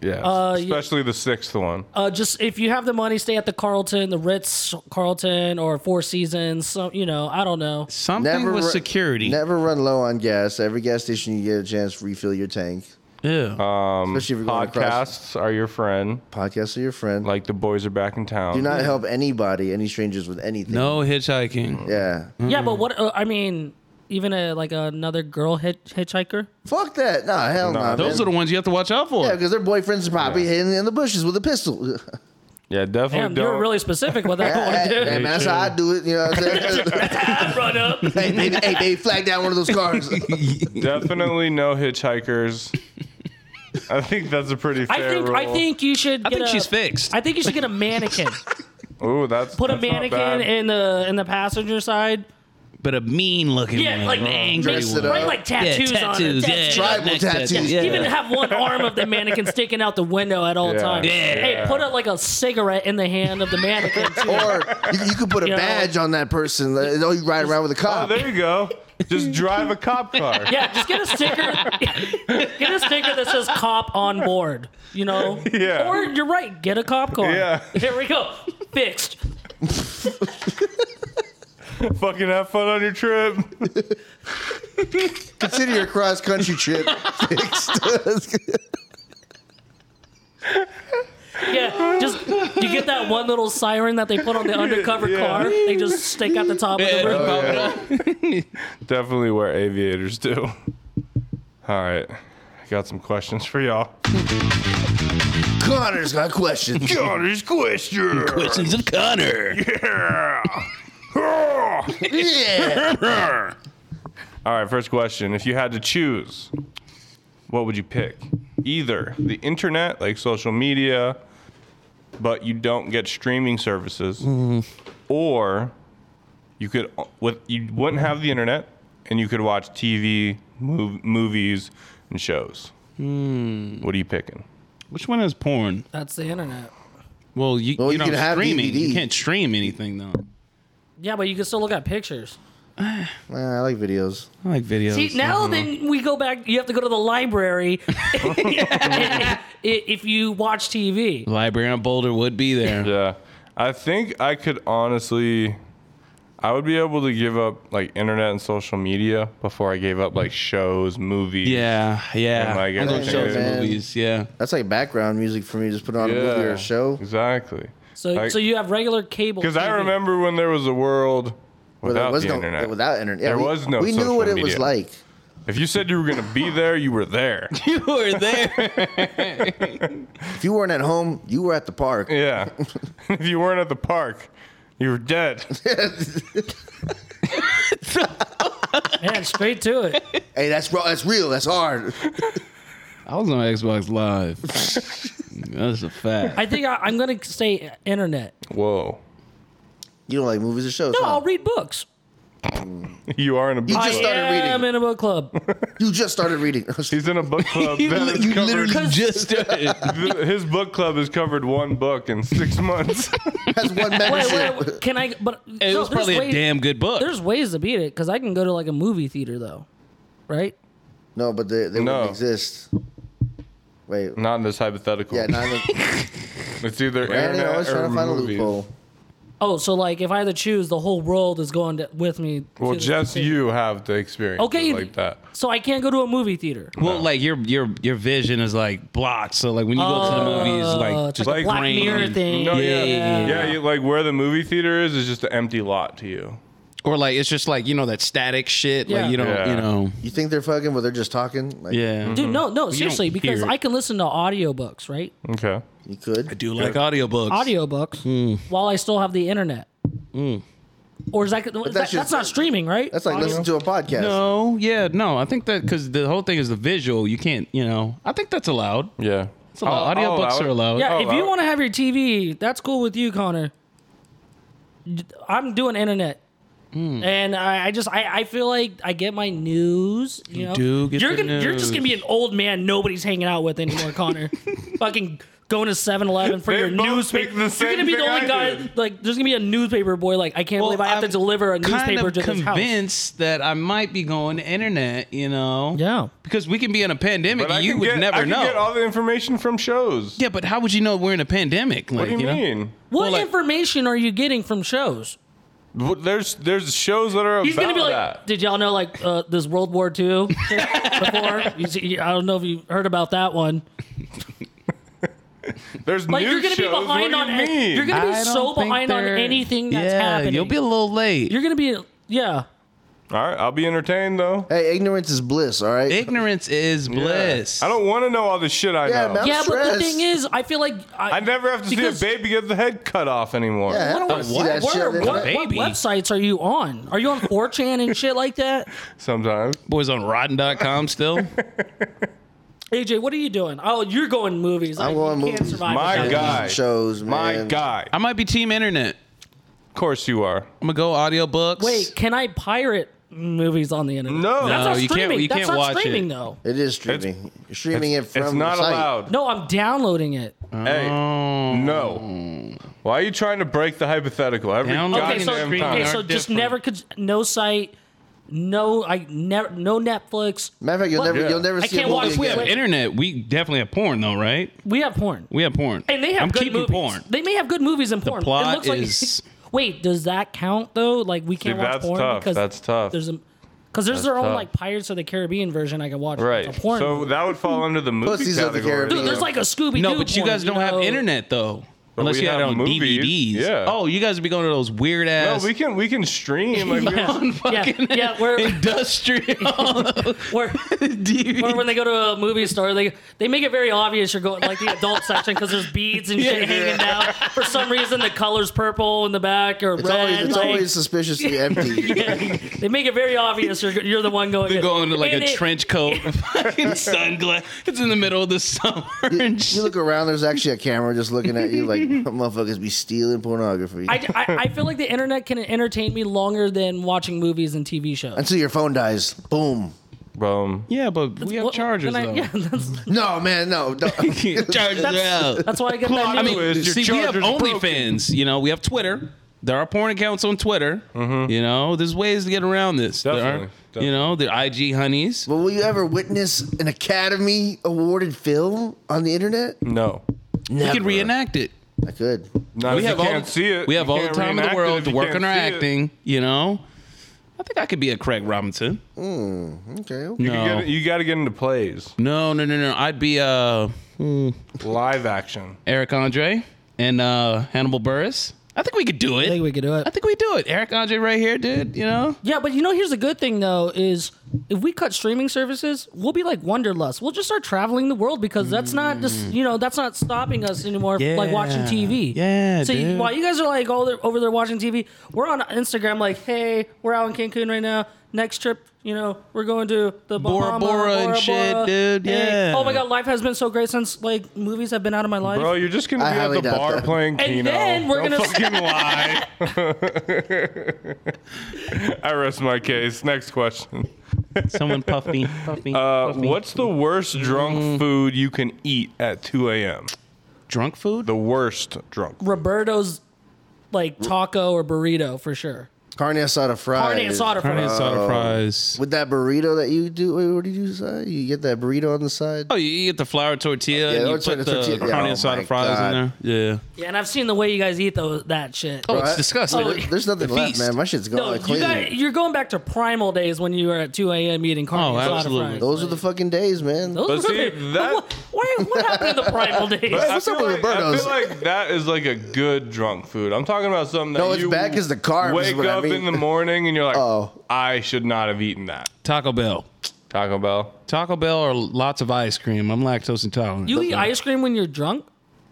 S1: Yeah,
S2: yeah.
S1: especially the sixth one.
S2: Uh, just if you have the money, stay at the Carlton, the Ritz Carlton, or Four Seasons. So you know, I don't know.
S4: Something with
S3: ru-
S4: security.
S3: Never run low on gas. Every gas station you get a chance, refill your tank.
S4: yeah.
S1: Um,
S3: Especially if you're going across
S1: Podcasts are your friend.
S3: podcasts of your friend.
S1: Like the boys are back in town.
S3: Do not help anybody, any strangers with anything.
S4: no hitchhiking.
S3: Yeah.
S2: Yeah, but what? Uh, I mean, even a like another girl hit, hitchhiker.
S3: Fuck that. Nah, hell no.
S1: Nah,
S4: Those are the ones you have to watch out for.
S3: yeah, because their boyfriends are probably hidden in the bushes with
S1: (laughs)
S3: a pistol. (laughs)
S1: yeah, definitely
S2: Damn,
S1: don't.
S2: you're really specific with
S1: Oh,
S2: that one,
S3: Hey,
S2: dude.
S3: man, that's how I do it. You know
S1: (laughs)
S3: what I'm
S2: (laughs)
S3: saying?
S2: Run up.
S3: hey, baby, hey, baby, flag down one of those
S1: (laughs)
S3: cars.
S1: definitely no hitchhikers. I think that's a pretty
S2: I
S1: fair
S2: think
S1: rule.
S2: I think you should.
S4: I
S2: get
S4: think
S2: a-
S4: she's fixed.
S2: I think you should get a mannequin.
S1: Ooh, that's
S2: Put a
S1: that's not
S2: mannequin
S1: bad.
S2: in the in the passenger side.
S4: but a mean looking
S2: Yeah,
S4: one.
S2: like
S4: an angry
S3: dress
S4: one.
S3: it up.
S2: Right, like
S4: Yeah,
S2: tattoos,
S4: tattoos.
S2: on it.
S4: yeah,
S3: Tribal
S4: neck tattoo,
S3: tattoos.
S4: Yeah.
S2: Even have one arm of the mannequin sticking out the window at all
S1: Yeah.
S2: times.
S1: Yeah.
S2: Hey, put a, like a cigarette in the hand of the mannequin
S1: (laughs)
S2: too.
S3: or you, you could put a
S2: You know?
S3: badge on that person. Like, Oh, you ride around with a
S1: Oh,
S3: cop.
S1: there you go. Just drive a cop car.
S2: (laughs) yeah, just get a sticker. (laughs) get a sticker that says "cop on board." You know.
S1: Yeah.
S2: Or you're right. Get a cop car.
S1: Yeah.
S2: (laughs) Here we go. Fixed.
S1: Fucking have fun on your trip.
S3: Consider your cross country
S1: (laughs)
S3: trip fixed. (laughs)
S2: Yeah, just you get that one little siren that they put on the undercover
S1: Yeah.
S2: car. They just stick at the top (laughs) of the roof.
S4: (laughs)
S1: Definitely wear aviators too. All right. I got some questions for y'all.
S3: Connor's got questions.
S1: (laughs) Connor's question.
S4: Questions of Connor.
S2: (laughs)
S3: yeah.
S1: All right, first question. If you had to choose, what would you pick? Either the internet, like social media, but you don't get streaming services, or you could with you wouldn't have the internet and you could watch TV, mov- movies, and shows. What are you picking?
S4: Which one is porn?
S2: That's the internet.
S4: Well, you,
S3: Well,
S4: you
S3: you
S4: don't
S3: can have
S4: streaming. You
S3: DVD.
S4: can't stream anything though.
S2: Yeah, but you can still look at pictures.
S3: Nah, I like videos.
S4: I like videos.
S2: See, now then we go back. You have to go to
S1: (laughs)
S2: the library (laughs) i- if you watch TV.
S4: Library on Boulder would be there.
S1: Yeah. I think I could honestly I would be able to give up like internet and social media before I gave up like shows, movies.
S4: Yeah, Oh yeah.
S1: And, like,
S4: I'm gonna
S1: everything
S4: show
S1: is-
S4: some movies. Yeah.
S3: That's like background music for me. Just put on a movie or a show.
S1: Exactly.
S2: So, so you have regular cable.
S1: because I
S2: TV.
S1: remember when there was a world
S3: But there
S1: without
S3: was
S1: the
S3: no
S1: internet.
S3: without internet. Yeah,
S1: There
S3: we,
S1: was no
S3: We knew
S1: social
S3: what it was
S1: media.
S3: like.
S1: if you said you were gonna
S3: (laughs)
S1: be there, you were there.
S4: You were (laughs) there.
S3: If you weren't at home, you were at the park. (laughs)
S1: yeah. if you weren't at the park, you were dead.
S2: Man, straight to it.
S3: Hey, that's raw. That's real. That's hard.
S4: I was on Xbox (laughs) Live. That's a fact.
S2: I think I, I'm gonna say internet.
S1: Whoa.
S3: (laughs) You don't like movies or shows?
S2: No,
S3: huh?
S2: I'll read books.
S1: you are in a book
S3: You
S2: I
S1: club.
S3: just started reading.
S2: am in a book
S3: (laughs)
S2: club.
S3: You just started reading. (laughs)
S1: He's in a book club.
S4: You,
S1: that is
S4: you
S1: covered-
S4: literally just did it.
S1: His book club has covered one book in six months.
S3: That's one
S2: wait,
S3: membership.
S2: wait, wait, can I? But
S4: It
S2: no,
S4: was
S2: there's
S4: probably a
S2: ways-
S4: damn good book.
S2: There's ways to beat it because I can go to like a movie theater though, right?
S3: No, but they, they
S1: No.
S3: wouldn't exist.
S1: (laughs)
S3: Wait.
S1: Not in this hypothetical.
S3: Yeah,
S1: (laughs)
S3: not even.
S1: it's either
S3: Brandon
S1: internet
S3: always
S1: or
S3: trying to find a
S1: movies.
S3: loophole.
S2: Oh, so like if I had to choose, the whole world is going to, with me.
S1: Well,
S2: to the
S1: just
S2: theater.
S1: you have the experience
S2: Okay.
S1: like that.
S2: So I can't go to a movie theater.
S4: well, like your your your vision is like blocked. So like when you go to the movies,
S2: Uh,
S4: like
S2: it's
S4: just
S2: like a
S1: like
S2: Black
S4: rain.
S2: Mirror thing.
S1: No, yeah,
S4: Yeah,
S1: yeah,
S4: yeah,
S1: you, like where the movie theater is is just an empty lot to you.
S4: or like it's just like you know that static shit.
S2: Yeah.
S4: Like you don't
S1: Yeah.
S4: you know
S3: You think they're fucking, but they're just talking? Like,
S4: yeah.
S2: Dude, no, no, seriously,
S4: Mm-hmm. hear
S2: because
S4: it.
S2: I can listen to audiobooks, right?
S1: Okay.
S3: You could.
S4: do like audiobooks.
S2: Audiobooks
S4: Mm.
S2: while I still have the internet. Or is that, that-
S3: that's
S2: that's,
S3: just-
S2: not streaming, right?
S3: That's like listening to a podcast.
S4: No, yeah, no. I think that because the whole thing is the visual. You can't, you know. I think that's allowed.
S1: Yeah. It's
S4: It's allowed. Audiobooks are allowed.
S2: yeah,
S1: Oh,
S2: if you
S1: I-
S2: want to have your TV, that's cool with you, Connor. D- I'm doing internet. And I, I just I, I feel like I get my news. You, know?
S4: do get
S2: you're
S4: the
S2: gonna you're just gonna be an old man nobody's hanging out with anymore, Connor. Fucking going to 7-Eleven for
S1: They
S2: your
S1: both
S2: newspaper.
S1: picked the
S2: You're
S1: same
S2: gonna be the
S1: thing
S2: only
S1: I
S2: guy
S1: did.
S2: like there's gonna be a newspaper boy like I can't believe I have to
S4: I'm
S2: deliver a
S4: kind
S2: newspaper
S4: of
S2: to this house.
S4: convinced that I might be going to internet. You know.
S2: Yeah.
S4: Because we can be in a pandemic.
S1: But I
S4: and You
S1: can
S4: would
S1: get, I
S4: never
S1: can
S4: know.
S1: get all the information from shows.
S4: yeah, but how would you know we're in a pandemic? Like,
S1: what do you,
S4: know?
S1: mean?
S2: What
S4: Well, like-
S2: information are you getting from shows?
S1: Well, There's there's shows that are
S2: He's
S1: about
S2: gonna be like,
S1: that.
S2: did y'all know like uh, this World War (laughs) II shit before? You see- I don't know if you heard about that one.
S1: There's
S2: Like
S1: news
S2: you're gonna be
S1: shows.
S2: behind
S1: what
S2: on
S1: do you mean?
S2: you're gonna be
S4: I don't
S2: so
S4: think
S2: behind on
S4: they're-
S2: anything that's
S4: yeah,
S2: happening.
S4: You'll be a little late.
S2: you're gonna be yeah.
S1: All right, I'll be entertained though.
S3: Hey, ignorance is bliss, all right?
S4: Ignorance is bliss.
S1: I don't want to know all the shit I
S3: Yeah,
S1: know.
S3: man. I'm
S2: yeah, but the
S3: stressed.
S2: thing is, I feel like I,
S1: I never have to
S2: because-
S1: see a baby get the head cut off anymore.
S3: yeah, I don't
S2: What, what,
S3: want to see that
S2: what-
S3: shit.
S2: what- what
S4: Baby.
S2: websites are you on? Are you on 4chan and shit like that?
S1: Sometimes.
S4: Boys on rotten.com still.
S2: AJ, what are you doing? Oh, you're going movies.
S3: I'm
S2: I
S3: going
S2: can't
S3: movies.
S2: survive
S1: My
S2: without
S1: God.
S2: it.
S1: guy.
S3: Shows, man.
S1: My guy.
S4: (laughs) I might be team internet.
S1: Of course you are.
S4: I'm gonna go audiobooks.
S2: Wait, can I pirate movies on the internet?
S1: No.
S2: that's
S1: No,
S2: not
S4: you can't-
S2: streaming.
S4: you
S2: that's
S4: can't
S2: not
S4: watch it.
S2: streaming though.
S3: It is streaming. You're streaming it from
S1: It's not
S3: the site.
S1: allowed.
S2: No, I'm downloading it.
S1: Hey,
S4: Um,
S1: no. Why are you trying to break the hypothetical every
S4: Download
S2: Okay,
S1: goddamn
S2: so,
S4: Goddamn
S1: time?
S2: okay, so just
S4: different.
S2: never could no site, no I never no Netflix.
S3: Matter of fact, you'll
S2: What?
S3: never,
S1: Yeah.
S3: you'll never
S2: I
S3: see
S2: can't
S3: a
S2: watch
S3: movie
S4: If we have
S3: again.
S2: Wait.
S4: internet, we definitely have porn though, right?
S2: We have porn,
S4: We have porn.
S2: and they have
S4: I'm
S2: good
S4: keeping
S2: movies.
S4: porn.
S2: They may have good movies and porn.
S4: plot
S2: it looks like,
S4: is-
S2: (laughs) Wait, does that count though? Like we
S1: Dude,
S2: can't watch
S1: that's
S2: porn
S1: tough.
S2: because
S1: That's tough.
S2: there's a because there's their own
S1: tough.
S2: like Pirates of the Caribbean version I can watch.
S1: Right.
S2: It's a porn.
S1: So
S2: movie.
S1: that would fall under the movie
S3: Pussies of the
S1: category.
S3: Caribbean.
S2: Dude, there's like a Scooby.
S4: No, but you guys don't have internet though. Unless
S1: we
S4: you had it
S1: have
S4: on
S1: movies.
S4: DVDs.
S1: Yeah.
S4: Oh, you guys would be going to those weird
S1: no,
S4: ass
S1: we can we can stream. Like, we
S2: (laughs) Yeah,
S1: don't-
S2: yeah, yeah, we're,
S4: (laughs) industrial (laughs)
S2: we're Or
S4: DVD.
S2: when they go
S4: (laughs)
S2: to a movie store, they they make it very obvious you're going like the adult section because there's beads
S4: (laughs)
S2: and shit hanging down. For some reason, the color's purple in the back or
S3: It's
S2: red.
S3: always, it's
S2: like- (laughs)
S3: always suspiciously empty.
S2: they make it very obvious you're, you're the one going.
S4: They go into like
S2: And
S4: a
S2: it-
S4: trench (laughs) coat, fucking sunglasses. It's in the middle of the summer. and
S3: You
S4: shit.
S3: look around, there's actually a camera just looking at you like, (laughs) motherfuckers be stealing pornography.
S2: I, I, I feel like the internet can entertain me longer than watching movies and TV shows.
S3: Until your phone dies. Boom.
S1: Boom.
S4: Yeah, but we have
S2: Well,
S4: chargers
S2: then I-
S4: though.
S2: yeah, that's,
S3: No, man, no. don't-
S2: (laughs)
S4: chargers are out.
S2: that's why I get that.
S4: I
S2: new-
S4: mean,
S1: is your
S4: see, we have
S1: charger's
S4: OnlyFans. You know, we have Twitter. There are porn accounts on Twitter. You know, there's ways to get around this. There are,
S1: Definitely, Mm-hmm. definitely.
S4: You know, the IG honeys.
S3: But will you ever witness an Academy awarded film on the internet?
S1: No.
S3: Never.
S4: We can reenact it.
S3: I could.
S1: Not
S4: We
S1: if
S4: have
S1: you
S4: all
S1: can't
S4: the,
S1: see it.
S4: We have
S1: You
S4: all the
S1: can't
S4: time in the
S1: reenact it
S4: world
S1: if
S4: to
S1: you
S4: work
S1: can't
S4: on our
S1: see it.
S4: acting. You know, I think I could be a Craig Robinson.
S3: Okay.
S1: You,
S4: No.
S1: gotta- you got to get into plays,
S4: No, no, no, no. I'd be uh,
S1: live action.
S4: Eric Andre and uh, Hannibal Burris. I think we could do it. I
S2: think we could do it.
S4: I think we do it. Eric Andre right here, dude. You know,
S2: yeah, but you know, here's the good thing though is if we cut streaming services, we'll be like Wonderlust. We'll just start traveling the world because that's not just you know that's not stopping us anymore from like watching
S4: Mm. Yeah.
S2: TV.
S4: Yeah,
S2: So you,
S4: dude.
S2: while you guys are like all there, over there watching TV, we're on Instagram like, hey, we're out in Cancun right now. next trip, you know, we're going to the
S4: Bora
S2: Bahama,
S4: Bora and
S2: Bora
S4: shit,
S2: Bora.
S4: dude,
S2: Hey,
S4: yeah.
S2: oh my god, life has been so great since like movies have been out of my life.
S1: Bro, you're just gonna
S3: I
S1: be at
S3: highly
S1: the
S3: doubt
S1: bar
S3: that.
S1: playing
S2: And
S1: Keno.
S2: then we're
S1: Don't
S2: gonna-
S1: fucking lie. (laughs) I rest my case. Next question.
S4: Someone puff me. Puff me.
S1: Uh,
S4: puff me.
S1: what's the worst
S3: Mm.
S1: drunk food you can eat at 2 a.m.?
S4: drunk food?
S1: The worst drunk.
S2: Roberto's like taco or burrito for sure.
S3: Carne asada fried.
S2: Carne asada
S4: Carne
S2: fries.
S4: asada fries.
S3: With that burrito that you do, wait, what do you say? You get that burrito on the side.
S4: Oh, you- you get the flour tortilla
S3: Yeah,
S4: and you
S3: that's
S4: put
S3: right,
S4: the
S3: the tortilla.
S4: carne
S3: Oh, my
S4: asada fries in
S3: God.
S4: there. Yeah.
S2: Yeah, and I've seen the way you guys eat those that shit.
S4: Oh,
S3: Bro,
S4: it's
S3: I-
S4: disgusting.
S3: there- there's nothing
S4: The
S3: left,
S4: feast.
S3: man. My shit's gone.
S2: No, you
S3: clean.
S2: got, you're going back to primal days when you were at 2 a.m. eating carne
S4: Oh,
S2: asada
S4: absolutely.
S2: fries.
S3: Those are the fucking days, man.
S2: Those
S1: But
S2: were
S1: see,
S2: the-
S1: that-
S2: what, why- what happened to the primal days?
S1: I
S3: what's
S1: feel
S3: up with
S1: like- I
S3: Roberto's?
S1: feel like that is like a good drunk food. I'm talking about something that
S3: No, it's
S1: you
S3: back is the carbs, is
S1: Wake
S3: what I
S1: up
S3: mean.
S1: in the morning and you're like,
S3: (laughs) Oh.
S1: I should not have eaten that.
S4: Taco Bell.
S1: Taco Bell.
S4: Taco Bell or lots of ice cream. I'm lactose intolerant.
S2: You eat ice cream when you're drunk?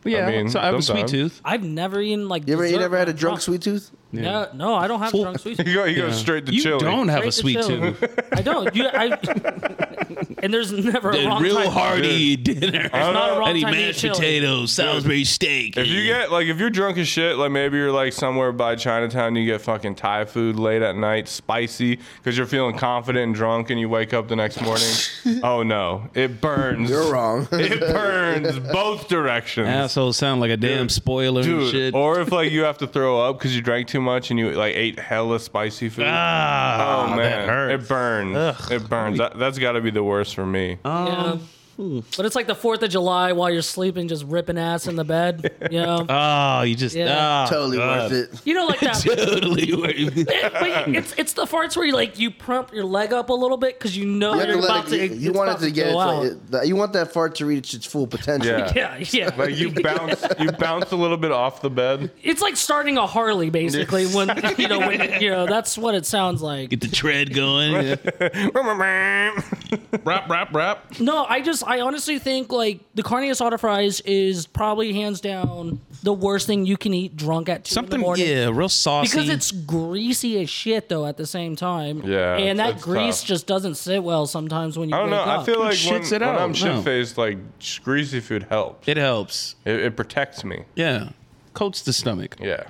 S4: yeah,
S1: I mean,
S4: so I have a sweet
S1: sometimes.
S4: tooth.
S2: I've never eaten like.
S3: You ever, you
S2: dessert
S3: never had a
S2: when I'm
S3: drunk sweet tooth?
S2: Yeah, no, I don't have
S4: Full-
S2: drunk sweet
S1: You
S2: tooth.
S1: go, you go straight to
S4: you
S1: chili.
S4: don't have a
S2: Straight
S4: sweet
S2: to chili.
S4: tooth.
S2: I don't. You, I, and there's never a (laughs)
S4: A
S2: wrong
S4: real
S2: time.
S4: hearty dinner.
S1: I don't
S2: not a
S1: know.
S2: wrong-
S4: Any
S2: time to eat
S4: mashed
S2: chili.
S4: potatoes, Salisbury steak.
S1: If you get like if you're drunk as shit, like maybe you're like somewhere by Chinatown, you get fucking Thai food late at night, spicy, because you're feeling confident and drunk, and you wake up the next morning. oh no, it burns.
S3: You're wrong.
S2: (laughs)
S3: (laughs)
S1: It burns both directions.
S4: assholes sound like a damn spoiler and
S1: Dude,
S4: shit.
S1: or if like you have to throw up because you drank too much and you like ate hella spicy food.
S4: ah,
S1: oh man,
S4: that hurts.
S1: it burns.
S4: Ugh. Oh,
S1: It burns. That, that's got to be the worst for me.
S2: Yeah. But it's like the Fourth of July while you're sleeping, just ripping ass in the bed. You know,
S4: Oh, you just
S2: Yeah.
S4: ah,
S3: totally
S4: God.
S3: worth it.
S2: you know, like that.
S4: (laughs) Totally worth
S1: (laughs)
S4: it.
S2: but it's it's the farts where you like you prump your leg up a little bit because you know
S3: You,
S2: you
S3: have
S2: are
S3: to
S2: about
S3: let
S2: to.
S3: it, you, you
S2: it's
S3: want
S2: about
S3: it to get
S2: go
S3: it's
S2: out.
S3: like, it, you want that fart to reach its full potential.
S1: Yeah.
S2: yeah, yeah.
S1: Like you bounce, you bounce a little bit off the
S4: (laughs)
S1: bed.
S2: (laughs)
S1: (laughs)
S2: it's like starting a Harley, basically.
S3: (laughs)
S2: When you know, when, you know, that's what it sounds like.
S4: Get the tread going. Yeah.
S1: (laughs)
S4: rap, rap, rap.
S2: No, I just I honestly think like the carne asada fries is probably hands down the worst thing you can eat drunk at two in
S4: Something,
S2: the morning.
S4: yeah, real saucy.
S2: Because it's greasy as shit though at the same time.
S1: Yeah,
S2: And that
S1: it's
S2: grease
S1: tough.
S2: just doesn't sit well sometimes when you
S1: I don't
S2: wake
S1: know.
S2: up.
S1: I feel like when,
S4: shits it
S1: when
S4: out,
S1: I'm
S4: no.
S1: shit faced, like sh- greasy food helps. It,
S4: it helps.
S1: it protects me.
S4: Yeah, coats the stomach.
S1: Yeah.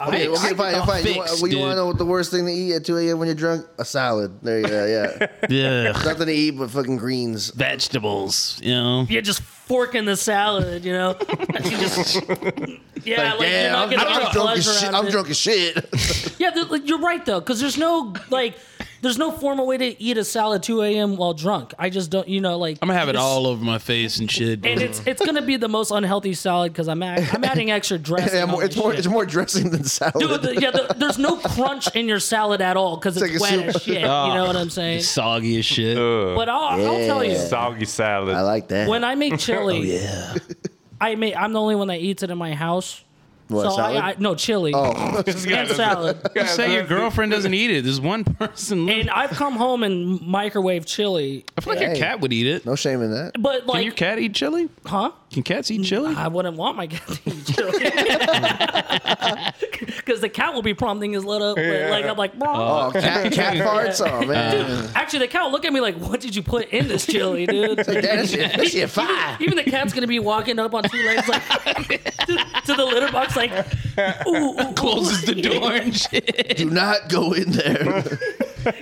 S3: Okay,
S4: I-
S3: okay,
S4: I
S3: fine,
S4: got
S3: fine. You,
S4: fixed,
S3: want, you want
S4: dude.
S3: to know what the worst thing to eat at 2 a.m. when you're drunk? A salad. There you go. Yeah.
S2: (laughs)
S4: Yeah,
S3: Nothing to eat but fucking greens.
S4: vegetables. You know.
S2: you're just forking the salad, you know? (laughs) You just- yeah, like, you're
S3: Yeah,
S2: not
S3: I'm,
S2: getting
S3: I'm
S2: any
S3: drunk
S2: pleasure
S3: as shit.
S2: out of
S3: I'm
S2: it.
S3: drunk as (laughs) shit.
S2: Yeah, th- like, you're right though, because there's no like, there's no formal way to eat a salad 2 a.m. while drunk. I just don't, you know, like
S4: I'm gonna have it
S2: it's-
S4: all over my face and shit.
S2: And it's it's gonna be the most unhealthy salad because I'm add, I'm adding extra dressing.
S3: yeah, more,
S2: on
S3: it's
S2: my
S3: more.
S2: shit.
S3: It's more dressing than salad.
S2: Dude, the- yeah, the, there's no crunch in your salad at all because it's,
S3: It's like a
S2: wet
S3: soup.
S2: as
S4: (laughs)
S2: shit. You know what I'm saying?
S4: soggy as shit.
S2: But I'll, I'll tell you,
S1: Soggy salad.
S3: I like that.
S2: when I
S3: (laughs)
S2: make chili, I make I'm the only one that eats it in my house.
S3: What,
S2: so
S3: salad? Oh.
S2: I, I no chili
S3: (laughs)
S1: This guy
S2: and
S1: doesn't-
S2: salad.
S1: guy
S4: Say your
S1: doesn't-
S4: girlfriend doesn't eat it. There's one (laughs) person. left.
S2: And I've come home and microwave chili,
S4: I feel like your
S3: Hey.
S4: cat would eat it.
S3: no shame
S2: (laughs)
S3: in that.
S2: but
S4: Can your
S2: like,
S4: cat eat chili?
S2: huh?
S4: Can cats eat chili?
S2: I wouldn't want my (laughs) cat to eat chili (laughs) because the cat will be prompting his little like I'm like,
S3: Oh, cat, cat farts. Oh man,
S2: actually, the cat will look at me like, what did you put in this chili, dude?
S3: (laughs) that shit, that
S2: (laughs)
S3: shit fire.
S2: Even the cat's gonna be walking up on two legs, like (laughs) to, to the litter box, like ooh, ooh,
S4: (laughs) Closes the door and shit.
S3: Do not go in there.
S2: (laughs)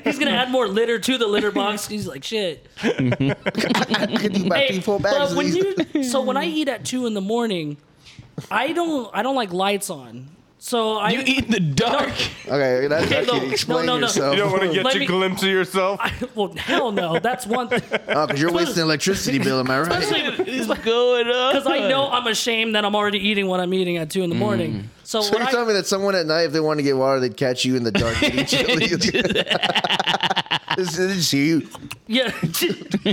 S2: He's gonna add more litter to the litter (laughs) box. He's like, shit.
S3: I could eat about
S2: Hey,
S3: three, four bags
S2: but
S3: of
S2: when
S3: these.
S2: you, (laughs) so when I eat at two in the morning, I don't, I don't like lights on. So I
S4: You eat in the dark.
S3: okay, that,
S2: (laughs)
S3: that
S2: no,
S3: can explain
S2: no, no, no.
S3: yourself.
S1: You don't want to get
S2: Let
S1: your
S2: me-
S1: glimpse of yourself.
S2: (laughs) well, hell no. That's (laughs) one thing.
S3: Oh, because you're wasting electricity bill. Am I right?
S4: What is going on?
S2: Because I know I'm ashamed that I'm already eating what I'm eating at two in the morning. So,
S3: So
S2: when
S3: you're
S2: I,
S3: (laughs) telling me that someone at night, if they want to get water, they'd catch you in the
S2: (laughs)
S3: dark eating chili. This (laughs) is you.
S2: yeah,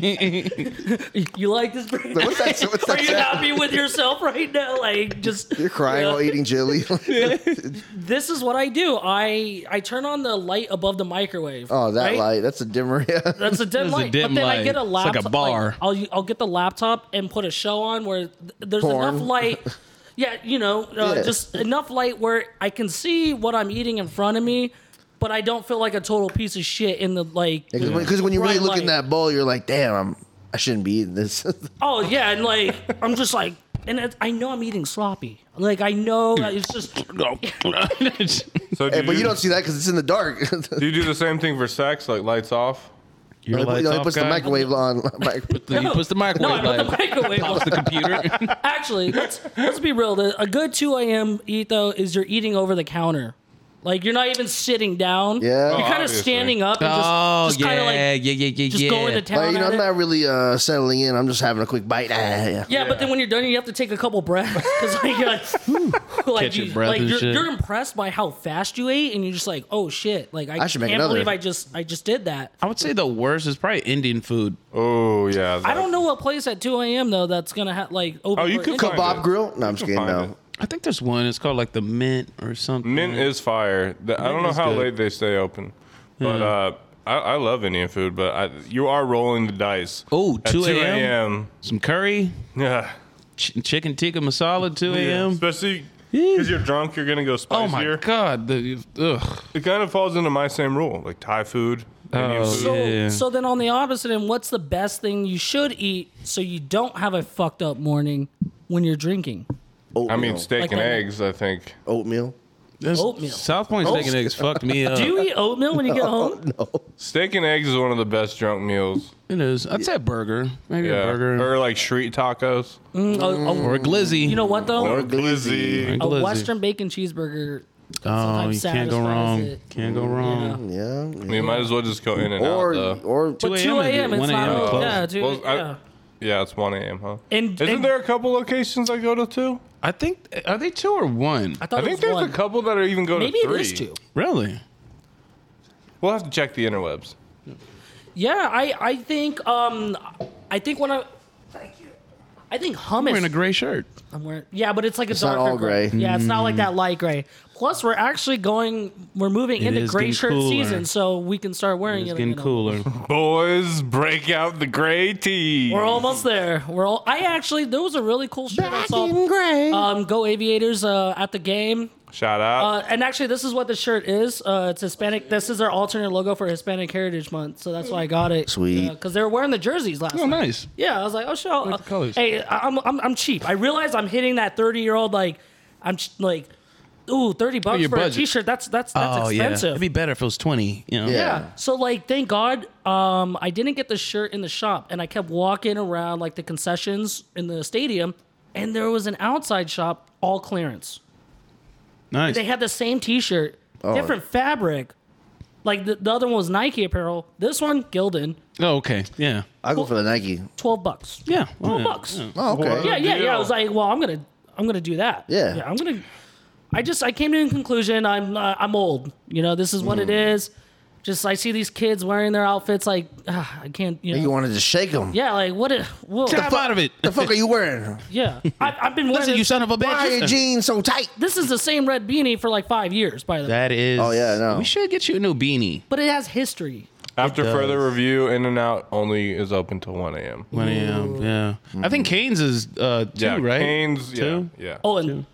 S2: (laughs) you like this? Brandon?
S3: What's that? What's
S2: Are you
S3: that?
S2: happy with yourself right now? Like just
S3: You're crying
S2: Yeah.
S3: while
S2: (laughs)
S3: eating chili. (laughs)
S2: This is what I do. I I turn on the light above the microwave.
S3: oh, that
S2: right?
S3: light. That's a dimmer. (laughs) Yeah.
S4: (laughs)
S2: That's a dim
S4: That's a
S2: light.
S4: dim
S2: but then I
S4: light.
S2: get a
S4: It's like
S2: laptop.
S4: a bar.
S2: I'll I'll get the laptop and put a show on where th- there's
S3: Porn.
S2: enough light.
S3: (laughs)
S2: Yeah, you know, uh,
S3: Yeah.
S2: just enough light where I can see what I'm eating in front of me, but I don't feel like a total piece of shit in the like.
S3: Because when, 'cause when you really
S2: bright
S3: look in
S2: light.
S3: that bowl, you're like, damn, I'm, I shouldn't be eating this. (laughs)
S2: Oh yeah, and like I'm just like, and it, I know I'm eating sloppy. Like I know that it's just
S4: (laughs) No.
S1: So do
S3: Hey, but you
S1: do-
S3: don't see that because it's in the dark. (laughs)
S1: Do you do the same thing for sex, like lights off?
S4: Your
S3: He
S4: lights off,
S3: puts the
S4: guy?
S3: microwave on. (laughs)
S2: (laughs)
S4: Then He puts the
S2: no, I
S4: microwave
S2: put the
S4: light. (laughs)
S2: microwave on.
S4: Pops the computer.
S2: Actually, let's let's be real. The- A good 2 a.m. eat though is you're eating over the counter. Like you're not even sitting down.
S3: Yeah.
S2: You're
S3: Oh,
S2: kind of
S1: obviously.
S2: standing up and just,
S4: Oh
S2: just
S4: yeah,
S2: kind of
S4: yeah,
S2: like
S4: yeah, yeah,
S2: just
S4: yeah.
S2: going to town.
S3: like, you know,
S2: at
S3: I'm
S2: it.
S3: not really uh, settling in. I'm just having a quick bite. Ah, (laughs) yeah.
S2: Yeah, but then when you're done, you have to take a couple breaths because like (laughs) you're like, like,
S4: Catch your
S2: you,
S4: breath
S2: like
S4: and
S2: you're,
S4: shit.
S2: you're impressed by how fast you ate, and you're just like, oh shit, like I,
S3: I should
S2: can't
S3: make another.
S2: believe I just I just did that.
S4: I would say the worst is probably Indian food.
S1: Oh yeah.
S2: I don't know what place at 2 a.m. though that's gonna have like open.
S1: Oh, you
S2: for
S1: could
S2: Indian-
S1: find
S3: Bob
S1: it.
S3: Grill? No,
S1: You
S3: I'm just
S1: can
S3: kidding.
S1: find
S3: No.
S1: it.
S4: I think there's one. It's called like the mint or something.
S1: Mint is fire. The- I don't know
S4: is
S1: how
S4: good. Hmm.
S1: late they stay open, but uh, I, I love Indian food. But I, you are rolling the dice.
S4: Oh,
S1: At
S4: 2
S1: 2
S4: a.m.?
S1: a.m.
S4: some curry,
S1: Yeah.
S4: ch- chicken tikka masala, 2 a.m.
S1: Especially because you're drunk, you're gonna go spicier.
S4: Oh my god, the ugh.
S1: It kind of falls into my same rule, like Thai food. Indian
S4: Oh,
S1: food.
S2: So,
S4: Yeah.
S2: so then on the opposite end, what's the best thing you should eat so you don't have a fucked up morning when you're drinking?
S3: Oatmeal.
S1: I mean, steak
S2: Like
S1: and
S2: that.
S1: eggs. I think.
S3: Oatmeal.
S4: That's-
S2: Oatmeal.
S4: South Point steak and eggs fucked
S2: (laughs)
S4: me up.
S2: Do you eat oatmeal when you
S4: (laughs)
S2: get home?
S1: Steak and eggs is one of the best drunk meals.
S4: it is. I'd say a burger, maybe
S1: Yeah.
S4: a burger
S1: Or like street tacos.
S2: Mm, a- a-
S4: or a glizzy.
S2: you know what though?
S1: Or glizzy.
S4: A
S2: a
S4: glizzy.
S2: Western bacon cheeseburger.
S4: Oh, you
S2: sometimes
S4: can't go
S2: satisfies
S4: wrong.
S2: it.
S4: Can't go wrong.
S3: Yeah.
S1: I mean, might as well just go in and
S3: Or,
S1: out. Though.
S3: or
S2: But 2
S4: 2
S2: a.m. It's
S4: 1 a.m.
S2: not.
S4: close.
S2: Yeah, dude.
S1: Well, I-
S2: yeah.
S1: Yeah, it's 1 a.m., huh?
S2: And-
S1: Isn't
S2: and-
S1: there a couple locations I go to too?
S4: I think are they two or one?
S2: I
S1: I
S2: thought it
S1: think
S2: was
S1: there's
S2: one.
S1: a couple that are even go
S2: Maybe
S1: to
S2: it
S1: three.
S2: is two.
S4: Really?
S1: We'll have to check the interwebs.
S2: Yeah, I I think um I think when I I think hummus.
S4: Wearing a gray shirt.
S2: I'm wearing, yeah, but it's like a
S3: not
S2: darker
S3: all gray.
S2: Yeah, it's not like
S4: Mm.
S2: that light gray. Plus, we're actually going, we're moving into
S4: is
S2: gray
S4: getting
S2: shirt
S4: cooler.
S2: season, so we can start wearing
S4: It's
S2: it.
S4: getting
S2: again. (laughs)
S4: cooler.
S1: Boys, break out the gray tea.
S2: We're almost there. We're all. I actually there was a really cool shirt I saw.
S3: gray.
S2: Um, go Aviators uh, at the game.
S1: Shout out.
S2: Uh, and actually, this is what the shirt is. Uh, it's Hispanic. This is our alternate logo for Hispanic Heritage Month, so that's why I got it.
S3: Sweet.
S2: Because they were wearing the jerseys last.
S4: Oh,
S2: night.
S4: nice.
S2: Yeah, I was like, oh shit. I'll-
S4: the colors.
S2: Hey, I- I'm, I'm I'm cheap. I realize I'm hitting that 30 year old like I'm ch- like, ooh, 30 bucks
S4: your
S2: for
S4: budget.
S2: a t-shirt. That's that's that's
S4: oh yeah.
S2: expensive.
S4: It'd be better if it was twenty. You know.
S3: Yeah.
S2: yeah. So like, thank God, um, I didn't get the shirt in the shop, and I kept walking around like the concessions in the stadium, and there was an outside shop all clearance.
S4: Nice.
S2: They had the same T-shirt,
S4: Oh.
S2: different fabric. Like the, the other one was Nike apparel. This one, Gildan,
S4: oh okay. Yeah.
S3: I'll go for the Nike.
S2: twelve bucks.
S4: Yeah.
S2: Twelve
S4: yeah.
S2: bucks.
S4: Yeah.
S3: Oh, okay.
S2: yeah, yeah, yeah. I
S1: deal.
S2: was like, well, I'm gonna, I'm gonna do that.
S3: Yeah.
S2: I'm gonna. I just, I came to a conclusion. I'm, uh, I'm old. You know, this is what it
S3: Mm-hmm.
S2: is. Just, I see these kids wearing their outfits. Like, ah, I can't. You know.
S3: You wanted to shake them.
S2: yeah, like what? A, whoa,
S4: Stop out of it.
S3: The fuck are you wearing?
S2: yeah, I, I've been wearing.
S4: Listen, you
S2: this,
S4: son of a
S3: Why are your
S4: bitch.
S3: jeans so tight?
S2: this is the same red beanie for like five years, by the way.
S4: That is.
S3: Oh, yeah, I know.
S4: We should get you a new beanie.
S2: But it has history.
S1: After
S4: does.
S1: further review, In and Out only is open till 1 a.m.
S4: 1 a.m. Yeah. I
S3: Mm-hmm.
S4: think Canes is uh, two,
S1: Yeah,
S4: right?
S1: Canes,
S4: Two?
S1: yeah, yeah.
S2: Oh, and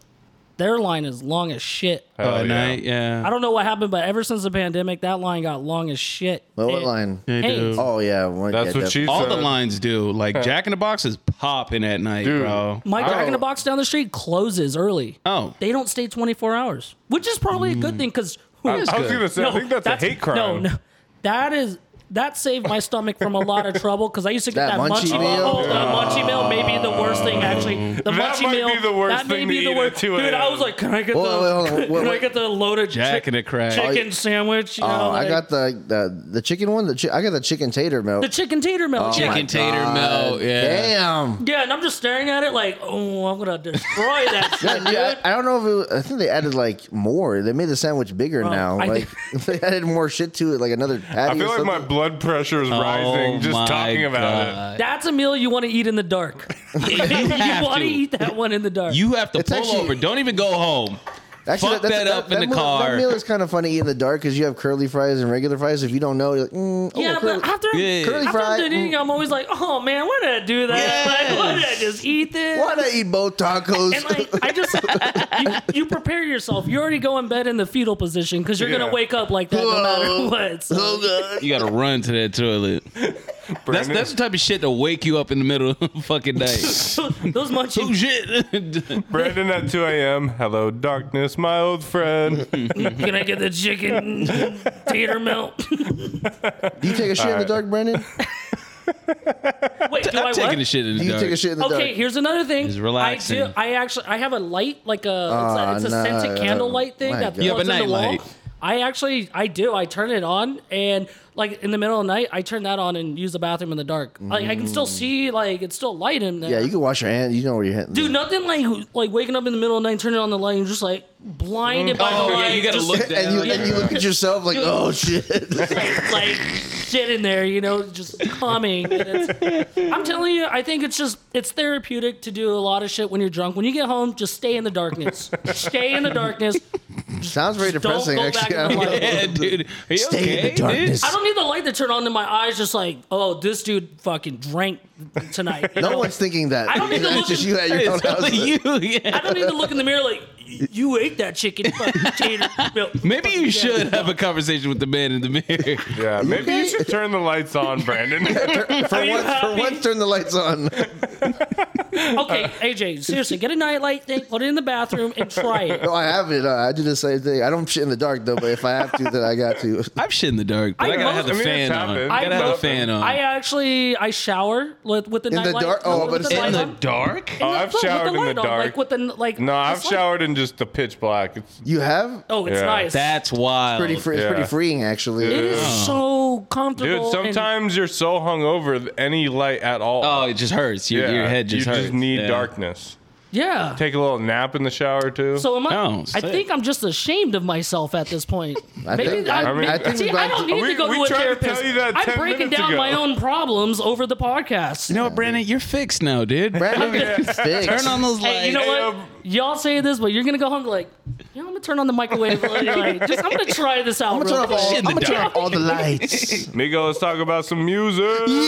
S2: their line is long as shit.
S1: Hell
S4: Oh, at
S1: yeah.
S4: night. Yeah.
S2: I don't know what happened, but ever since the pandemic, that line got long as shit.
S3: Well, what
S2: And-
S3: line?
S4: They
S2: Canes.
S4: do.
S3: Oh, yeah. one-
S1: That's
S3: yeah,
S1: what
S3: def-
S1: she
S4: All
S1: said.
S4: the lines do. Like Jack in the Box is popping at night,
S1: Dude.
S4: bro.
S2: My Jack
S1: Oh.
S2: in the Box down the street closes early.
S4: Oh.
S2: They don't stay 24 hours, which is probably a good thing because
S1: Mm. I was
S4: good.
S1: going to say, I think that's, a hate crime.
S2: No, no, that is that saved my stomach from a lot of trouble because I used to get that,
S3: That
S2: munchie,
S3: munchie
S2: meal.
S3: meal?
S2: Oh, the munchie meal may be the worst thing actually. The
S1: That
S2: munchie
S1: might
S2: meal
S1: be the worst
S2: that may
S1: thing to
S2: be the
S1: eat at
S2: worst.
S1: 2
S2: Dude, I
S1: a.m..
S2: was like, can I get
S3: Whoa, whoa,
S2: the
S3: whoa, whoa,
S2: can I
S3: wait.
S2: get the loaded
S4: Jack
S2: chick-
S4: in the Crack.
S2: chicken sandwich? You know,
S3: Oh, I
S2: like-
S3: got the, the the chicken one. The chi- I got the chicken tater melt.
S2: the chicken tater melt.
S3: Oh,
S2: yeah.
S3: my
S4: Chicken tater
S3: God.
S4: melt,
S3: (laughs)
S4: yeah.
S3: Damn.
S2: Yeah, and I'm just staring at it like, oh, I'm gonna destroy that shit.
S3: (laughs) Yeah, yeah, I I don't know if it was, I think they added like more. They made the sandwich bigger now.
S2: I-
S3: Like (laughs) they added more shit to it, like another
S1: I
S3: patty.
S1: feel
S3: or
S1: like my
S3: something.
S1: blood pressure is
S4: Oh
S1: rising just talking about it.
S2: That's a meal you want to eat in the
S4: (laughs)
S2: dark. (laughs) you
S4: have
S2: want to
S4: to.
S2: eat that one in the dark.
S4: You have to
S3: It's
S4: pull
S3: actually-
S4: over. Don't even go home.
S3: that's-
S4: Fuck that up in the
S3: meal,
S4: car.
S3: That meal is kind of funny in the dark because you have curly fries and regular fries. If you don't know, you're like, mm, oh,
S2: yeah,
S3: curly-
S2: but after,
S4: Yeah.
S2: after
S3: Curly
S2: I'm
S3: fry,
S2: done eating, I'm always like, oh man, why did I do that? Like, why did I just eat this.
S3: (laughs) Why not eat both tacos?
S2: And like, I just, you, you prepare yourself. You already go in bed in the fetal position because you're
S1: Yeah.
S2: gonna wake up like that no matter what. So,
S3: oh god.
S4: You gotta run to that toilet. That's
S1: Brandon?
S4: that's the type of shit to wake you up in the middle of (laughs) the fucking
S2: (laughs)
S3: (laughs)
S4: day.
S2: those munchies.
S4: oh (laughs) shit!
S1: Brandon at 2 a.m. Hello, darkness, my old friend.
S2: Can I get the
S3: (laughs)
S2: chicken tater melt? (laughs)
S3: Do (laughs) you take a shit in the dark, Brendan?
S2: Wait, do I
S4: I'm taking
S2: what?
S4: the shit in
S3: Do
S4: the
S3: you
S4: dark.
S3: take a shit in the dark?
S2: Okay, here's another thing.
S4: It's relaxing.
S2: I do. I actually I have a light like a it's a, it's a
S3: Oh, no.
S2: scented candle light thing
S3: My
S2: that
S3: God.
S2: plugs
S3: You
S4: have a
S2: in the wall.
S4: nightlight.
S2: I actually I do. I turn it on and like in the middle of the night I turn that on and use the bathroom in the dark. Like I can still see like it's still light in there.
S3: Mm. Yeah, you can wash your hands. You know where your hands.
S2: Dude, nothing like like waking up in the middle of the night, turning on the light, and just like blinded by
S4: Oh,
S2: the
S4: yeah,
S2: light.
S4: you gotta
S2: just,
S4: look
S3: and you
S4: down.
S3: and you look at yourself like, oh shit.
S2: (laughs) like shit in there, you know, just calming. And
S4: (laughs)
S2: it's- I'm telling you, I think it's just it's therapeutic to do a lot of shit when you're drunk. When you get home, just stay in the darkness. stay in the darkness.
S3: Sounds very
S2: don't
S3: depressing.
S2: go back
S3: actually,
S2: in the light.
S4: (laughs) yeah, dude. Are
S2: (laughs)
S4: you
S3: Stay in the
S4: okay, dude?
S3: darkness.
S2: I don't need the light to turn on in my eyes. Just like, oh, this dude fucking drank tonight. you
S3: no
S2: know?
S3: one's thinking that.
S2: I don't need to
S3: (laughs) It's
S2: look
S3: just
S2: in-
S3: you at your own
S4: It's
S2: (laughs)
S3: house.
S4: only you. Yeah.
S2: I don't need to look in the mirror like "Y- you ate that chicken. Fucking tater melt."
S4: (laughs) Maybe you
S2: Yeah.
S4: should have a conversation with the man in the mirror. (laughs)
S1: Yeah, maybe you
S3: okay?
S1: should turn the lights on, Brandon.
S3: For
S2: you
S3: once, for
S2: happy?
S3: once, turn the lights (laughs) on.
S2: Okay, AJ, seriously, get a nightlight thing, put it in the bathroom, and try it.
S3: No, I have it. Uh, I do the same thing. I don't shit in the dark though, but if I have to, then I got to.
S4: I'm shit in the dark, but I,
S2: I
S4: gotta
S2: most-
S4: have the
S2: I
S1: mean,
S4: fan
S1: it's
S4: on.
S1: happened.
S4: I gotta
S2: I
S4: have the
S2: most-
S4: fan on.
S2: I actually I shower with, with the
S3: the
S2: nightlight.
S3: dark? Oh,
S2: with
S3: but it's-
S2: light
S4: in the
S2: on.
S4: dark?
S1: Oh,
S2: No,
S1: I've
S2: no, with
S1: showered in the
S2: light on,
S1: dark.
S2: like with the n- like.
S1: no, I've
S2: it's like-
S1: showered in just the pitch black. It's,
S3: You have?
S2: oh, it's
S1: Yeah.
S2: nice.
S4: That's wild.
S3: Pretty free,
S1: yeah.
S3: It's pretty freeing actually.
S2: it is so
S1: dude,
S2: comfortable. and-
S1: sometimes you're so hungover, that any light at all.
S4: oh, it just hurts. Your, your head just
S1: you
S4: hurts.
S1: just need
S4: Yeah.
S1: darkness.
S2: yeah.
S1: Take a little nap in the shower too.
S2: So am I?
S4: Oh,
S2: I
S4: sick.
S2: think I'm just ashamed of myself at this point.
S3: (laughs) I
S2: Maybe
S3: think-
S2: I,
S3: I mean, I think
S2: see,
S3: we've
S2: I
S3: got-
S2: don't need
S1: We-
S2: to go
S1: we
S2: to a
S1: tried to
S2: therapist.
S1: tell you that
S2: I'm
S1: 10
S2: breaking
S1: minutes
S2: down
S1: ago.
S2: my own problems over the podcast.
S4: You know what, Brandon? You're fixed now, dude.
S3: Brandon, fix.
S4: Turn on those lights.
S2: Hey, you know
S1: Hey,
S2: what?
S1: um,
S2: Y'all say this, but you're gonna go home like, you know, I'm gonna turn on the microwave.
S1: (laughs)
S2: Like, just, I'm gonna try this out.
S3: I'm gonna
S2: real
S3: turn
S2: quick.
S3: off all.
S4: in
S3: I'm
S4: the
S3: gonna turn
S4: dark.
S3: off all the lights.
S1: Migo, let's talk about some music.
S5: Yeah,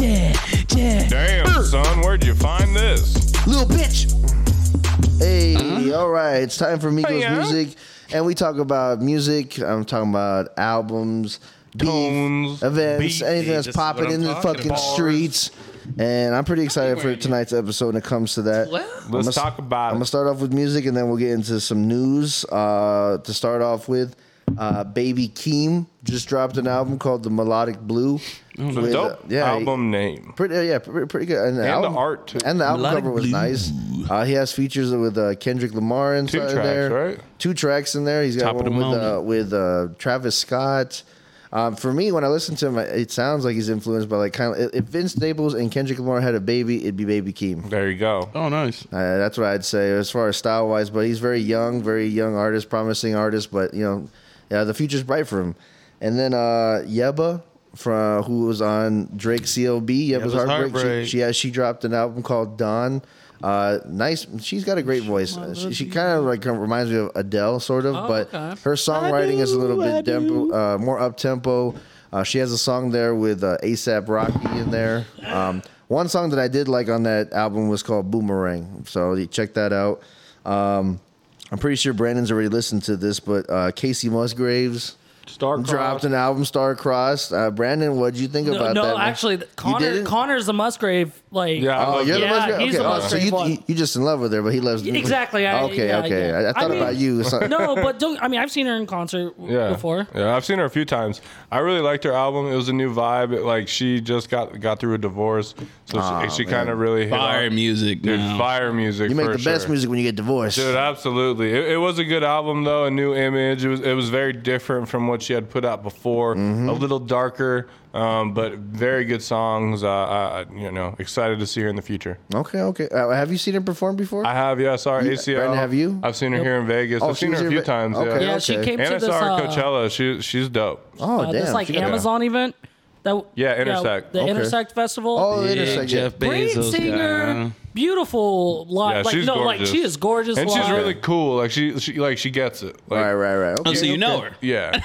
S5: yeah, yeah.
S1: Damn, son, where'd you find this?
S3: Little bitch. Hey, all right. It's time for Migos
S1: Uh-huh. Hiya.
S3: music, and we talk about music. I'm talking about albums, beef,
S1: Tones,
S3: events,
S1: beat.
S3: anything that's
S1: This is what
S3: popping
S1: I'm
S3: in the
S1: talking
S3: fucking
S1: about.
S3: streets. And I'm pretty excited for tonight's episode when it comes to that.
S1: Let's
S3: I'ma-
S1: talk about
S3: I'm gonna
S1: it.
S3: start off with music, and then we'll get into some news. Uh, to start off with, uh, Baby Keem just dropped an album called The Melodic Blue. with, uh,
S1: Dope
S3: yeah,
S1: album name.
S3: Pretty, uh, yeah, pretty, pretty good. And,
S1: the art, too.
S3: And the album
S4: Melodic
S3: cover was
S4: Blue.
S3: nice. Uh, he has features with uh, Kendrick Lamar inside
S1: tracks,
S3: there.
S1: right?
S3: Two tracks in there. He's got
S4: Top of the
S3: one with uh,
S4: moment.
S3: with uh, Travis Scott. Um, for me, when I listen to him, it sounds like he's influenced by like kind of if Vince Staples and Kendrick Lamar had a baby, it'd be Baby Keem.
S1: There you go.
S4: oh, nice.
S3: Uh, that's what I'd say as far as style wise. But he's very young, very young artist, promising artist. But you know, yeah, the future's bright for him. And then uh, Yeba from who was on Drake CLB, Yeba's
S4: Yeba's
S3: Heartbreak.
S4: Heartbreak.
S3: She, she yeah, she dropped an album called Dawn. Uh, nice. She's got a great voice. Uh, She, she kind of like reminds me of Adele, sort of, but
S2: okay.
S3: her songwriting is a little bit dempo, uh, more up tempo. Uh, she has a song there with uh, ASAP Rocky in there. Um, one song that I did like on that album was called Boomerang, so you check that out. Um, I'm pretty sure Brandon's already listened to this, but uh, Casey Musgraves
S1: Star
S3: dropped an album, Star Crossed. Uh, Brandon, what'd you think
S2: No,
S3: about
S2: no
S3: that? man?
S2: actually, th-
S3: You
S2: Connor,
S3: didn't?
S2: Connor's the Musgrave. Like,
S1: Yeah, I
S3: Oh,
S1: love
S3: you're
S1: it.
S3: the
S2: Yeah,
S3: Musgrave.
S2: he's
S3: okay.
S2: the
S3: oh,
S2: Musgrave
S3: so
S2: one.
S3: you, you, you just in love with her, but he loves
S2: Y- exactly, I-
S3: okay,
S2: yeah,
S3: okay.
S2: yeah.
S3: I, I
S2: I
S3: thought
S2: mean-
S3: about you.
S2: (laughs)
S3: So,
S2: no, but don't. I mean, I've seen her in concert w-
S1: yeah.
S2: before.
S1: Yeah, I've seen her a few times. I really liked her album. It was a new vibe. It, like she just got got through a divorce, so
S3: Aw,
S1: she, she
S3: man.
S1: kind of really hit
S4: Fire
S1: off.
S4: music,
S1: Dude,
S4: now.
S1: fire music.
S3: you make
S1: for
S3: the best
S1: sure.
S3: music when you get divorced.
S1: Dude, absolutely. It, it was a good album though, a new image. It was it was very different from what she had put out before.
S3: Mm-hmm.
S1: A little darker, um, but very good songs. Uh, I, I- you know, excited to see her in the future.
S3: okay, okay. Uh, have you seen her perform before?
S1: I have, yeah, I saw her
S3: You-
S1: ACL.
S3: Brandon, have you?
S1: I've seen her here in Vegas.
S3: Oh,
S1: I've
S3: she
S1: seen
S3: was
S1: her a
S3: here
S1: few
S3: in Ve-
S1: times.
S3: okay.
S1: Yeah,
S2: Yeah, she
S3: Okay.
S2: came
S1: and
S2: to
S1: I
S2: this.
S1: saw her
S2: Uh,
S1: Coachella. She she's dope.
S3: oh,
S2: uh,
S3: damn.
S2: this like
S3: she got-
S2: Amazon event. That
S1: Yeah, Intersect.
S2: the
S1: Okay.
S2: Intersect Festival.
S3: Oh,
S4: Big
S3: intersect.
S4: Jeff
S2: Great
S4: Bezos
S2: singer,
S4: guy.
S2: beautiful. Like,
S1: Yeah,
S2: like
S1: she's
S2: no, like
S1: gorgeous.
S2: she is gorgeous.
S1: and she's
S2: live.
S1: really cool. Like she, she, like she gets it. Like,
S3: right, right, right. Okay.
S4: Oh, so you know her.
S2: (laughs)
S1: Yeah.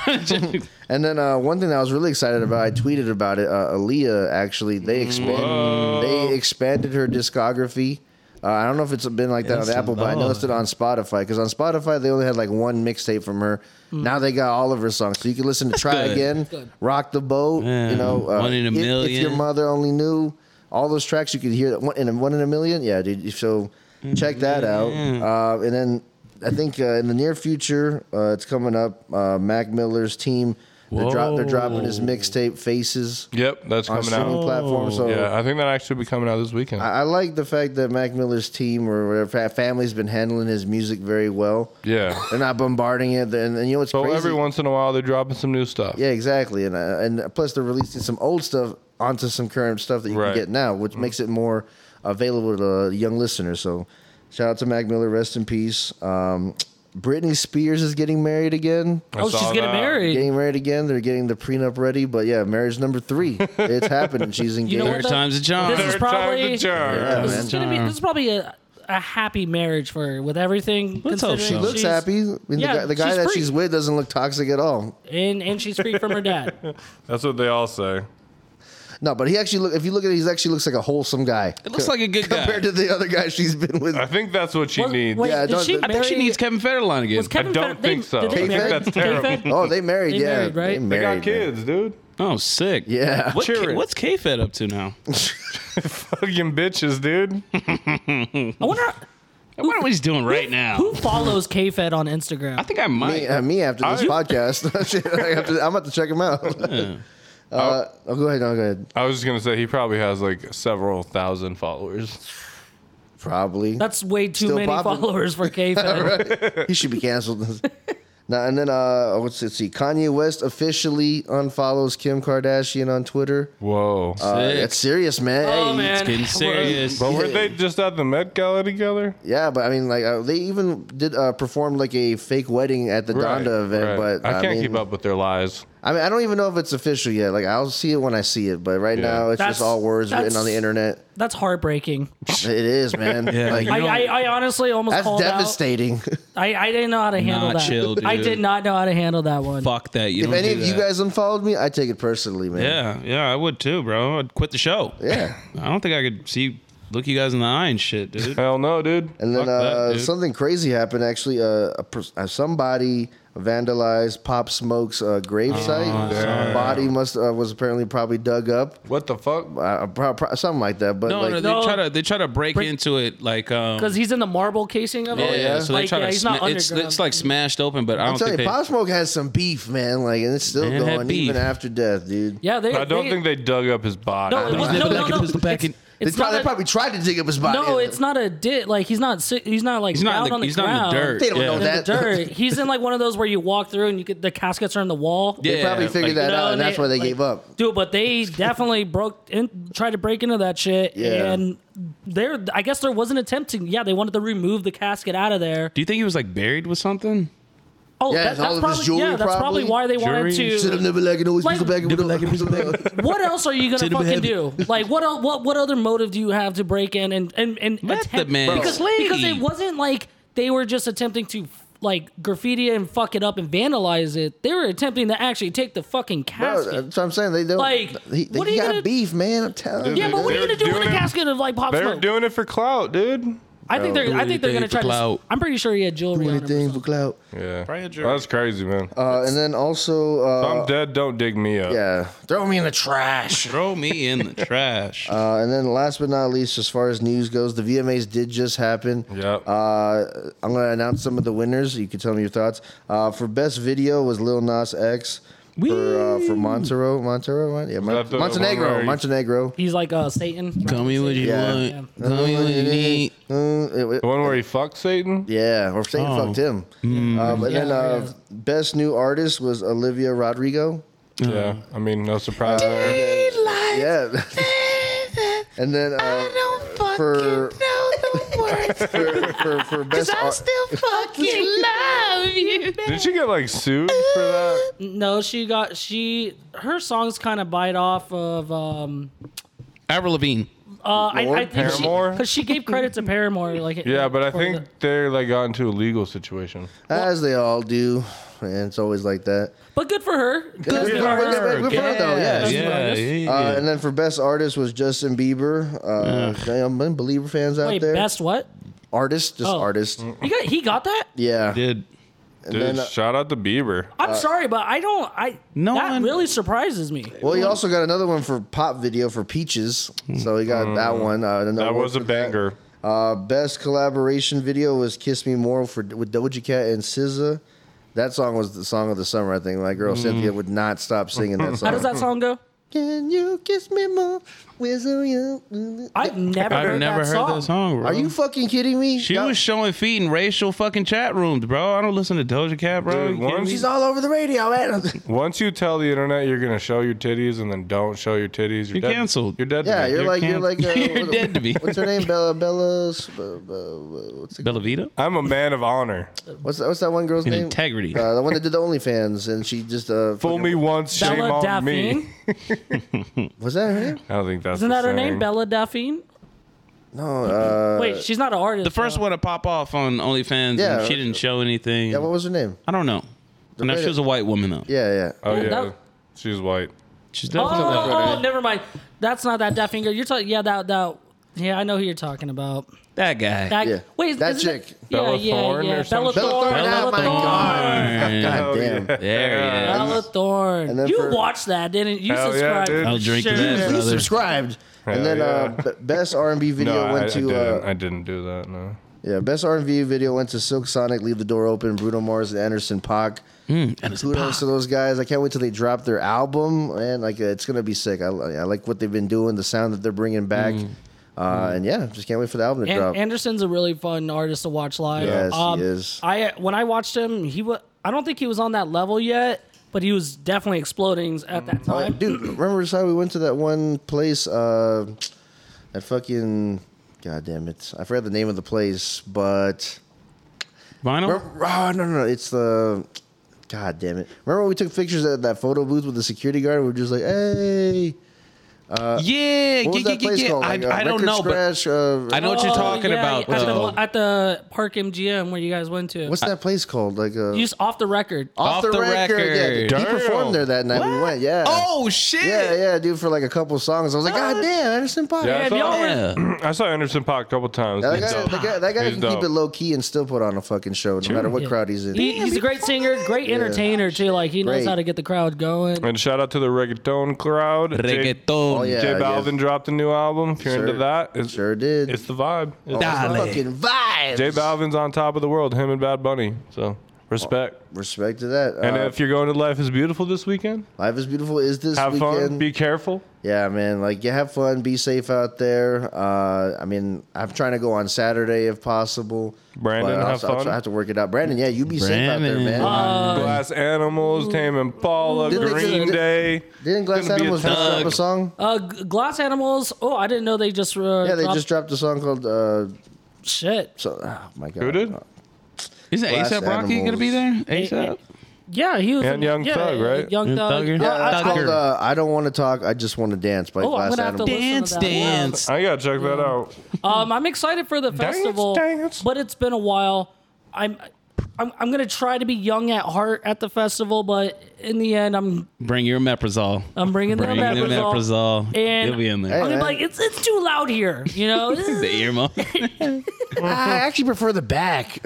S3: And then uh, one thing that I was really excited about, I tweeted about it. Uh, Aaliyah actually they
S1: Mm.
S3: expanded they expanded her discography. Uh, I don't know if it's been like that
S4: Yes, oh.
S3: on Apple, but I
S4: Lord.
S3: noticed it on Spotify because on Spotify they only had like one mixtape from her. Now they got all of her songs, so you can listen to "Try
S4: Mm. good.
S3: Again," "Rock the Boat," you
S4: Yeah.
S3: know, uh,
S4: One in a
S3: If- If,
S4: Million.
S3: your mother only knew all those tracks, you could hear that one in a, one in a million. Yeah, dude. So
S1: Mm-hmm.
S3: check that out, uh, and then I think uh, in the near future uh, it's coming up. Uh, Mac Miller's team. They're, dro- they're dropping his mixtape Faces
S1: yep. That's
S3: on
S1: coming
S3: streaming
S1: out.
S3: platforms. So
S1: Yeah, I think that actually be coming out this weekend.
S3: I, I like the fact that Mac Miller's team or whatever fa- family's been handling his music very well.
S1: yeah.
S3: They're not bombarding it, and, and you know what's
S1: So
S3: crazy?
S1: every once in a while they're dropping some new stuff.
S3: Yeah, exactly, and uh, and plus they're releasing some old stuff onto some current stuff that you
S1: Right. Mm-hmm.
S3: can get now, which makes it more available to young listeners. So, shout out to Mac Miller, rest in peace. Um, Britney Spears is getting married again.
S1: I
S2: Oh, she's
S1: saw
S2: getting
S1: that.
S2: married.
S3: Getting married again. They're getting the prenup ready, but yeah, marriage
S1: (laughs)
S3: number three. it's happening. She's engaged.
S2: You know what
S4: Third
S2: the-
S4: time's a charm.
S2: This is
S1: Third time's a
S2: probably
S1: charm.
S3: Yeah,
S2: this
S3: man.
S2: is gonna be this is probably a, a happy marriage for her with everything.
S4: Let's hope
S2: considering
S4: so.
S3: looks
S2: she's-
S3: happy. I mean,
S2: Yeah,
S3: the guy, the guy
S2: she's
S3: that
S2: free.
S3: she's with doesn't look toxic at all.
S2: and and she's free from her dad.
S1: That's (laughs) what they all say.
S3: No, but he actually look. If you look at it, he actually looks like a wholesome guy.
S4: It looks like a good
S3: (laughs)
S4: guy.
S3: compared to the other guy she's been
S1: (laughs)
S3: with.
S1: I think that's what she
S2: Was-
S1: needs.
S2: Wait,
S3: Yeah, I
S2: did
S3: don't-
S2: she
S3: I think
S4: I think she
S2: marry-
S4: needs Kevin Federline again.
S2: Was Kevin
S1: I don't
S2: Fed- they-
S1: think so.
S2: did they
S1: I think
S2: marry-
S1: that's
S2: they fed-
S1: terrible.
S3: Oh, they married.
S2: They
S3: yeah,
S2: married, right?
S3: They
S2: They
S1: They
S3: married.
S1: got kids, dude.
S4: oh, sick.
S3: Yeah.
S4: What
S1: Cheer
S4: K-
S1: it.
S4: what's K Fed up
S3: (laughs)
S4: to now?
S1: (laughs) Fucking bitches, dude.
S2: I wonder
S4: I wonder what he's doing (laughs) right now.
S2: who follows K Fed on
S4: I
S2: Instagram.
S4: think I might.
S3: Me, uh, me after this
S1: I-
S3: podcast. (laughs) I have to- I'm about to check him out. (laughs) Uh, oh, go ahead. No, go ahead.
S1: I was just gonna say he probably has like several thousand followers.
S3: Probably.
S2: That's way too
S3: Still
S2: many
S3: popping.
S2: followers for K
S3: (laughs)
S2: Fed.
S3: he should be canceled. (laughs) now and then, uh, what's it? See, Kanye West officially unfollows Kim Kardashian on Twitter.
S1: Whoa.
S3: Uh,
S4: Sick.
S3: that's serious, man.
S2: Oh,
S3: Hey,
S2: man.
S4: It's getting serious.
S1: but weren't they just at the Met Gala together?
S3: Yeah, but I mean, like uh, they even did uh, perform like a fake wedding at the Donda event.
S1: right.
S3: But
S1: I can't
S3: mean,
S1: keep up with their lies.
S3: I mean, I don't even know if it's official yet. Like, I'll see it when I see it. But right
S1: Yeah.
S3: now, it's
S2: That's-
S3: just all words written
S2: that's-
S3: on the internet.
S2: That's heartbreaking.
S3: It
S2: (laughs)
S3: is, man.
S4: Yeah,
S3: like,
S4: you
S2: I,
S4: know-
S2: I, I honestly almost
S3: that's
S2: called out.
S3: devastating. (laughs)
S2: I, I didn't know how to handle
S4: Nah,
S2: that.
S4: chill,
S2: I
S4: dude.
S2: did not know how to handle that one.
S4: Fuck that. You
S3: if
S4: don't
S3: any
S4: do
S3: of you
S4: that.
S3: guys unfollowed me, I take it personally, man.
S4: Yeah, yeah, I would too, bro. I'd quit the show.
S3: Yeah.
S4: (laughs) I don't think I could see look you guys in the eye and
S3: (laughs)
S4: shit, dude.
S1: Hell no, dude.
S3: And then
S4: Fuck that,
S3: uh,
S4: dude.
S3: something crazy happened. Actually, uh, a pers- uh, somebody vandalized Pop Smoke's uh,
S4: Oh,
S3: gravesite. Body must uh, was apparently probably dug up,
S1: What the fuck?
S3: uh, pro- pro- something like that. But
S4: no,
S3: like,
S2: No.
S4: no, they try to they try to break,
S2: Break-
S4: into it like um
S2: Because he's in the marble casing of
S3: Oh,
S4: yeah,
S2: it.
S4: so they
S2: like,
S4: try
S2: yeah,
S4: to
S2: he's
S4: sma-
S2: not
S4: it's
S2: underground.
S4: it's like smashed open, but I
S3: I'm
S4: don't think
S3: telling
S4: they
S3: you, Pop Smoke has some beef, man. Like, and it's still
S4: Man had
S3: going
S4: beef.
S3: even after death, dude.
S2: yeah, they,
S1: I don't
S2: they,
S1: think they dug up his body.
S2: No, it was,
S4: They
S2: no,
S4: put
S2: no,
S4: like
S2: no.
S4: a pistol back in-
S2: It's,
S3: They
S2: it's
S3: probably,
S2: not a-
S3: probably tried to dig up his body.
S2: No, it's not a dit. Like he's not. si- He's not like.
S4: he's not
S2: down
S4: in
S2: on
S4: the,
S2: the
S4: he's
S2: ground.
S4: not in the dirt.
S3: They don't
S4: yeah.
S3: know
S2: In
S3: that.
S2: the dirt. He's in like one of those where you walk through and you get the caskets are in the wall.
S4: Yeah,
S3: They probably figured
S4: like-
S3: that
S2: No,
S3: out, and that's
S2: they-
S3: why they
S2: like-
S3: gave up.
S2: Dude, but they
S3: (laughs)
S2: definitely broke in, tried to break into that shit,
S3: Yeah.
S2: and there, I guess there was an attempt to. Yeah, they wanted to remove the casket out of there.
S4: Do you think he was like buried with something?
S2: Oh,
S3: Yeah,
S2: that, that's
S3: all of his
S2: probably
S3: jewelry
S2: yeah, that's probably
S3: probably.
S2: why they wanted
S4: Jewelry.
S3: Should have
S2: to.
S3: never like and always
S2: Like-
S3: be back and
S4: Never like it,
S2: What else are you
S3: (laughs)
S2: gonna
S4: Should have
S2: fucking
S4: been
S2: do? Like, what el- what what other motive do you have to break in and and and
S4: Let the
S2: attempt-
S4: man
S2: because
S4: sleep.
S2: because it wasn't like they were just attempting to like graffiti and fuck it up and vandalize it. They were attempting to actually take the fucking
S3: Bro,
S2: casket.
S3: that's what I'm saying. They don't.
S2: Like,
S3: he, they
S2: what are you
S3: got
S2: gonna-
S3: beef, man. I'm telling
S2: yeah,
S3: you.
S2: but what are you
S1: They're
S2: gonna do with a
S1: doing it-
S2: casket of like pop
S1: They're
S2: smoke?
S1: doing it for clout, dude.
S2: I think they're. I think they're gonna
S4: anything
S2: try
S4: for
S2: to.
S4: clout.
S2: I'm pretty sure he had jewelry
S3: Do
S2: on. Him
S3: anything for clout.
S1: Yeah.
S4: Probably a jerk.
S1: That's crazy, man.
S3: Uh, and then also, uh,
S1: I'm dead. Don't dig me up.
S3: yeah, throw me in the trash.
S4: Throw me in
S3: (laughs)
S4: the trash.
S3: Uh, and then, last but not least, as far as news goes, the VMAs did just happen.
S1: Yep.
S3: Uh, I'm gonna announce some of the winners. You can tell me your thoughts. Uh, for best video was Lil Nas X. For, uh, for Montero, Montero, Mon- yeah, Mon-
S1: that the one
S3: Montenegro,
S1: where he-
S3: Montenegro.
S2: He's like uh, Satan.
S4: Tell me what you
S3: Yeah.
S4: want. Tell me what you need.
S3: Mm, it-
S1: The one where he fucked Satan?
S3: Yeah, or Satan
S4: Oh.
S3: fucked him.
S1: Mm.
S3: Um, and then
S2: Yeah,
S3: uh,
S2: yeah.
S3: best new artist was Olivia Rodrigo.
S1: Yeah. I mean, no surprise there.
S3: Yeah. (laughs) and then uh, for, (laughs) for for
S2: (laughs)
S3: for best art. (laughs)
S1: Did she get like sued for that?
S2: No, she got she her songs kind of bite off of. Um,
S4: Avril Lavigne.
S2: uh, I,
S3: Lord
S2: I think
S1: Paramore?
S2: because she, gave credit to Paramore.
S1: (laughs)
S2: Like
S1: Yeah, but I
S2: for
S1: think
S2: the-
S1: they like got into a legal situation.
S3: as they all do. And it's always like that.
S2: but good for her. Good
S1: for
S2: for
S1: her.
S2: her.
S3: Good for her, though, yes.
S4: yeah, yeah,
S3: Uh,
S4: yeah.
S3: and then for best artist was Justin Bieber. Uh, damn, man, Believer fans out
S2: Wait,
S3: there.
S2: best what?
S3: artist, just
S2: Oh.
S3: artist.
S2: He got he got that.
S3: Yeah.
S4: Did
S3: And
S1: Mm. Dude,
S3: then, uh,
S1: shout out to Bieber.
S2: I'm sorry, but I don't. I
S4: No
S2: that
S4: one-
S2: really surprises me.
S3: well, he also got another one for pop video for Peaches. So he got that one. Uh, and another
S1: Mm. That
S3: one
S1: was a
S3: for that.
S1: banger.
S3: Uh, best collaboration video was "Kiss Me More" for with Doja Cat and SZA. That song was the song of the summer. I think my girl Cynthia would not stop singing that song.
S2: How does that song go?
S3: Can you kiss me more? Whistle you.
S2: I've never
S4: I've
S2: heard,
S4: never
S2: that,
S4: heard
S2: song.
S4: that song. Bro.
S3: Are you fucking kidding me?
S4: She
S3: Y'all-
S4: was showing feet in racial fucking chat rooms, bro. I don't listen to Doja Cat, bro.
S1: Dude,
S4: You kidding
S1: once-
S4: me?
S3: She's all over the radio, man.
S1: Once you tell the internet you're gonna show your titties and then don't show your titties, you're,
S4: You're
S1: dead.
S4: canceled.
S1: You're dead. to
S3: yeah,
S1: me.
S3: you're, like you're
S4: can- (laughs)
S3: like uh,
S4: You're
S3: what-
S4: dead to me.
S3: What's her name? Bella Bella. s- bu- bu- What's, it,
S4: (laughs) Bella Vita?
S1: I'm a man of honor.
S3: what's that- what's that one girl's name?
S4: Integrity.
S3: Uh, the one that did the OnlyFans, and she just uh,
S1: Fool
S3: fucking-
S1: me once, shame
S2: Bella
S1: on
S2: Daphne.
S1: me.
S3: Was that her name?
S1: I don't think that's
S2: Isn't
S1: the
S2: that her
S1: same.
S2: name? Bella Daphne.
S3: No. Uh,
S2: Wait, she's not an artist.
S4: The first
S2: though.
S4: one to pop off on OnlyFans,
S3: Yeah.
S4: and she didn't show anything.
S3: Yeah, what was her name?
S4: I don't know. I know she was a white woman though.
S3: Yeah, yeah.
S1: Oh yeah,
S2: that-
S1: she's white.
S4: She's
S2: Oh,
S4: definitely
S2: oh,
S4: white.
S2: oh, never mind. That's not that Daphne girl. You're talking. Yeah, that that. Yeah, I know who you're talking about.
S4: That guy.
S2: That
S3: Yeah.
S2: wait,
S3: That
S2: isn't it-
S3: chick.
S2: yeah,
S1: Bella
S2: yeah,
S1: Thorne
S2: yeah.
S1: or some
S2: Bella
S1: shit?
S2: Thorne.
S3: Bella Thorne.
S2: Bella
S3: Oh my
S2: Thorne.
S3: god. (laughs)
S4: Darn.
S3: God damn.
S1: yeah.
S4: There he is.
S2: Bella
S3: And then
S2: Thorne. You
S3: for-
S2: watched that, didn't you? You
S1: Hell yeah,
S2: subscribed.
S3: Oh,
S1: dude.
S4: I'll drink to
S2: Sure.
S4: that,
S3: At least
S4: brother.
S3: subscribed.
S1: Hell
S3: and then uh,
S1: yeah.
S3: b- best R&B video
S1: No, I, I
S3: went
S1: didn't.
S3: to uh,
S1: I didn't do that. No.
S3: yeah, best R&B video went to Silk Sonic, Leave the Door Open, Bruno Mars, and Anderson Paak.
S4: Anderson
S3: Kudos to those guys. I can't wait till they drop their album, and like uh, it's gonna be sick. I, li- I like what they've been doing, the sound that they're bringing back, uh, and yeah, just can't wait for the album to
S2: An-
S3: drop.
S2: Anderson's a really fun artist to watch live. Um,
S3: Yes, he is.
S2: I when I watched him, he was. I don't think he was on that level yet, but he was definitely exploding at that
S3: Oh,
S2: time.
S3: dude, remember how we went to that one place? Uh, that fucking god damn it! I forgot the name of the place, but
S4: Vinyl?
S3: remember, oh, no, no, no, it's the god damn it! Remember when we took pictures at that photo booth with the security guard? We were just like, hey,
S4: yeah.
S3: uh, what was
S4: yeah,
S3: that
S4: yeah,
S3: place
S4: yeah.
S3: called?
S4: I,
S3: Like, uh,
S4: I don't
S3: Record
S4: know, but
S3: Scratch, uh,
S4: I know what you're
S2: Oh,
S4: talking
S2: yeah,
S4: about,
S2: at
S4: though.
S2: the, at the Park MGM where you guys went to.
S3: What's that place called? Like uh,
S2: You just off the record.
S4: Off the record.
S3: Yeah, dude, he
S1: Damn.
S3: performed there that night. We went, yeah.
S4: oh, shit. Ah.
S3: yeah, yeah, dude, for like a couple songs. I was like, God damn, Anderson Paak.
S1: Yeah, I
S3: Yeah,
S1: saw,
S4: Yeah.
S1: (clears throat) I saw Anderson Park a couple times.
S3: that
S1: He's
S3: guy,
S1: dope.
S3: that guy, that guy
S1: He's
S3: can
S1: dope.
S3: keep it low key and still put on a fucking show, no matter what
S2: Yeah.
S3: crowd he's in.
S2: He, he's a great singer, great entertainer too. Like he knows
S3: Great.
S2: how to get the crowd going.
S1: And shout out to the reggaeton crowd.
S4: Reggaeton.
S1: J,
S3: Oh, yeah.
S1: J Balvin dropped a new album. If you're
S3: Sure.
S1: into that, it's,
S3: Sure did. Oh.
S1: it's the vibe. It's
S4: Dale.
S3: fucking vibes.
S1: J Balvin's on top of the world. Him and Bad Bunny. So respect.
S3: Respect to that.
S1: and
S3: Uh,
S1: if you're going to Life is Beautiful this weekend,
S3: Life is beautiful. Is this
S1: have
S3: weekend?
S1: fun. Be careful.
S3: Yeah, man. Like, yeah, have fun. Be safe out there. Uh, I mean, I'm trying to go on Saturday if possible.
S1: Brandon,
S3: I'll-
S1: have
S3: I'll,
S1: fun.
S3: i have to work it out. Brandon, yeah, you be safe out
S4: Brandon.
S3: there, man.
S2: Uh,
S1: Glass
S2: mm.
S1: Animals, Tame Impala,
S3: Didn't they
S1: Green
S3: just-
S1: Day.
S3: Didn't Glass
S1: Gonna be a
S3: Animals just drop
S4: thug.
S3: a song?
S2: Uh, G- Glass Animals. Oh, I didn't know they just. Uh,
S3: Yeah, they
S2: dropped-
S3: just dropped a song called. Uh,
S2: shit.
S3: so, oh my god.
S1: Who did?
S4: Isn't
S3: Glass
S4: ASAP Rocky going to be there? ASAP?
S2: Yeah, he was
S1: And
S2: in-
S1: Young
S2: yeah,
S1: Thug, right?
S2: Young
S4: And
S2: Thug.
S4: Thugger.
S2: Yeah,
S4: Yeah,
S2: I- I-
S3: It's called
S4: Thugger.
S3: uh, "I Don't Want to Talk, I Just Want to Dance" by
S2: Oh, I'm
S3: Glass
S2: gonna have to
S3: Animals.
S2: listen
S4: Dance,
S2: to that.
S4: dance.
S1: I gotta check that out.
S2: Um, I'm excited for the festival,
S1: dance.
S2: but it's been a while. I'm, I'm, I'm gonna try to be young at heart at the festival, but in the end, I'm,
S4: Bring your Meprazole.
S2: I'm bringing
S4: Bring
S2: the
S4: your
S2: Meprazole.
S4: Meprazole.
S2: And-
S4: You'll be in
S2: I'm
S4: there.
S3: Hey.
S2: gonna be like, it's, it's too loud here, you know.
S4: The earmuff.
S2: (laughs)
S3: I actually prefer the (laughs) back.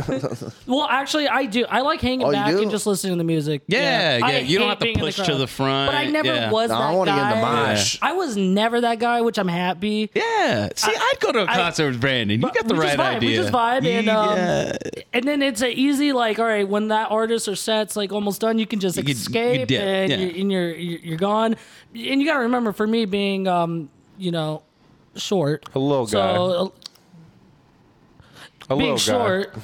S2: well, actually, I do. I like hanging
S3: Oh, you
S2: back
S3: do?
S2: and just listening to the music.
S4: Yeah, yeah.
S2: I
S4: You don't
S2: hate
S4: have to
S2: being in
S4: push to
S2: crowd.
S4: the front.
S2: But I never
S4: Yeah.
S2: was
S3: No, I
S2: that
S3: wanna get in
S2: guy.
S3: the mosh.
S2: I was never that guy, which I'm happy.
S4: Yeah. See, I, would go to a
S2: I-
S4: concert with Brandon. You got the
S2: we
S4: right
S2: just vibe,
S4: idea.
S2: We just vibe, and um, and then it's an easy like, all right, when that artist or set's like almost done, you can just
S4: You could- you
S2: escape,
S4: dip,
S2: and,
S4: yeah.
S2: you, and you're you're you're gone. And you got to remember, for me being um, you know, short,
S1: A little
S2: so
S1: guy.
S2: uh,
S1: A little
S2: being
S1: guy.
S2: short,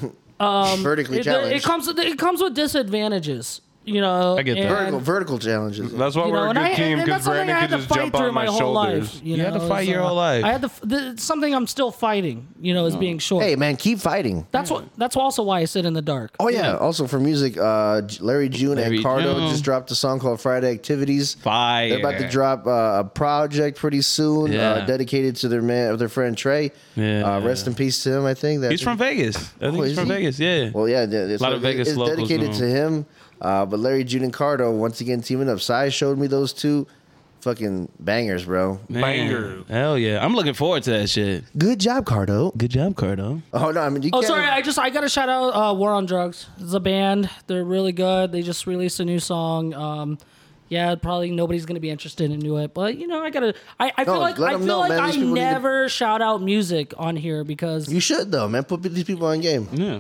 S3: Vertically (laughs)
S2: it, there-
S3: challenged.
S2: it comes it comes with disadvantages. You know,
S4: I get that.
S2: and-
S3: vertical, vertical challenges.
S1: That's why
S2: you
S1: we're
S2: know,
S1: a
S2: and
S1: good
S2: I-
S1: team
S2: and
S1: because
S2: that's something
S1: Brandon
S2: I
S1: could
S2: had to
S1: just
S2: fight
S1: jump on
S2: through
S1: my,
S2: whole
S1: shoulders.
S2: Life, you
S4: You had
S2: know,
S4: to fight
S2: is,
S4: your
S2: uh,
S4: whole life.
S2: I had to. f- th- it's something I'm still fighting. You know, is being short.
S3: Hey man, keep fighting.
S2: that's what. That's also why I sit in the dark.
S3: Oh yeah. Also for music, uh, J- Larry June
S4: Larry
S3: and Cardo
S4: June.
S3: just dropped a song called Friday Activities.
S4: Fire.
S3: They're about to drop uh, a project pretty soon, uh,
S4: Yeah.
S3: dedicated to their man, their friend Trey.
S4: Yeah.
S3: Uh, rest in peace to him. I think that
S4: He's from Vegas. I think
S3: Oh,
S4: he's
S3: is
S4: from
S3: he?
S4: Vegas. Yeah.
S3: Well, yeah, th- it's,
S4: Lot of Vegas
S3: it's
S4: locals
S3: dedicated
S4: know.
S3: to him. Uh, but Larry June and Cardo once again teaming up. Sai showed me those two fucking bangers, bro.
S4: Man.
S1: Banger.
S4: Hell yeah. I'm looking forward to that shit.
S3: Good job, Cardo.
S4: Good job, Cardo.
S3: Oh no, I mean you
S2: Oh,
S3: can't.
S2: sorry. I just I gotta shout out uh, War on Drugs. It's a band. They're really good. They just released a new song. Um, yeah, probably nobody's gonna be interested into it, but you know, I gotta. I, I feel
S3: No,
S2: like
S3: let
S2: I
S3: 'em
S2: feel
S3: know,
S2: like
S3: man.
S2: I
S3: These people need to-
S2: never shout out music on here because
S3: you should though, man. Put these people on game.
S4: Yeah.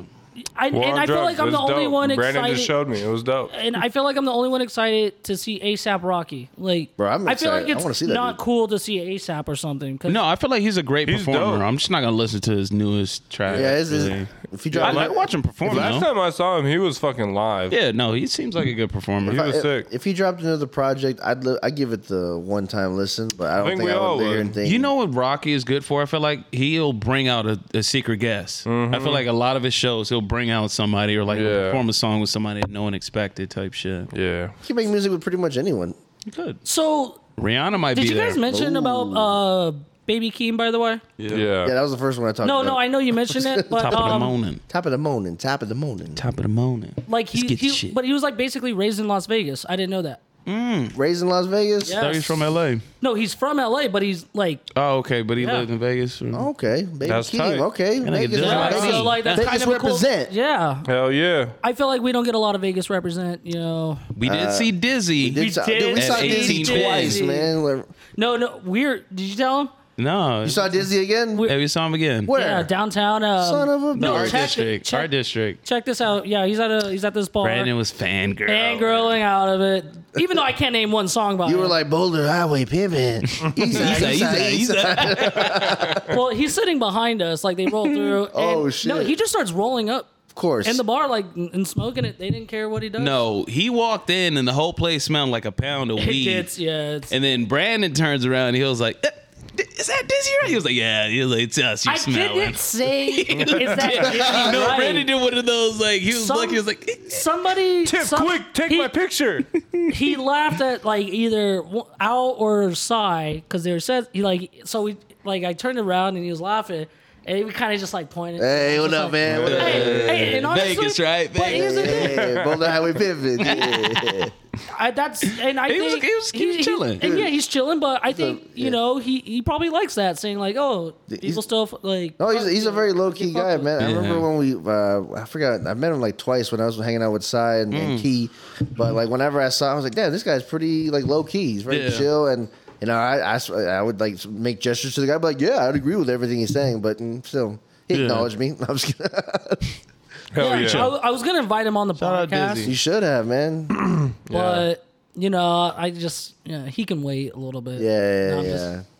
S2: I and
S1: War on
S2: I feel
S1: drugs.
S2: like I'm the
S1: It was
S2: only
S1: dope.
S2: one
S1: Brandon
S2: excited.
S1: just showed me. It was dope.
S2: and I feel like I'm the only one excited to see ASAP Rocky. Like,
S3: Bro, I'm
S2: I feel
S3: excited. I
S2: like it's
S3: wanna see that
S2: not
S3: dude.
S2: cool to see ASAP or something. 'cause-
S4: No, I feel like he's a great
S1: He's
S4: performer.
S1: dope.
S4: I'm just not gonna listen to his newest track.
S3: Yeah, it's, it's-
S4: really.
S3: if you
S4: I
S3: drop,
S4: like watch him perform.
S1: Last
S4: though.
S1: time I saw him, he was fucking live.
S4: Yeah, no, he seems like a good performer.
S1: He was
S3: if,
S1: sick.
S3: if he dropped another project, I'd li- I give it the one time listen, but I don't
S1: think
S3: think,
S1: we
S3: I
S1: all
S3: would there
S1: would.
S3: and think
S4: You know what Rocky is good for? I feel like he'll bring out a, a secret guest. I feel like a lot of his shows he'll bring out somebody or like he'll
S1: Mm-hmm. Yeah.
S4: perform a song with somebody that no one expected type shit.
S1: Yeah.
S3: he can make music with pretty much anyone.
S4: He could.
S2: So,
S4: Rihanna might
S2: did
S4: be
S2: you guys
S4: there.
S2: mention about uh, Baby Keem? By the way,
S1: Yeah.
S3: Yeah, that was the first one I talked
S2: no,
S3: about.
S2: no, I know you mentioned it, but
S4: (laughs) Top of the
S2: um,
S4: morning.
S3: top of the morning, top of the morning.
S4: Top of the morning.
S2: like
S4: Let's
S2: he,
S4: get the
S2: he
S4: shit.
S2: but he was like basically raised in Las Vegas. I didn't know that.
S3: Raised in Las Vegas.
S2: Yeah.
S4: Thought he was from LA.
S2: No, he's from LA, but he's like
S4: Oh, okay, but he
S2: Yeah.
S4: lived in Vegas. Oh,
S3: Okay, baby
S1: That's
S3: Keem.
S1: tight.
S3: Okay,
S4: Gotta get
S3: Vegas,
S4: this
S2: yeah,
S4: Right.
S2: so like that's
S3: Vegas
S2: kind of a cool-
S3: represent.
S2: yeah.
S1: Hell yeah.
S2: I feel like we don't get a lot of Vegas represent, you know.
S4: we did see Dizzy.
S3: Did saw- dude, Uh, we
S2: did
S3: saw
S4: see
S3: Dizzy
S4: Dizzy.
S3: twice, man. Like,
S2: No, no, weird. Did you tell him?
S4: no,
S3: You saw Dizzy again?
S4: yeah, we saw him again.
S3: Where?
S2: Yeah, downtown. Um,
S3: Son of a
S4: The
S3: No,
S4: art
S2: check-
S4: district.
S2: check-
S4: Art district.
S2: Check this out. Yeah, he's at a he's at this bar.
S4: Brandon was fangirl.
S2: fangirling out of it. Even though I can't name one song by
S3: You
S2: him.
S3: were like Boulder Highway pimping.
S4: He's a, he's a, he's a.
S2: well, he's sitting behind us. Like they roll
S3: (laughs)
S2: through.
S3: Oh,
S2: and-
S3: shit.
S2: No, he just starts rolling up
S3: Of course.
S2: in the bar, like n- and smoking it. They didn't care what he does.
S4: No, he walked in and the whole place smelled like a pound of
S2: it
S4: weed.
S2: gets yeah. It's,
S4: And then Brandon turns around and he was like, "Eh, d- "Is that Dizzy?" Right? He was like, "Yeah." He was like, "It's us." You
S2: I
S4: smell
S2: couldn't
S4: (laughs) it."
S2: say (laughs) is
S4: (laughs)
S2: that
S4: No,
S2: right.
S4: Brandon did one of those like he was
S2: Some-
S4: looking. He was like, eh, eh.
S2: Somebody
S1: Tip,
S2: some-
S1: quick, take
S2: he,
S1: my picture.
S2: He laughed at like either w- Al or Psy because they were says he like so we like I turned around and he was laughing and he kind of just like pointed.
S3: hey,
S2: Just
S3: what up,
S2: like,
S3: man? What up?
S2: Hey, hey, and honestly,
S4: Vegas, right?
S2: But here's the thing,
S3: Yeah, Boulder Highway pimping. Yeah.
S2: I, that's and I
S4: He was-
S2: think
S4: he was- he was chilling.
S2: and yeah, he's chilling. But I think
S3: yeah.
S2: you know he he probably likes that saying like, oh, people
S3: He's-
S2: still f- like.
S3: No, he's, he's a very low key
S2: fuck
S3: guy,
S2: with.
S3: man. I remember
S4: Yeah.
S3: when we, uh, I forgot, I met him like twice when I was hanging out with Cy and,
S4: Mm.
S3: and Key. But like whenever I saw him, I was like, damn, this guy's pretty like low key. He's very
S4: Yeah.
S3: chill. And, you know, I, I s- I would like make gestures to the guy, but like, yeah, I'd agree with everything he's saying, but mm, still, he
S4: Yeah.
S3: acknowledged me. (laughs) I'm just kidding.
S1: (laughs) Hell
S2: Yeah,
S1: yeah.
S2: I, I was gonna invite him on the
S4: Shout out
S2: podcast,
S4: Dizzy.
S3: you should have, man.
S2: but you know, I just yeah, he can wait a little bit.
S3: Yeah, yeah,
S2: No, I'm
S3: yeah.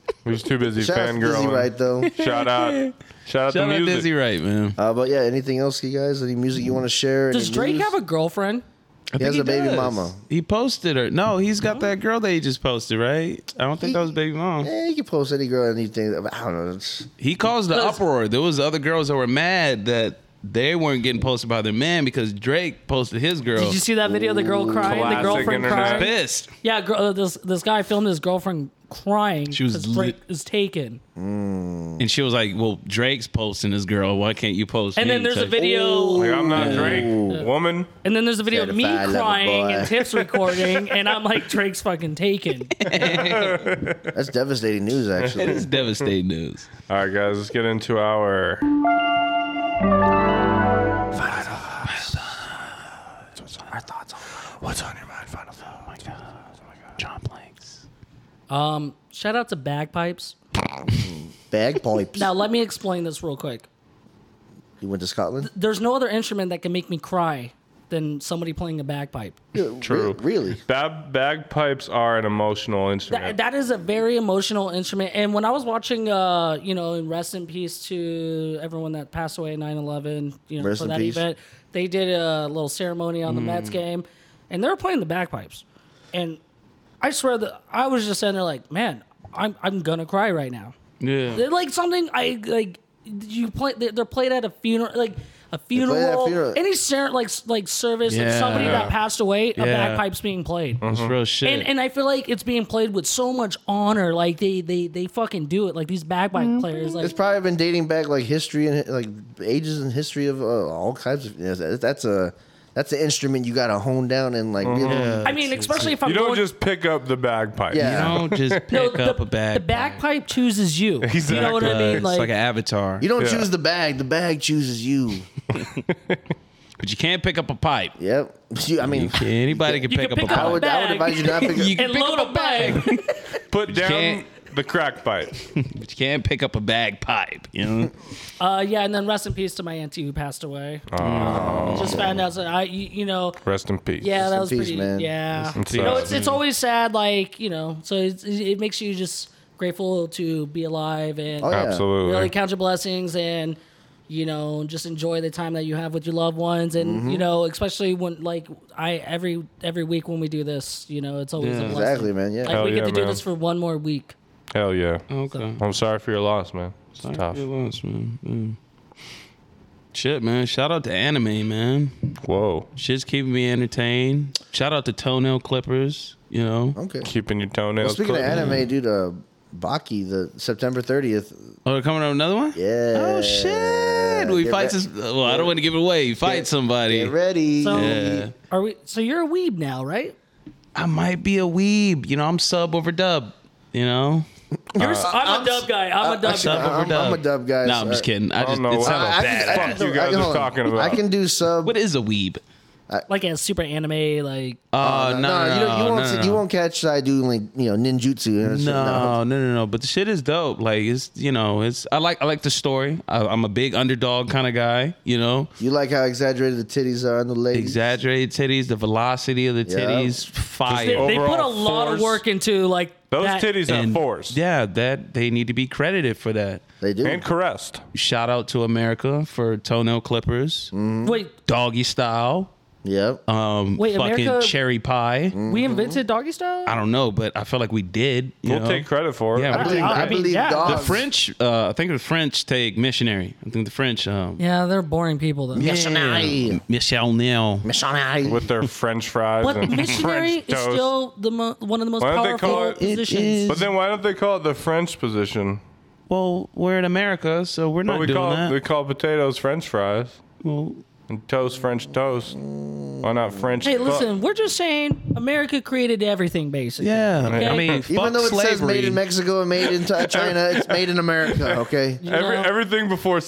S2: just-
S1: He was too busy
S3: Shout out to Dizzy
S1: fangirling.
S3: Wright, though.
S1: Shout out. Shout out
S4: Shout
S1: to
S4: out
S1: music.
S4: Dizzy Wright, man.
S3: Uh, but yeah, anything else, you guys? Any music you want to share?
S2: Does Drake have a girlfriend?
S4: I think
S3: has a baby
S4: does.
S3: mama.
S4: He posted her. No, he's got that girl that he just posted, right? I don't think that was baby mom.
S3: Yeah, you Eh, can post any girl anything. I don't know. It's-
S4: He caused the
S2: Does-
S4: uproar. There was other girls that were mad that they weren't getting posted by their man because Drake posted his girl.
S2: Did you see that video of the girl crying?
S1: Classic
S2: the girlfriend
S1: internet.
S2: crying.
S4: pissed.
S2: Yeah, gr- uh, this this guy filmed his girlfriend crying.
S4: She was
S2: 'cause
S4: lit.
S2: Drake is taken.
S4: And she was like, "Well, Drake's posting this girl. Why can't you post?"
S2: And
S4: me?
S2: then there's a
S4: Type-
S2: video.
S1: Like, I'm not Drake, woman.
S2: And then there's a video of me
S3: Certified lover
S2: crying
S3: boy.
S2: and
S3: (laughs)
S2: Tips recording, and I'm like, Drake's fucking taken.
S3: That's devastating news,
S4: It
S2: (laughs)
S3: actually.
S4: is devastating news.
S1: All right, guys, let's get into our.
S5: What's on your mind, Final Oh my god. John Blanks.
S2: Um, shout out to Bagpipes.
S3: Bagpipes.
S2: Now let me explain this real quick.
S3: You went to Scotland?
S2: There's no other instrument that can make me cry than somebody playing a bagpipe.
S1: True.
S3: Re- really?
S1: Bag, bagpipes are an emotional instrument.
S2: That, that is a very emotional instrument. And when I was watching, uh, you know, in rest in peace to everyone that passed away in 9 11, you know,
S3: Rest
S2: for
S3: in
S2: that
S3: peace. Hmm.
S2: event, they did a little ceremony on the Mets game. and they were playing the bagpipes, and I swear that I was just sitting there like, man, I'm I'm gonna cry right now.
S4: Yeah.
S2: They're like something I like. You play. They're they're played at a funeral, like a
S3: at a
S2: funeral,
S3: funeral.
S2: any ser- like like service. of
S4: Yeah.
S2: somebody that passed away, a
S4: Yeah.
S2: bagpipe's being played.
S4: It's real shit.
S2: Uh-huh. And, and I feel like it's being played with so much honor. Like they they, they fucking do it. Like these bagpipe players. Like
S3: It's probably been dating back like history and like ages and history of uh, all kinds of. yeah, that- That's a that's an instrument you got to hone down and like. be able to-
S1: Mm-hmm.
S2: I mean, especially if I'm
S1: You don't
S2: going,
S1: just pick up the bagpipe.
S4: you
S3: Yeah.
S2: (laughs)
S4: don't just
S2: No,
S4: pick up a bag.
S2: The bagpipe chooses you. You know what
S1: Exactly.
S2: I mean?
S4: it's like, an avatar.
S3: You don't
S1: Yeah.
S3: choose the bag; the bag
S1: (laughs)
S3: chooses you.
S4: but you can't pick up a pipe.
S3: Yep. You- I mean,
S4: Anybody can
S2: You
S4: pick
S2: can
S4: up a
S2: pick up
S3: I
S4: pipe.
S3: would, I would
S2: Bag.
S3: advise you not
S4: (laughs)
S3: to pick up.
S4: You can
S2: and
S4: pick
S2: load
S4: up
S2: a bag.
S1: Put down
S4: can't-
S1: the crack pipe.
S4: But you can't pick up a bagpipe.
S2: (laughs)
S4: You know.
S2: (laughs) Uh, yeah, and then rest in peace to my auntie who passed away.
S4: Oh.
S2: Just found out. that I, you, you know,
S1: Rest in peace.
S2: yeah, that
S3: in
S2: was
S3: peace,
S2: pretty.
S3: man.
S2: Yeah,
S1: Rest in
S2: you know,
S1: peace.
S2: it's it's always sad. Like you know, so it's, it it makes you just grateful to be alive and
S3: Oh, yeah.
S1: Absolutely.
S2: really count your blessings and you know just enjoy the time that you have with your loved ones and
S3: Mm-hmm.
S2: you know especially when like I every every week when we do this, you know, it's always a blessing.
S3: Exactly, man. Yeah.
S2: Like
S1: Hell
S2: we get
S1: yeah,
S2: to do
S1: man.
S2: this for one more week.
S1: Hell yeah.
S4: Okay.
S1: I'm sorry for your loss, man. It's tough.
S4: man. Shit, man. Shout out to anime, man.
S1: Whoa.
S4: Shit's keeping me entertained. Shout out to toenail clippers. You know.
S3: Okay.
S1: Keeping your toenails.
S3: Well, speaking of
S1: clipped.
S3: anime, dude, uh, Baki, the September 30th.
S4: Oh, they're coming out with another one.
S3: Yeah.
S4: Oh shit! We
S3: Get
S4: fight
S3: re-
S4: this. Well, I don't want to give it away. You fight
S3: Get
S4: somebody.
S3: ready.
S2: So
S4: Yeah.
S2: are we so you're a weeb now, right?
S4: I might be a weeb. You know, I'm sub over dub. You know,
S2: You're, I'm, a dub guy. I'm a dub
S4: sub
S2: guy.
S4: over
S3: I'm-
S4: dub.
S3: I'm a dub guy,
S4: No,
S3: so
S4: I'm just
S3: I-
S4: kidding. I
S1: I
S4: just
S1: don't know
S4: it's
S1: what-
S4: not
S1: I-
S4: a bad.
S3: I can
S1: Fuck you
S3: do-
S1: guys
S3: I can-
S1: are
S3: hold on.
S1: talking about.
S3: I can do sub.
S4: What is a weeb?
S2: Like a super anime, like
S4: Oh no, no,
S3: Uh, you, don't- you
S4: no,
S3: won't.
S4: no,
S3: see-
S4: no.
S3: You won't catch I do like you know ninjutsu. And shit.
S4: No, no, no, no. But the shit is dope. Like it's you know, it's I like I like the story. I, I'm a big underdog kind of guy. You know,
S3: You like how exaggerated the titties are on the ladies.
S4: exaggerated titties, the velocity of the
S3: Yeah.
S4: titties, fire.
S2: they, they put a
S1: overall
S2: lot of
S1: force.
S2: work into like
S1: Those
S2: that-
S1: titties have
S4: And-
S1: force.
S4: Yeah, that they need to be credited for that.
S3: They do.
S1: And caressed.
S4: Shout out to America for toenail clippers,
S1: Mm-hmm.
S2: Wait,
S4: doggy style,
S3: Yep.
S4: um,
S2: Wait,
S4: fucking
S2: America-
S4: cherry pie.
S2: we
S1: Mm-hmm.
S2: invented doggy style.
S4: I don't know, but I feel like we did. you
S1: We'll
S4: know?
S1: take credit for it.
S4: Yeah,
S3: I
S4: we'll
S3: believe.
S2: I
S3: I
S2: mean,
S3: believe
S2: yeah. The
S4: The
S3: dogs.
S4: French, uh, I think the French take missionary. I think the French. Um,
S2: Yeah, they're boring people though.
S3: Missionary.
S4: Michelle Neal.
S3: Missionary.
S1: With their French fries
S2: But
S1: and
S2: missionary
S1: French
S2: is
S1: toast.
S2: still the mo- one of the most
S1: Why don't they
S2: powerful
S1: call it- It
S2: positions.
S1: but then why don't they call it the French position?
S4: Well, we're in America, so we're
S1: But
S4: not
S1: we
S4: doing
S1: call
S4: that.
S1: we call potatoes French fries
S4: well,
S1: and toast French toast. Why not French?
S2: Hey,
S1: fuck?
S2: listen, we're just saying America created everything, basically.
S4: yeah, I
S2: Okay.
S4: mean,
S3: Even
S4: fuck
S3: though it
S4: slavery.
S3: says made in Mexico and made in
S4: (laughs)
S3: Ti- China, it's made in America. Okay.
S1: Every,
S2: know?
S1: everything before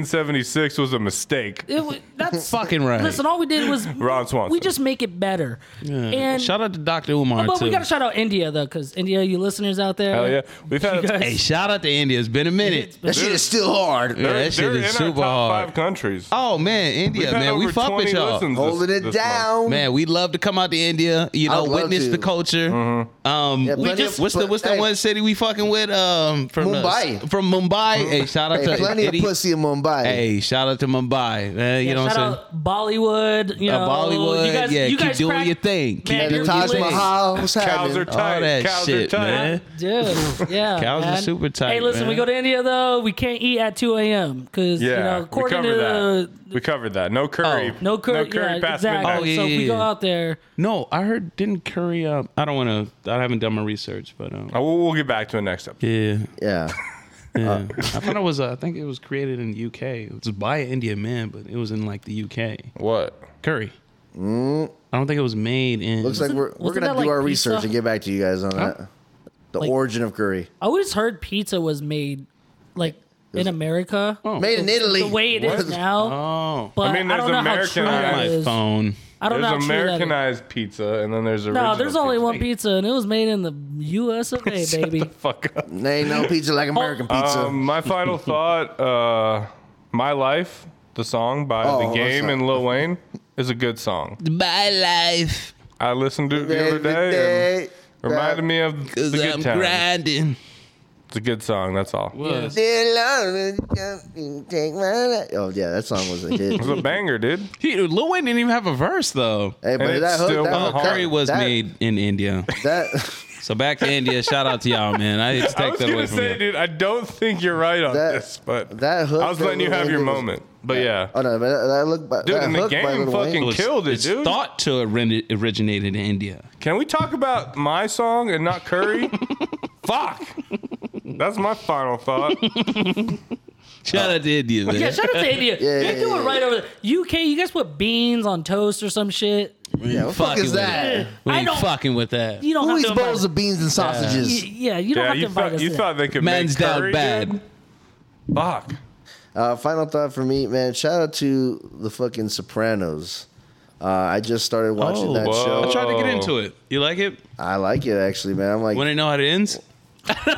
S1: 1776 was a mistake.
S2: It, wa-
S1: (laughs)
S2: that's
S4: Fucking right.
S2: Listen, all we did was
S1: Ron Swanson.
S2: we just make it better. And Oh,
S4: shout out to Dr. Umar
S2: but
S4: too.
S2: we gotta shout out India though, because India, you listeners out there,
S1: Hell yeah, we've had
S2: guys-
S4: hey, shout out to India. It's been a minute.
S3: That shit is still hard.
S4: Yeah, that
S1: they're
S4: shit is
S1: in
S4: super
S1: our top
S4: hard.
S1: five countries.
S4: Oh man, India,
S1: We've had
S4: man, we
S1: over
S4: fuck
S1: 20
S4: with y'all.
S1: listens this-
S3: Holding it
S1: this month.
S3: down.
S4: Man, we love to come out to India, you know,
S3: I'd love
S4: witness
S3: to.
S4: the culture.
S1: Mm-hmm.
S4: Um,
S3: Yeah,
S4: we
S3: plenty
S4: just
S3: of-
S4: what's the what's the
S3: hey.
S4: one city we fucking with? Um, from the-
S3: Mumbai.
S4: from
S3: (laughs)
S4: Mumbai. hey, shout out
S3: Hey,
S4: to
S3: plenty
S4: Eddie.
S3: of pussy in Mumbai.
S4: Hey, shout out to Mumbai. man, you
S2: Yeah,
S4: know what
S2: shout
S4: I'm saying?
S2: out Bollywood, you know,
S4: Uh, Bollywood,
S2: you guys,
S4: yeah,
S2: you
S4: keep
S2: guys
S4: doing
S2: crack-
S4: your thing. Keep
S2: Man,
S3: And the
S2: you're
S3: Taj
S2: lit.
S3: Mahal. What's
S1: Cows are
S3: happening?
S1: tight.
S4: All that
S1: Cows
S4: shit,
S1: are tight.
S4: man.
S2: Dude, yeah.
S4: Cows are
S2: man.
S4: super tight,
S2: Hey, listen,
S4: man.
S2: we go to India though. We can't eat at 2 a.m. because you
S1: Yeah,
S2: know,
S1: we
S2: according to
S1: covered that.
S2: the
S1: We covered that. No curry.
S4: Oh,
S2: no curry, yeah,
S1: past
S2: exactly.
S1: midnight.
S4: Oh, yeah,
S2: so if we
S4: yeah,
S2: go
S4: yeah.
S2: out there,
S4: No, I heard didn't Curry. Uh, I don't want to. I haven't done my research, but um,
S1: Uh, we'll, we'll get back to it next episode.
S3: Yeah.
S4: yeah, yeah. I thought it was. Uh, I think it was created in the UK. It was by an Indian man, but it was in like the UK.
S1: What?
S4: Curry. I don't think it was made in.
S3: Looks like we're, we're
S2: wasn't
S3: gonna
S2: that like
S3: do our
S2: pizza?
S3: research and get back to you guys on that. The origin of curry.
S2: I always heard pizza was made like in America.
S3: Made in Italy.
S2: The way it is
S3: What?
S2: now,
S4: oh,
S2: but I,
S1: mean,
S2: don't
S1: there's
S2: know
S1: Americanized-
S2: how true
S4: my
S2: that is.
S4: phone.
S2: I don't know how
S1: There's
S2: true that is.
S1: Americanized pizza, and then there's original.
S2: No, there's only
S1: pizza.
S2: one pizza, and it was made in the U.S. of A. baby.
S1: (laughs) Fuck up.
S3: There
S1: (laughs)
S3: ain't no pizza like American pizza.
S1: Um, my
S4: (laughs)
S1: final thought: uh, "My Life," the song by
S3: Oh,
S1: The
S3: that's
S1: Game
S3: not-
S1: and Lil Wayne, is a good song.
S4: My life,
S1: I um, listened to it the other day. and reminded me of the
S4: cause
S1: good
S4: I'm
S1: times.
S4: grinding.
S1: It's a good song. That's all.
S4: Was.
S3: Dear Lord, come take my life. Oh yeah, that song was
S1: (laughs)
S3: a hit.
S1: It's a banger, dude.
S4: He, Lil Wayne didn't even have a verse though.
S3: Hey,
S1: And
S3: but
S1: it's
S3: that hook,
S1: still
S3: that,
S1: on
S4: Oh,
S3: hook-
S1: hard.
S4: Curry was
S3: that,
S4: made in India.
S3: That (laughs)
S4: So back to India. Shout out to y'all, man. I didn't
S1: I
S4: take
S1: was
S4: that away
S1: gonna
S4: from
S1: say,
S4: you.
S1: dude, I don't think you're right on
S3: That-
S1: this, but
S3: that hook
S1: I was
S3: that
S1: letting you
S3: Lil
S1: have
S3: Wayne
S1: your
S3: did was-
S1: moment. But yeah,
S3: oh no, but that, that look, by,
S1: Dude,
S3: that
S1: and the
S3: hook by
S1: game
S3: Lil Wayne.
S1: fucking killed it,
S4: it's
S1: dude.
S4: thought to orin- originated in India.
S1: Can we talk about my song and not
S4: (laughs)
S1: Curry? Fuck. That's my final
S4: (laughs)
S1: thought.
S4: Shout out to India, man.
S2: Yeah, shout out to India.
S3: Yeah,
S2: they
S3: yeah,
S2: do it
S3: yeah,
S2: right over there. UK, you guys put beans on toast or some shit.
S3: Yeah, what the fuck
S4: Fucking
S3: is
S4: with
S3: that?
S4: it. We
S2: I
S4: ain't
S2: don't-
S4: fucking with that.
S2: You don't
S3: Who eats
S2: have to invite
S3: bowls of beans and sausages?
S2: Y- Yeah, you don't
S1: Yeah,
S2: have to
S1: you
S2: invite
S1: thought
S2: us.
S1: you
S2: in.
S1: thought they could
S4: Man's
S1: make curry,
S4: down bad.
S1: dude? Fuck.
S3: Uh, final thought for me, man. Shout out to the fucking Sopranos. Uh, I just started watching
S4: Oh,
S3: that
S1: whoa.
S3: show.
S4: I tried to get
S1: Oh.
S4: into it. You like it?
S3: I like it actually, man. I'm like,
S4: Want to know how it ends?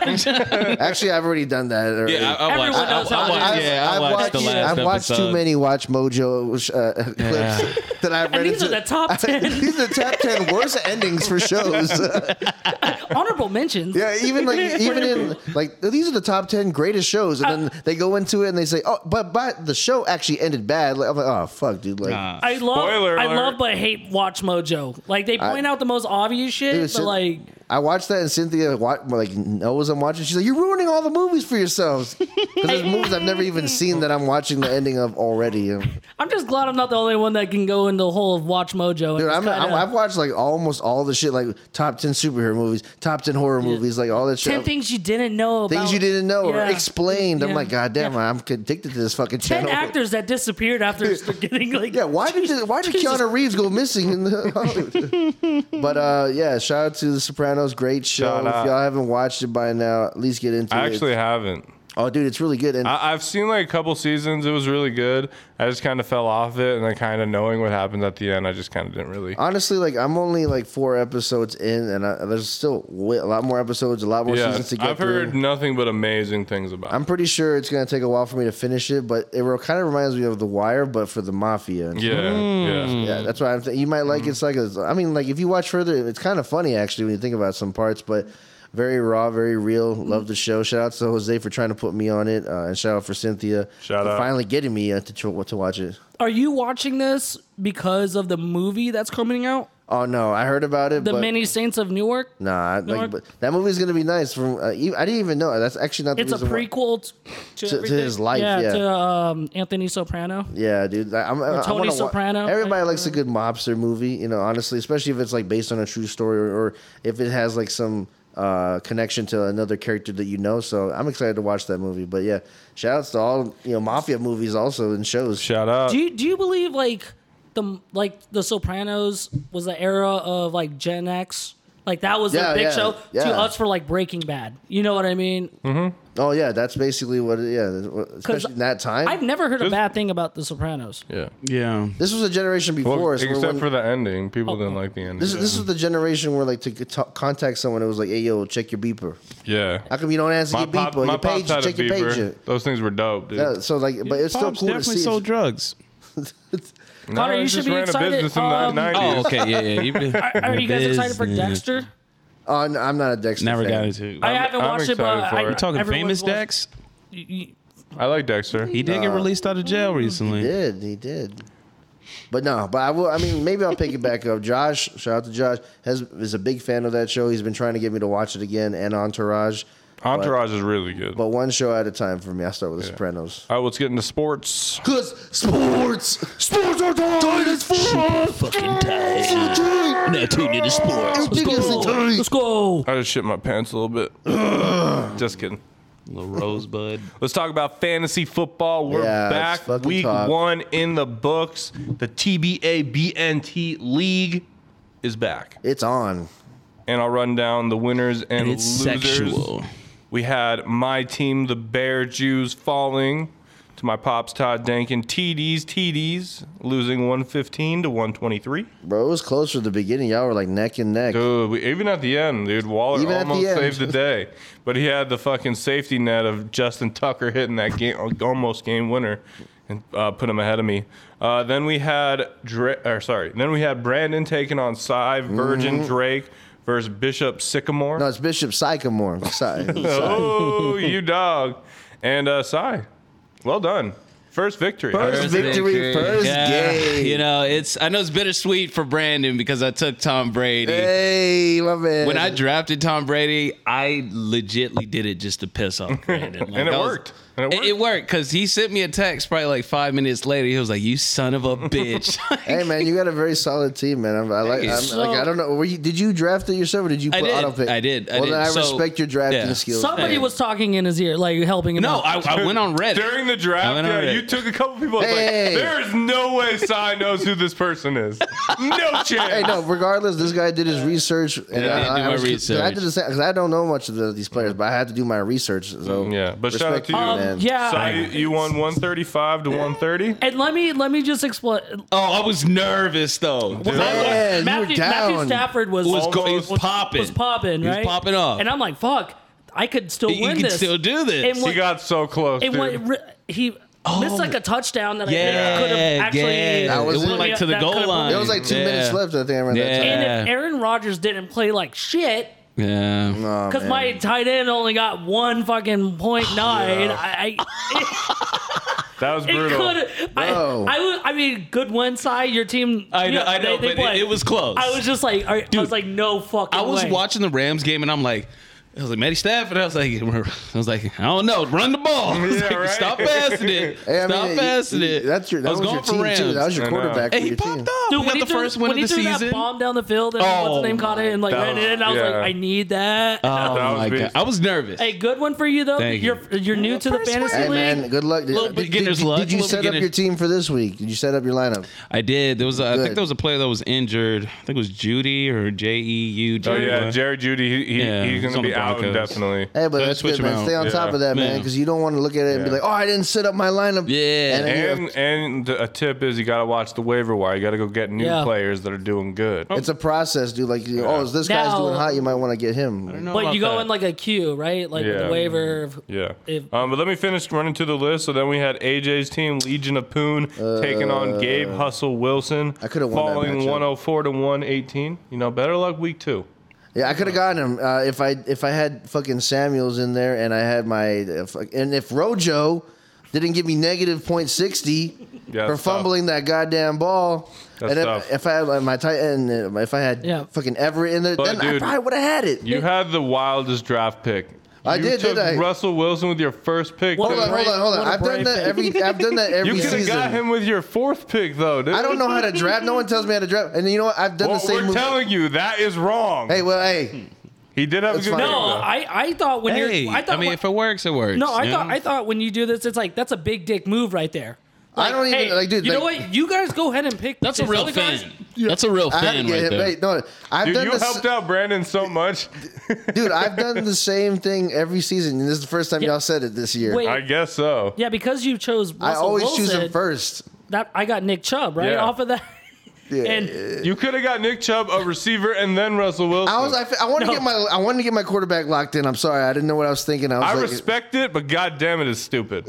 S3: actually, I've already done that. Already.
S4: Yeah, I, I
S2: Everyone
S4: watched. I,
S2: knows how
S4: I
S2: it
S4: watched
S2: ends.
S4: yeah, I
S3: I've
S4: watched the last
S3: I've watched
S4: episode.
S3: too many Watch Mojo
S4: (laughs)
S3: uh, clips that I've read.
S2: And these
S3: into-
S2: are the
S3: (laughs)
S2: top ten
S3: these are the top ten worst endings for shows.
S2: (laughs)
S3: (laughs)
S2: honorable mentions.
S3: yeah, even
S2: (laughs)
S3: like even in like these are the top ten greatest shows,
S2: Uh,
S3: and then they go into it and they say, "Oh, but but the show actually ended bad." Like, I'm like, "Oh fuck, dude!" Like,
S4: Nah.
S2: I love,
S1: Spoiler
S2: I
S1: alert.
S2: love, but hate Watch Mojo. Like they point out the most obvious shit,
S3: Dude,
S2: but
S3: Cyn-
S2: like
S3: I watched that, and Cynthia wa- like knows I'm watching. She's like, "You're ruining all the movies for yourselves." Because
S2: (laughs)
S3: there's movies I've never even seen that I'm watching the ending of already. Dude,
S2: I'm just glad I'm not the only one that can go into the whole of Watch Mojo. And just
S3: I'm, I'm,
S2: kinda-
S3: I've watched like almost all the shit, like top ten superhero movies, top ten horror movies, like all that shit.
S2: ten things you didn't know about.
S3: Things you didn't know
S2: Yeah.
S3: or explained. I'm
S2: Yeah.
S3: like, God damn,
S2: Yeah.
S3: I'm addicted to this fucking
S2: Ten
S3: channel.
S2: actors that disappeared
S3: (laughs)
S2: after (laughs) getting like
S3: Yeah, why did this- why did
S2: Jesus.
S3: Keanu Reeves go missing in the Hollywood?
S2: (laughs)
S3: but uh, yeah, shout out to The Sopranos, great show.
S1: Shout
S3: If
S1: out.
S3: y'all haven't watched it by now, at least get into
S1: I
S3: it.
S1: actually haven't.
S3: oh, dude, it's really good. And
S1: I, I've seen like a couple seasons. It was really good. I just kind of fell off it, and I kind of knowing what happened at the end, I just kind of didn't really.
S3: honestly, like I'm only like four episodes in, and I, there's still way, a lot more episodes, a lot more
S1: Yeah,
S3: seasons to get
S1: I've
S3: through.
S1: heard nothing but amazing things about.
S3: I'm pretty sure it's gonna take a while for me to finish it, but it kind of reminds me of The Wire, but for the mafia.
S1: it. Yeah, Mm-hmm. yeah.
S3: Yeah, that's why I'm. Th- you might like it. It's like a, I mean, like if you watch further, it's kind of funny actually when you think about some parts, but very raw, very real.
S1: Mm-hmm.
S3: Love the show. Shout out to Jose for trying to put me on it, uh, and shout out for Cynthia
S1: Shout
S3: for
S1: out.
S3: finally getting me uh, to tr- to watch it.
S2: Are you watching this because of the movie that's coming out?
S3: Oh no, I heard about it.
S2: The
S3: but
S2: Many Saints of Newark?
S3: Nah, I-
S2: Nor-
S3: like, but that movie's gonna be nice. From uh, e- I didn't even know that's actually not. The
S2: It's a
S3: reason why-
S2: prequel t- to,
S3: To- to
S2: everything.
S3: his life, yeah.
S2: to um, Anthony Soprano.
S3: Yeah, dude. I- I'm, I, I
S2: Tony
S3: wanna wa-
S2: Soprano,
S3: everybody
S2: like-
S3: likes a good mobster movie, you know. Honestly, especially if it's like based on a true story or, or if it has like some uh, connection to another character that you know. So I'm excited to watch that movie. But yeah, shout outs to all you know mafia movies also and shows.
S1: Shout out.
S2: Do you do you believe like the like the Sopranos was the era of like Gen X? Like that was
S3: Yeah,
S2: the big
S3: yeah,
S2: show to
S3: yeah.
S2: us for like Breaking Bad. You know what I mean?
S4: Hmm.
S3: oh yeah, that's basically what. It, yeah, especially in that time.
S2: I've never heard a bad thing about the Sopranos.
S1: yeah.
S4: Yeah.
S3: this was a generation before.
S1: Well,
S3: us where
S1: except
S3: when-
S1: for the ending, people
S2: Oh.
S1: didn't like the ending.
S3: this, this was the generation where like to c- t- contact someone, it was like, hey yo, check your beeper.
S1: yeah.
S3: How come you don't answer
S1: My
S3: your
S1: pop,
S3: beeper?
S1: my
S3: Your page,
S1: pops had a
S3: check your
S1: beeper.
S3: page.
S1: Those things were dope, dude.
S3: Yeah, so like, but it's still
S4: Pops
S3: cool to
S4: definitely
S3: see.
S4: sold drugs.
S1: No,
S2: Connor,
S1: it
S2: you
S1: just
S2: should be
S1: ran
S2: excited.
S1: a business in
S2: Um,
S1: the 90s.
S4: Oh, okay, yeah, yeah. You've
S2: (laughs)
S4: been-
S2: Are you guys excited for
S4: Business.
S2: Dexter?
S3: Oh, no, I'm not a Dexter.
S4: Never
S3: fan.
S4: got into.
S2: I
S4: I'm
S2: haven't
S1: I'm
S2: watched it,
S1: excited
S2: but
S1: for
S2: I,
S1: it.
S4: talking
S2: everyone's
S4: famous
S2: watched-
S4: Dex.
S2: Y- y-
S3: Oh.
S1: I like Dexter.
S4: He did get released out of jail recently.
S3: He did. He did. But no, but I will. I mean, maybe I'll pick it back up. Josh, shout out to Josh, has is a big fan of that show. He's been trying to get me to watch it again and Entourage,
S1: Entourage is really good.
S3: but one show at a time for me. I start with The Sopranos.
S1: All right, let's get into sports.
S3: Cause sports, sports are time. Time is fun.
S4: Fucking tired. Now tune into sports.
S2: Let's go.
S1: I just shit my pants a little
S3: (clears throat)
S1: bit. just kidding.
S4: Little Rosebud.
S1: Let's talk about fantasy football. We're
S3: Yeah, let's
S1: back.
S3: fucking
S1: Week
S3: talk.
S1: one in the books. The TBA BNT League is back.
S3: It's on.
S1: And I'll run down the winners and,
S4: And it's
S1: losers.
S4: sexual.
S1: We had my team, the Bear Jews, falling to my pops, Todd Dankin. TDs, TDs, losing 115 to 123.
S3: Bro, it was close from the beginning. Y'all were like neck and neck.
S1: Dude, we, even at the end, dude, Waller
S3: Even at the
S1: almost
S3: end.
S1: saved the day. But he had the fucking safety net of Justin Tucker hitting that game, almost game winner, and uh, put him ahead of me. Uh,
S3: Mm-hmm.
S1: then we had Dra or sorry, then we had Brandon taking on Cy Virgin Drake versus Bishop Sycamore.
S3: No, it's Bishop Sycamore. (laughs)
S4: (laughs)
S3: Sorry.
S1: oh, you dog. And uh, Cy, well done. First victory.
S3: First victory,
S4: victory.
S3: first game.
S4: You know, it's I know it's bittersweet for Brandon because I took Tom Brady.
S3: Hey, my man.
S4: When I drafted Tom Brady, I legitly did it just to piss (laughs) off Brandon. Like,
S1: And it
S4: I
S1: worked. And it
S4: it, it worked because he sent me a text probably like five minutes later. He was like, "You son of (laughs) a bitch."
S3: hey man, you got a very solid team, man. I'm, I like. I'm,
S4: So-
S3: like I don't know. Were you, did you draft it yourself, or did you
S4: I
S3: put
S4: did.
S3: auto pick?
S4: I did. I
S3: well,
S4: did.
S3: then I
S4: So-
S3: respect your drafting
S4: yeah.
S3: skills.
S2: Somebody
S3: man.
S2: was talking in his ear, like helping him.
S4: no,
S2: out.
S4: I, I went on Reddit.
S1: During the
S4: I
S1: draft,
S4: went on
S1: yeah,
S4: Reddit.
S1: you took a couple people. I was
S3: Hey.
S1: Like, there is no way Cy knows who this person is. No chance.
S3: (laughs) Hey,
S2: (laughs)
S3: no. Regardless, this guy did his research, and
S4: I did
S3: I,
S4: do my
S3: was- 'cause I
S4: research.
S3: did the same because I don't know much of the, these players, but I had to do my research.
S4: Mm-hmm.
S3: So
S1: Yeah, but shout out
S3: respect
S1: to you.
S2: Um,
S3: man.
S2: yeah.
S1: Cy, you won 135 to 130.
S2: and let me let me just explain.
S4: oh, I was nervous though.
S3: Man, you were
S2: Matthew, Matthew
S3: down.
S2: Stafford was
S4: Was go- he
S1: Almost-
S4: was popping.
S2: was popping,
S4: was
S2: right?
S4: popping off.
S2: And I'm like, fuck, I could still
S4: You
S2: win
S4: can
S2: this.
S4: still do this.
S2: And
S1: He
S2: what-
S1: got so close.
S2: and
S1: dude.
S2: what re- he missed like a touchdown that I
S4: Oh. Yeah,
S2: could have actually.
S4: yeah.
S3: That was
S4: it went
S3: it.
S4: like to the
S2: That
S4: goal
S2: could've-
S4: line.
S3: There was like two
S4: Yeah.
S3: minutes left. I think around that
S4: Yeah.
S3: time.
S2: And if Aaron Rodgers didn't play like shit,
S4: Yeah.
S3: Oh,
S2: because
S3: man.
S2: my tight end only got one fucking point
S4: (sighs)
S2: nine, I, I
S1: that was
S2: it,
S1: brutal.
S2: could. I,
S3: Bro.
S2: I, would- I mean, good win side. Your team.
S4: I
S2: you
S4: know, I know,
S2: they- they
S4: but
S2: play.
S4: it, it was close.
S2: I was just like, I, I was like, no fucking.
S4: I was
S2: way.
S4: watching the Rams game and I'm like, I was like Matty Stafford. I was like, (laughs) I was like, I don't know, run the ball. (laughs) I was
S1: Yeah,
S4: like,
S1: right.
S4: Stop passing it.
S3: (laughs) Hey, I mean,
S4: Stop
S3: you-
S4: passing
S3: you-
S4: it.
S3: That's your. That
S4: I
S3: was, your
S4: going for
S3: team too.
S4: Rams.
S3: That was your
S1: I know.
S3: quarterback.
S4: Hey,
S3: for
S4: he
S3: your
S4: popped
S3: team.
S4: up.
S2: Dude, when
S4: we got
S2: he
S4: the
S2: threw,
S4: first win
S2: when
S4: of
S2: he
S4: the
S2: threw
S4: season.
S2: that bomb down the field and
S4: Oh,
S2: what's the name caught it and like
S1: that
S2: ran
S1: was-
S2: it in. I was
S1: yeah.
S2: like, I need that.
S4: Oh
S1: That was
S4: my
S1: big.
S4: god, I was
S2: (laughs)
S4: nervous.
S2: hey, good one for you though.
S4: Thank
S2: you're you're new to the
S4: First
S2: fantasy
S3: Hey
S2: league.
S3: man, good luck.
S4: Little
S3: Did, did,
S4: beginner's luck,
S3: did you
S4: little
S3: set up
S4: beginner.
S3: your team for this week? Did you set up your lineup?
S4: I did. There was, a, I
S3: Good.
S4: think there was a player that was injured. I think it was Judy or J E U.
S1: Oh yeah, Jerry Judy. He, he,
S4: Yeah,
S1: he's
S4: he's
S1: gonna
S4: on
S1: be
S4: the
S1: out
S4: Broncos.
S1: indefinitely.
S3: Hey, but
S4: Let's
S3: that's
S4: switch
S3: good, man.
S4: him
S3: Stay
S4: out.
S3: on
S1: Yeah.
S3: top of that, man,
S4: Yeah.
S3: because you don't want to look at it and be
S1: Yeah.
S3: like, "Oh, I didn't set up my lineup."
S4: Yeah.
S3: And then you
S1: And and a tip is you got to watch the waiver wire. You got to go get new
S2: Yeah.
S1: players that are doing good.
S3: It's a process, dude. Like, you oh, is this guy's
S2: Now-
S3: doing hot? You might want to get him.
S2: But you go in like a queue, right? Like with
S1: Yeah.
S2: the waiver. of-
S1: Yeah.
S2: If-
S1: um, but let me finish running through the list. So then we had AJ's team, Legion of Poon, taking on Gabe Hustle Wilson.
S3: Uh, I could've won that
S1: falling
S3: matchup.
S1: 104 to 118. You know, better luck week two.
S3: Yeah, I could have gotten him uh, if I if I had fucking Samuels in there and I had my if, and if Rojo didn't give me negative point sixty
S1: Yeah,
S3: for
S1: that's tough.
S3: fumbling that goddamn ball.
S1: That's
S3: and if,
S1: tough.
S3: if I had like, my tight end, uh, if I had
S2: Yeah.
S3: fucking Everett in there,
S1: But,
S3: then I
S1: dude,
S3: probably would have had it.
S1: You had the wildest draft pick.
S3: I
S1: You
S3: did,
S1: took
S3: did I?
S1: Russell Wilson with your first pick.
S2: What
S1: dude.
S3: hold on, hold on, hold on.
S2: What a
S3: I've done
S2: brave
S3: that
S2: pick.
S3: every. I've done that every
S1: (laughs) you could have
S3: season.
S1: got him with your fourth pick, though, dude.
S3: I don't know how to draft. No one tells me how to draft. And you know what? I've done
S1: Well,
S3: the same.
S1: we're
S3: move.
S1: telling you that is wrong.
S3: hey, well,
S2: Hmm.
S3: hey,
S1: he did have a
S3: That's
S1: good
S3: fine.
S1: pick,
S2: No,
S1: though.
S2: I, I thought when
S4: Hey,
S2: you're.
S4: I,
S2: I thought
S4: mean,
S2: when-
S4: if it works, it works.
S2: no, I
S4: you
S2: thought
S4: know?
S2: I thought when you do this, it's like that's a big dick move right there.
S3: I don't even-
S2: hey,
S3: like, dude,
S2: You know
S3: like-
S2: what? You guys go ahead and pick.
S4: that's a
S2: this
S4: real
S2: other guy's-
S4: fan. That's a real
S3: I had to
S4: fan
S3: get
S4: right
S3: him.
S4: there.
S3: Hey, no, I've
S1: Dude,
S3: done
S1: you
S3: this.
S1: helped out Brandon so much. (laughs)
S3: Dude, I've done the same thing every season, and this is the first time y'all said it this year.
S2: Wait,
S1: I guess so.
S2: yeah, because you chose. Russell
S3: I always
S2: Wilson,
S3: choose him first.
S2: That I got Nick Chubb right
S1: Yeah.
S2: off of that. (laughs)
S3: Yeah.
S2: And
S1: You could have got Nick Chubb, a receiver, and then Russell Wilson.
S3: I was, I, fe- I wanted
S2: No.
S3: to get my, I wanted to get my quarterback locked in. I'm sorry, I didn't know what I was thinking. I was
S1: I
S3: like,
S1: respect it, but goddamn it is
S3: (laughs)
S1: stupid.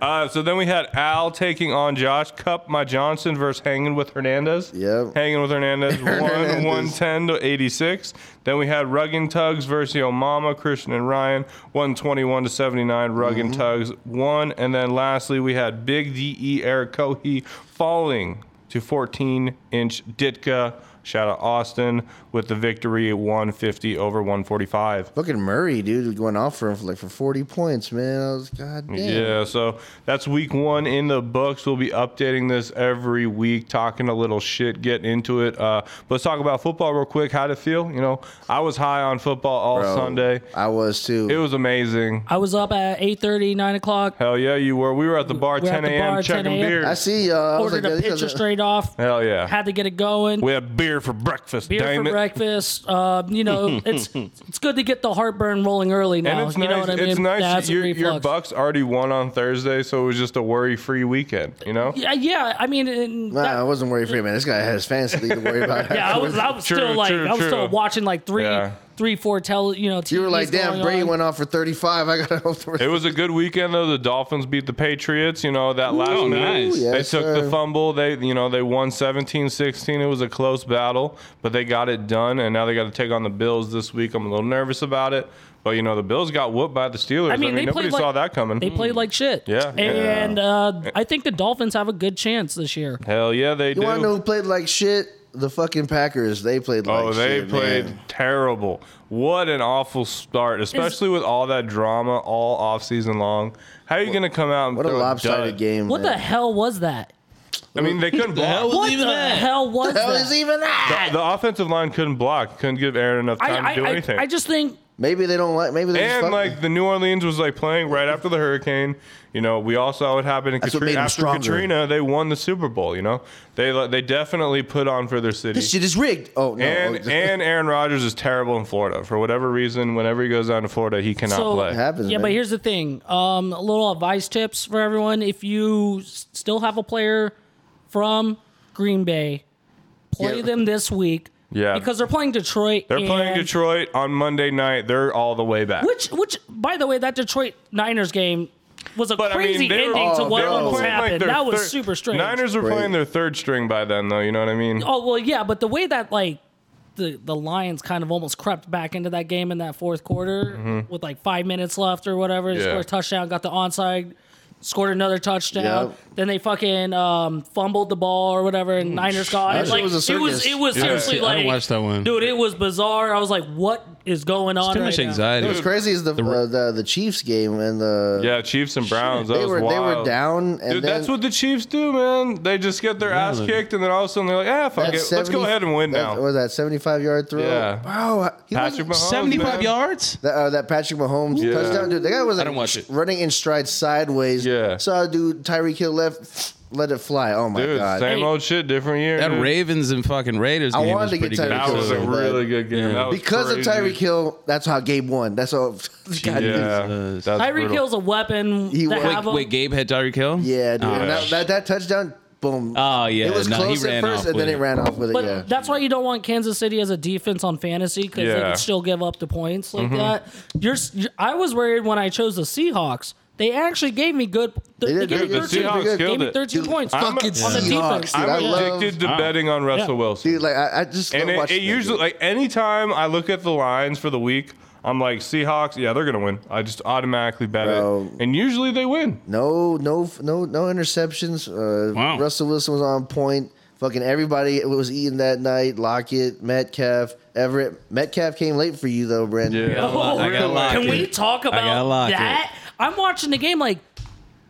S1: uh, so then we had Al taking on Josh Cup, my Johnson versus hanging with Hernandez.
S3: Yep.
S1: Hanging with
S3: (laughs)
S1: Hernandez, one
S3: Hernandez.
S1: one ten to eighty six. Then we had Ruggin Tugs versus Yo Mama, Christian and Ryan, one twenty one to seventy nine. Ruggin
S3: Mm-hmm.
S1: Tugs won, and then lastly we had Big D E Eric Cohe falling to fourteen inch Ditka. Shout out Austin with the victory, one fifty over one forty five.
S3: fucking Murray, dude, going off for him for like for 40 points, man. I was, god damn.
S1: Yeah, so that's week one in the books. We'll be updating this every week, talking a little shit, getting into it. Uh, but let's talk about football real quick. How'd it feel? You know, I was high on football all
S3: Bro,
S1: Sunday.
S3: I was too.
S1: It was amazing.
S2: I was up at 8:30, 9 o'clock.
S1: Hell yeah, you were. We were at the bar
S2: We're
S1: 10
S2: at the
S1: a.m.
S2: bar, 10
S1: checking
S2: a.m.
S1: beer.
S3: I see. Uh, I was like,
S2: Ordered a
S3: that- he was
S2: picture
S3: a-
S2: straight off.
S1: Hell yeah.
S2: Had to get it going.
S1: we had beer for breakfast.
S2: beer
S1: damn
S2: for
S1: it.
S2: breakfast. Uh,
S1: (laughs)
S2: you know, it's it's good to get the heartburn rolling early now.
S1: And it's
S2: you
S1: nice.
S2: know what I mean?
S1: It's nice.
S2: To have
S1: that
S2: some
S1: your, your
S2: reflux.
S1: Bucks already won on Thursday, so it was just a worry-free weekend. You know.
S2: Yeah, yeah. I mean, and
S3: Nah,
S2: that-
S3: I wasn't worried for him, man. This guy has fantasy league to worry
S2: (laughs)
S3: about. (laughs)
S2: yeah, I was, I was
S1: True,
S2: still like,
S1: true,
S2: I was
S1: true.
S2: still watching like three
S1: Yeah.
S2: three, four tell you know.
S3: You were
S2: TVs
S3: like, damn,
S2: going
S3: Brady
S2: on.
S3: went off for 35. I gotta hope the rest.
S1: It was a good weekend though. The Dolphins beat the Patriots. You know that last
S4: Oh,
S1: minute,
S4: nice.
S3: Ooh,
S1: they
S3: yes,
S1: took
S3: sir.
S1: the fumble. They you know they won 17-16. It was a close battle, but they got it done. And now they got to take on the Bills this week. I'm a little nervous about it, but you know the Bills got whooped by the Steelers. I mean,
S2: they
S1: nobody
S2: played like-
S1: saw that coming.
S2: They played like shit.
S1: Mm. Yeah.
S2: And uh, I think the Dolphins have a good chance this year.
S1: Hell yeah, they
S3: You
S1: do.
S3: want to know who played like shit? The fucking Packers. They played like
S1: Oh, they
S3: shit,
S1: played
S3: man.
S1: terrible. What an awful start, especially with all that drama all off season long. How are you going to come out and
S3: What a
S1: throw
S3: lopsided
S1: dud?
S3: game.
S2: What
S3: man.
S2: the hell was that?
S1: I mean, they couldn't block.
S2: (laughs) What the hell was
S3: hell
S2: that?
S3: is even that?
S1: The offensive line couldn't block. Couldn't give Aaron enough
S2: I,
S1: time
S2: I,
S1: to do
S2: I,
S1: anything.
S2: I just think
S3: Maybe they don't like. Maybe they just
S1: and
S3: fuck-
S1: like the New Orleans was like playing right after the hurricane. You know, we all saw what happened in
S3: That's what made
S1: Katrina.
S3: them
S1: After
S3: stronger.
S1: Katrina, they won the Super Bowl. You know, they they definitely put on for their city.
S3: this shit is rigged. Oh no!
S1: and
S3: Oh, (laughs)
S1: and Aaron Rodgers is terrible in Florida for whatever reason. Whenever he goes down to Florida, he cannot
S2: so.
S1: play.
S3: It happens,
S2: yeah,
S3: man.
S2: but here's the thing. Um, a little advice tips for everyone: if you s- still have a player from Green Bay, play
S3: Yeah.
S2: them this week.
S1: Yeah.
S2: because they're playing Detroit.
S1: They're playing
S2: and-
S1: Detroit on Monday night. They're all the way back.
S2: Which, which, by the way, that Detroit Niners game was a
S1: But I mean,
S2: crazy
S1: they were-
S2: ending to
S3: oh,
S2: what
S3: they were
S2: almost
S1: playing, like,
S2: happened.
S1: their
S2: that was
S1: third-
S2: super strange.
S1: Niners were
S3: Right.
S1: playing their third string by then, though. You know what I mean?
S2: Oh well, yeah, but the way that like the the Lions kind of almost crept back into that game in that fourth quarter
S3: Mm-hmm.
S2: with like five minutes left or whatever, they
S1: Yeah.
S2: scored a touchdown, got the onside, scored another touchdown.
S3: Yep.
S2: Then they fucking um, fumbled the ball or whatever, and Niners got
S3: Mm. That
S2: it.
S3: shit
S2: Like,
S3: was a
S2: it was
S3: circus.
S2: it was
S1: Yeah.
S2: seriously
S4: Shit, I
S2: like
S4: didn't watch that one.
S2: dude. It was bizarre. I was like, what is going on?
S4: Too
S2: right
S4: much
S2: now?
S4: anxiety.
S3: What's crazy is the, uh, the the Chiefs game and the
S1: yeah, Chiefs and Browns. That
S3: they
S1: was
S3: were
S1: wild.
S3: they were down and
S1: Dude,
S3: then
S1: that's what the Chiefs do, man. They just get their ass
S4: Really?
S1: kicked, and then all of a sudden they're like, "Ah, fuck
S3: that
S1: it, let's
S3: 70
S1: go ahead and win
S3: that-
S1: now."
S3: Was that seventy five yard throw?
S1: Yeah.
S3: Wow, he
S1: Patrick
S3: wasn't-
S1: Mahomes, man.
S4: Seventy-five yards.
S3: That, uh, that Patrick Mahomes
S1: Yeah.
S3: touchdown, dude. The guy was
S4: I didn't watch
S3: like
S4: it.
S3: running in stride sideways.
S1: Yeah.
S3: Saw a dude Tyreek Hill left, let it fly. Oh my
S1: Dude,
S3: god.
S1: same
S2: Hey.
S1: old shit, different year.
S4: That
S1: dude.
S4: Ravens and fucking Raiders
S3: I
S4: game
S3: wanted
S4: was
S3: to get
S4: pretty
S3: Tyreek
S4: good.
S1: That was a
S3: Yeah.
S1: really good game. That was
S3: Because
S1: crazy.
S3: of Tyreek Hill, that's how (laughs) game one. That's all. God, yeah.
S1: Yeah,
S4: Jesus.
S1: that's
S2: Tyreek
S1: brutal.
S2: Hill's a weapon.
S3: He
S2: to
S3: was-
S2: have
S4: Wait,
S2: him.
S4: wait, Gabe had Tyreek Hill.
S3: Yeah, dude.
S4: Oh,
S3: and that, that, that touchdown, boom.
S4: Oh, yeah.
S3: It was
S4: No, he
S3: close
S4: ran
S3: at first,
S4: off
S3: and then
S4: with
S3: it
S4: it.
S3: ran off with it.
S2: But
S3: yeah.
S2: that's why you don't want Kansas City as a defense on fantasy because they
S1: Yeah.
S2: could still give up the points like that. You're, s- you I was worried when I chose the Seahawks. They actually gave me good. They,
S3: did.
S2: gave,
S3: Dude,
S2: me
S3: the
S2: 13,
S1: Seahawks
S2: gave
S1: killed
S2: me
S1: it.
S2: 13 points
S1: I'm
S2: on
S1: a-
S2: the
S3: Seahawks,
S2: defense.
S3: dude, I
S1: I'm
S3: love-
S1: addicted to
S4: Wow.
S1: betting on Russell Wilson.
S3: dude, like I, I just
S1: and
S3: love
S1: it,
S3: watching
S1: it
S3: that,
S1: usually
S3: dude.
S1: like anytime I look at the lines for the week, I'm like Seahawks. Yeah, they're gonna win. I just automatically bet
S3: Bro.
S1: it, and usually they win.
S3: no no no no interceptions. Uh,
S4: Wow.
S3: Russell Wilson was on point. Fucking everybody was eating that night. Lockett, Metcalf, Everett. Metcalf came late for you though, Brandon.
S1: Yeah.
S2: Oh,
S4: I gotta lock
S2: can
S4: it.
S2: we talk
S4: I gotta
S2: about
S4: lock
S2: that? I'm watching the game like,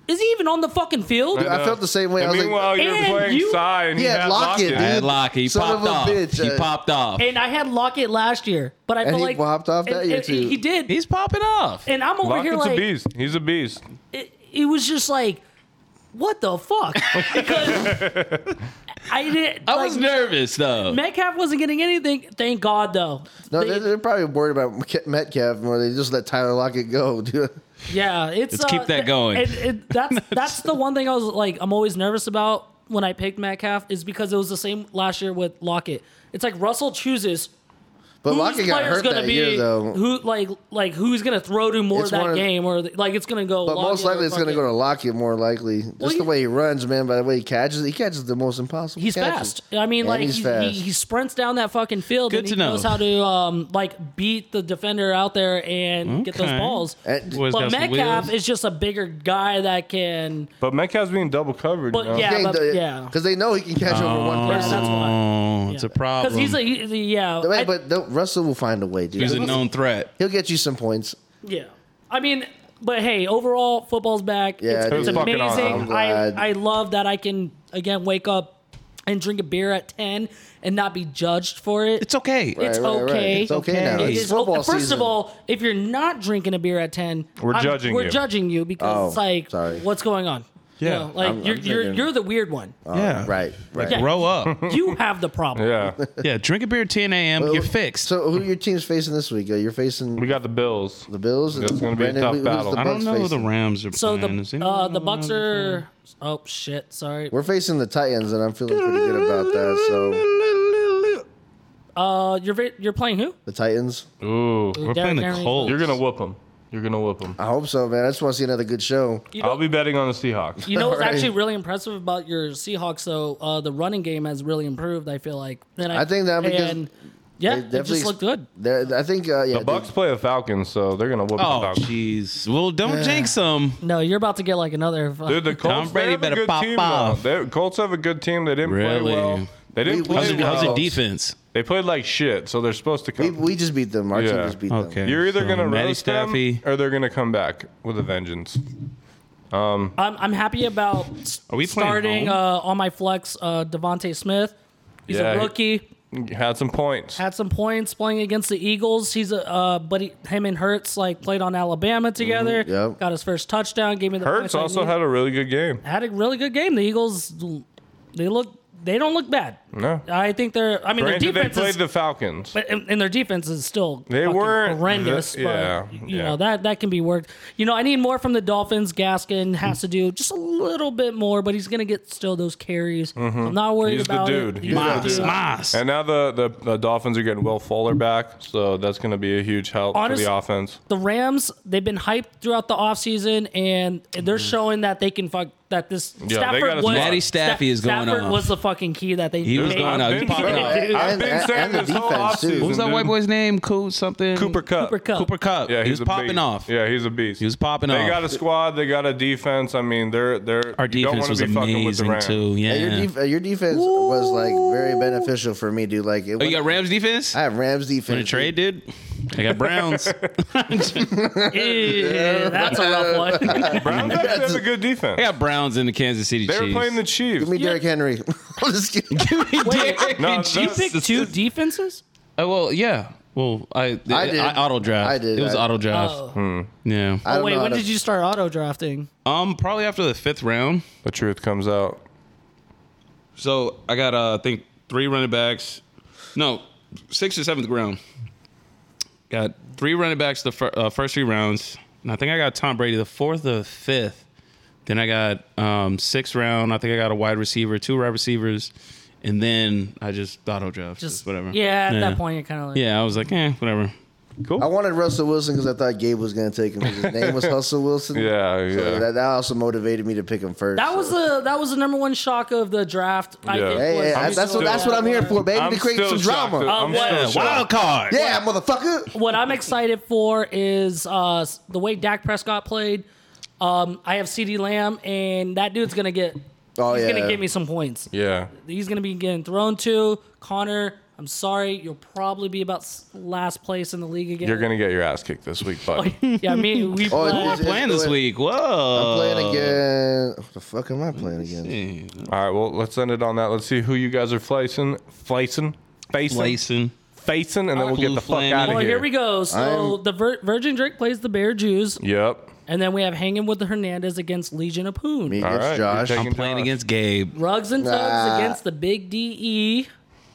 S2: is he even on the fucking field?
S3: I felt the same way. I
S1: And
S3: was like-
S1: meanwhile, you're
S2: And
S1: playing
S2: you-
S1: Psy, and
S3: He
S1: you
S3: had
S1: had
S3: Lockett,
S1: Lockett.
S4: I had
S3: dude.
S4: Lockett. He
S3: Son of
S4: popped
S3: a
S4: off.
S3: bitch. uh,
S4: He popped off.
S2: And I had Lockett last year, but I
S3: And
S2: feel
S3: he
S2: like
S3: popped off that
S2: and-
S3: year,
S2: and
S3: too.
S2: He did,
S4: He's popping off.
S2: and I'm over here
S1: Lockett's
S2: like,
S1: a beast. He's a beast.
S2: it, it was just like, what the fuck? (laughs) Because I didn't.
S4: I
S2: like,
S4: was nervous though.
S2: Metcalf wasn't getting anything. Thank God, though.
S3: No,
S2: They-
S3: they're, they're probably worried about Metc- Metcalf more. They just let Tyler Lockett go, (laughs) dude.
S2: yeah, it's
S4: Let's keep
S2: uh,
S4: that going.
S2: And, and
S4: (laughs)
S2: that's that's the one thing I was like, I'm always nervous about when I picked Metcalf is because it was the same last year with Lockett. It's like Russell chooses
S3: But
S2: whose
S3: Lockett got
S2: player's
S3: hurt
S2: gonna
S3: that
S2: be
S3: year, though.
S2: who like like who's gonna throw to more
S3: It's one
S2: that
S3: of-
S2: game or like it's gonna go.
S3: but
S2: Lockett
S3: most
S2: or
S3: likely, it's going to
S2: fucking-
S3: go to Lockett. More likely, just
S2: Well,
S3: the
S2: he-
S3: way he runs, man. By the way he catches, he catches the most impossible.
S2: He's
S3: catches.
S2: fast. I mean,
S3: And
S2: like
S3: he's
S2: he,
S3: fast.
S2: He, he sprints down that fucking field.
S4: Good
S2: and
S4: to
S2: he
S4: know.
S2: knows how to um like beat the defender out there and get those
S4: Okay.
S2: balls.
S3: And-
S4: Boy's
S2: but
S4: got some
S2: Metcalf
S4: wheels.
S2: is just a bigger guy that can.
S1: But Metcalf's being double covered.
S2: But
S1: you know?
S2: yeah,
S3: Yeah,
S2: but,
S3: the-
S2: yeah.
S3: they know he can catch over one
S2: Yeah,
S3: person.
S2: that's
S4: Oh, it's a problem.
S2: Because he's a he- he- yeah.
S3: But-
S2: I-
S3: but no, Russell will find a way, dude.
S4: He's a known threat.
S3: He'll get you some points.
S2: yeah. I mean, but hey, overall football's back.
S3: Yeah,
S2: it's,
S3: dude.
S2: it's
S1: It was fucking
S2: amazing.
S1: awesome.
S3: I'm
S2: I
S3: glad.
S2: I love that I can again wake up and drink a beer at ten and not be judged for
S4: (laughs)
S2: it.
S4: It's okay.
S2: It's
S3: Right, right, right.
S2: okay.
S3: It's okay now.
S2: It
S3: It's
S2: is-
S3: football
S2: First
S3: season.
S2: of all, if you're not drinking a beer at ten,
S1: We're judging
S2: We're
S1: you.
S2: judging you because
S3: Oh,
S2: it's like,
S3: sorry.
S2: what's going on? You
S1: Yeah.
S2: know, like
S3: I'm- I'm
S2: you're you're
S3: drinking-
S2: you're the weird one.
S4: yeah.
S3: Right, right.
S2: yeah.
S4: Grow up.
S3: (laughs)
S2: you have the problem.
S1: yeah.
S4: yeah. Drink a beer at 10 a.m. You're fixed.
S3: So who are your teams facing this week? Uh, You're facing
S1: We got the Bills.
S3: the Bills.
S1: It's gonna be a
S3: Brandon,
S1: tough
S3: who- who's
S1: battle.
S3: the
S4: I don't
S3: Bucks
S4: know who the
S3: facing?
S4: Rams are
S2: So
S4: playing. Is
S2: the
S4: anyone
S2: uh,
S4: know
S2: the Bucks
S4: Rams
S2: are. Oh shit! Sorry.
S3: We're facing the Titans, and I'm feeling pretty good about that. So
S4: playing?
S2: Uh, you're va- you're playing who?
S3: The Titans.
S1: Ooh,
S4: We're playing the
S2: Derrick Henry.
S4: Colts.
S1: you're gonna whoop them. You're gonna whoop them.
S3: I hope so, man. I just want to see another good show.
S2: You know,
S1: I'll be betting on the Seahawks.
S2: you know what's
S3: Alright.
S2: actually really impressive about your Seahawks though? Uh, the running game has really improved. I feel like. And
S3: I think that because
S2: and, yeah,
S3: They
S2: it just looked good.
S3: they're- I think uh, yeah,
S1: The Bucks play the Falcons, so they're gonna whoop the
S4: Oh,
S1: Falcons.
S4: jeez. Well, don't jinx them.
S2: No, you're about to get like another.
S1: Dude, the Colts
S4: Tom Brady
S1: they have
S4: better
S1: a good
S4: pop
S1: team,
S4: off.
S1: Though. They, Colts have a good team. They didn't
S4: Really?
S1: play well. They didn't
S3: We- we
S1: play
S4: How's it,
S3: did
S1: well.
S4: how's it
S3: well.
S4: defense?
S1: They played like shit, so they're supposed to
S3: We,
S1: come.
S3: we just beat them. Our team
S1: Yeah.
S3: just beat
S4: Okay.
S3: them.
S1: You're either
S4: So,
S1: gonna
S4: Matty
S1: roast them,
S4: Staffy.
S1: or they're gonna come back with a vengeance.
S2: I'm, I'm happy about
S4: Are we playing
S2: starting
S4: home?
S2: uh, on my flex uh, Devonte Smith. He's
S1: Yeah,
S2: a
S1: he-
S2: rookie.
S1: Had some points.
S2: Had some points playing against the Eagles. He's a uh, but he, him and Hertz like played on Alabama together.
S3: yep.
S2: Got his first touchdown. Gave me the
S1: Mm-hmm. Hurts
S2: points I
S1: also
S2: needed.
S1: had a really good game.
S2: had a really good game. The Eagles, they look they don't look bad.
S1: No,
S2: I think they're. I mean,
S1: granted
S2: their
S1: they
S2: defense
S1: played
S2: is,
S1: the Falcons.
S2: but and, and their defense is still
S1: They
S2: fucking
S1: weren't
S2: horrendous.
S1: the-
S2: but,
S1: yeah,
S2: you
S1: yeah.
S2: know that that can be worked. You know, I need more from the Dolphins. Gaskin has to do just a little bit more, but he's gonna get still those carries. I'm not
S1: Mm-hmm.
S2: worried
S1: He's the
S2: about
S1: dude.
S2: it.
S1: He's
S2: the
S1: the
S2: dude.
S4: Moss, Moss.
S1: And now the, the, the Dolphins are getting Will Fuller back, so that's going to be a huge help
S2: Honest-
S1: for the offense.
S2: The Rams, they've been hyped throughout the offseason, and they're showing that they can fuck that this.
S1: Mm-hmm. they
S2: Stafford
S1: got us
S2: was,
S1: Matty
S2: Sta-
S4: Staffy is going
S2: Stafford
S4: off.
S2: was the fucking key that they.
S4: He was
S2: they-
S4: going off. He
S1: I've been,
S2: (laughs)
S4: popped
S1: saying-
S4: off.
S1: I've been
S3: And-
S1: saying
S3: and the
S1: this whole
S3: defense, too.
S1: offseason.
S4: What was that
S1: dude.
S4: white boy's name? Coop something.
S1: Cooper Cup.
S2: Cooper Kupp.
S4: Cooper Cup.
S1: Yeah,
S4: he was
S1: he's a
S4: popping
S1: beast.
S4: off.
S1: Yeah, he's a beast.
S4: He was popping
S1: they
S4: off.
S1: got a squad. They got a defense. I mean, they're they're
S4: Our
S1: you don't
S4: defense
S1: want
S4: was
S1: to be fucking with the
S4: amazing
S1: Rams.
S4: too. Yeah.
S3: And your, def- uh, your defense was like very beneficial for me, dude. Like, it
S4: oh, you
S3: went-
S4: got Rams defense?
S3: I have Rams defense.
S4: Want to trade,
S3: dude.
S4: dude? (laughs) I got Browns.
S2: Yeah, that's a rough one.
S1: Browns actually have a good
S4: I
S1: defense.
S4: got Browns in the Kansas City
S1: They
S4: Chiefs.
S1: were playing
S4: (laughs)
S1: the Chiefs.
S3: Give me Derrick Henry. (laughs) I'm just kidding.
S2: Wait,
S1: No,
S2: you
S1: that's- (laughs)
S2: picked two
S4: (laughs)
S2: defenses?
S4: Oh, well, yeah. Well, I
S3: I did.
S4: auto draft.
S3: I did.
S4: It was
S3: I-
S4: auto draft.
S2: Oh.
S4: Yeah.
S3: I
S2: Oh,
S3: don't
S2: wait,
S3: know
S2: when
S3: how to-
S2: did you start auto drafting?
S4: Um, probably after the fifth round.
S1: The truth comes out.
S4: So I got uh, I think three running backs. No, sixth or seventh round. Got three running backs the fir- uh, first three rounds, and I think I got Tom Brady the fourth or fifth. Then I got um, sixth round. I think I got a wide receiver, two wide receivers, and then I just auto draft, just,
S2: Just
S4: whatever.
S2: Yeah, at that point, you're kind of like,
S4: Yeah, I was like, eh, whatever.
S3: I wanted Russell Wilson because I thought Gabe was going to take him. 'cause His name was Russell Wilson.
S1: Yeah, yeah.
S3: So that, that also motivated me to pick him first.
S2: That was
S3: so.
S2: the that was the number one shock of the draft. I
S1: Yeah.
S2: think
S3: Hey,
S2: was
S3: hey,
S1: I'm
S3: that's
S1: still-
S3: what that's what I'm here for, baby,
S1: I'm
S3: to create
S1: still
S3: some
S1: shocked
S3: drama.
S1: that- I'm
S2: Uh,
S1: still
S2: what-
S1: shocked.
S4: card.
S2: Uh,
S3: yeah, motherfucker.
S2: What I'm excited for is uh, s- the way Dak Prescott played. Um, I have C.D. Lamb, and that dude's gonna get.
S3: Oh,
S2: he's
S3: yeah.
S2: gonna give me some points.
S1: Yeah.
S2: He's gonna be getting thrown to Connor. I'm sorry, you'll probably be about s- last place in the league again.
S1: You're gonna get your ass kicked this week, bud.
S2: Oh, (laughs) yeah, me. We play-
S3: Oh, it's-
S4: Playing this week. Whoa.
S3: I'm
S1: Uh,
S3: playing again. What the fuck am I playing again?
S1: All right, well, let's end it on that. Let's see who you guys are flicing, flicing, facing,
S4: Lacing.
S1: facing, and then we'll get the fuck
S4: Flaming.
S1: out of
S2: Well,
S1: here.
S2: Oh, here. we go. So the Vir- Virgin Drake plays the Bear Jews,
S1: Yep.
S2: and then we have Hanging with the Hernandez against Legion of Poon.
S3: Me
S1: All
S3: against
S1: right,
S3: Josh.
S1: you're
S4: I'm playing against Gabe.
S2: Rugs and Tugs
S3: Nah.
S2: against the Big DE.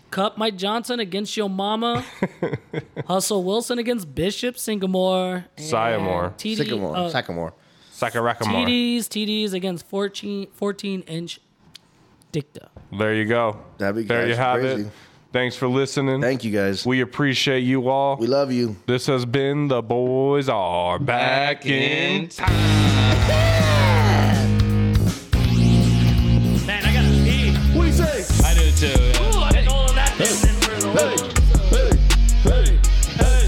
S2: Cup Mike Johnson against Yo
S3: (laughs)
S2: Mama. Hustle Wilson against Bishop Sycamore. and
S1: Sycamore.
S2: TD,
S3: Sycamore.
S2: uh,
S3: Sycamore.
S1: Sakarakamar.
S2: TDs, TDs against 14, 14 inch Dicta.
S1: There you go.
S3: That'd be
S1: there you
S3: guys
S1: have
S3: crazy.
S1: it. Thanks for listening.
S3: Thank you guys. We,
S1: We appreciate you all.
S3: love you.
S1: this has been the boys are back in.
S2: Man, I got to pee.
S3: What do you say?
S4: I do too. yeah.
S2: Ooh, I did all of that. This is for the
S3: Hey, hey, hey,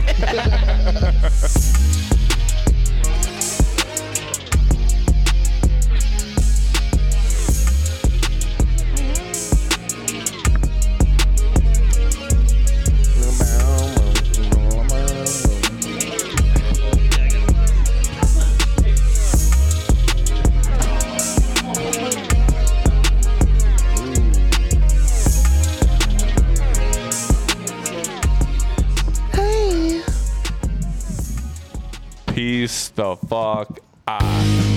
S3: hey, hey, bitch. Yeah.
S1: Peace the fuck out.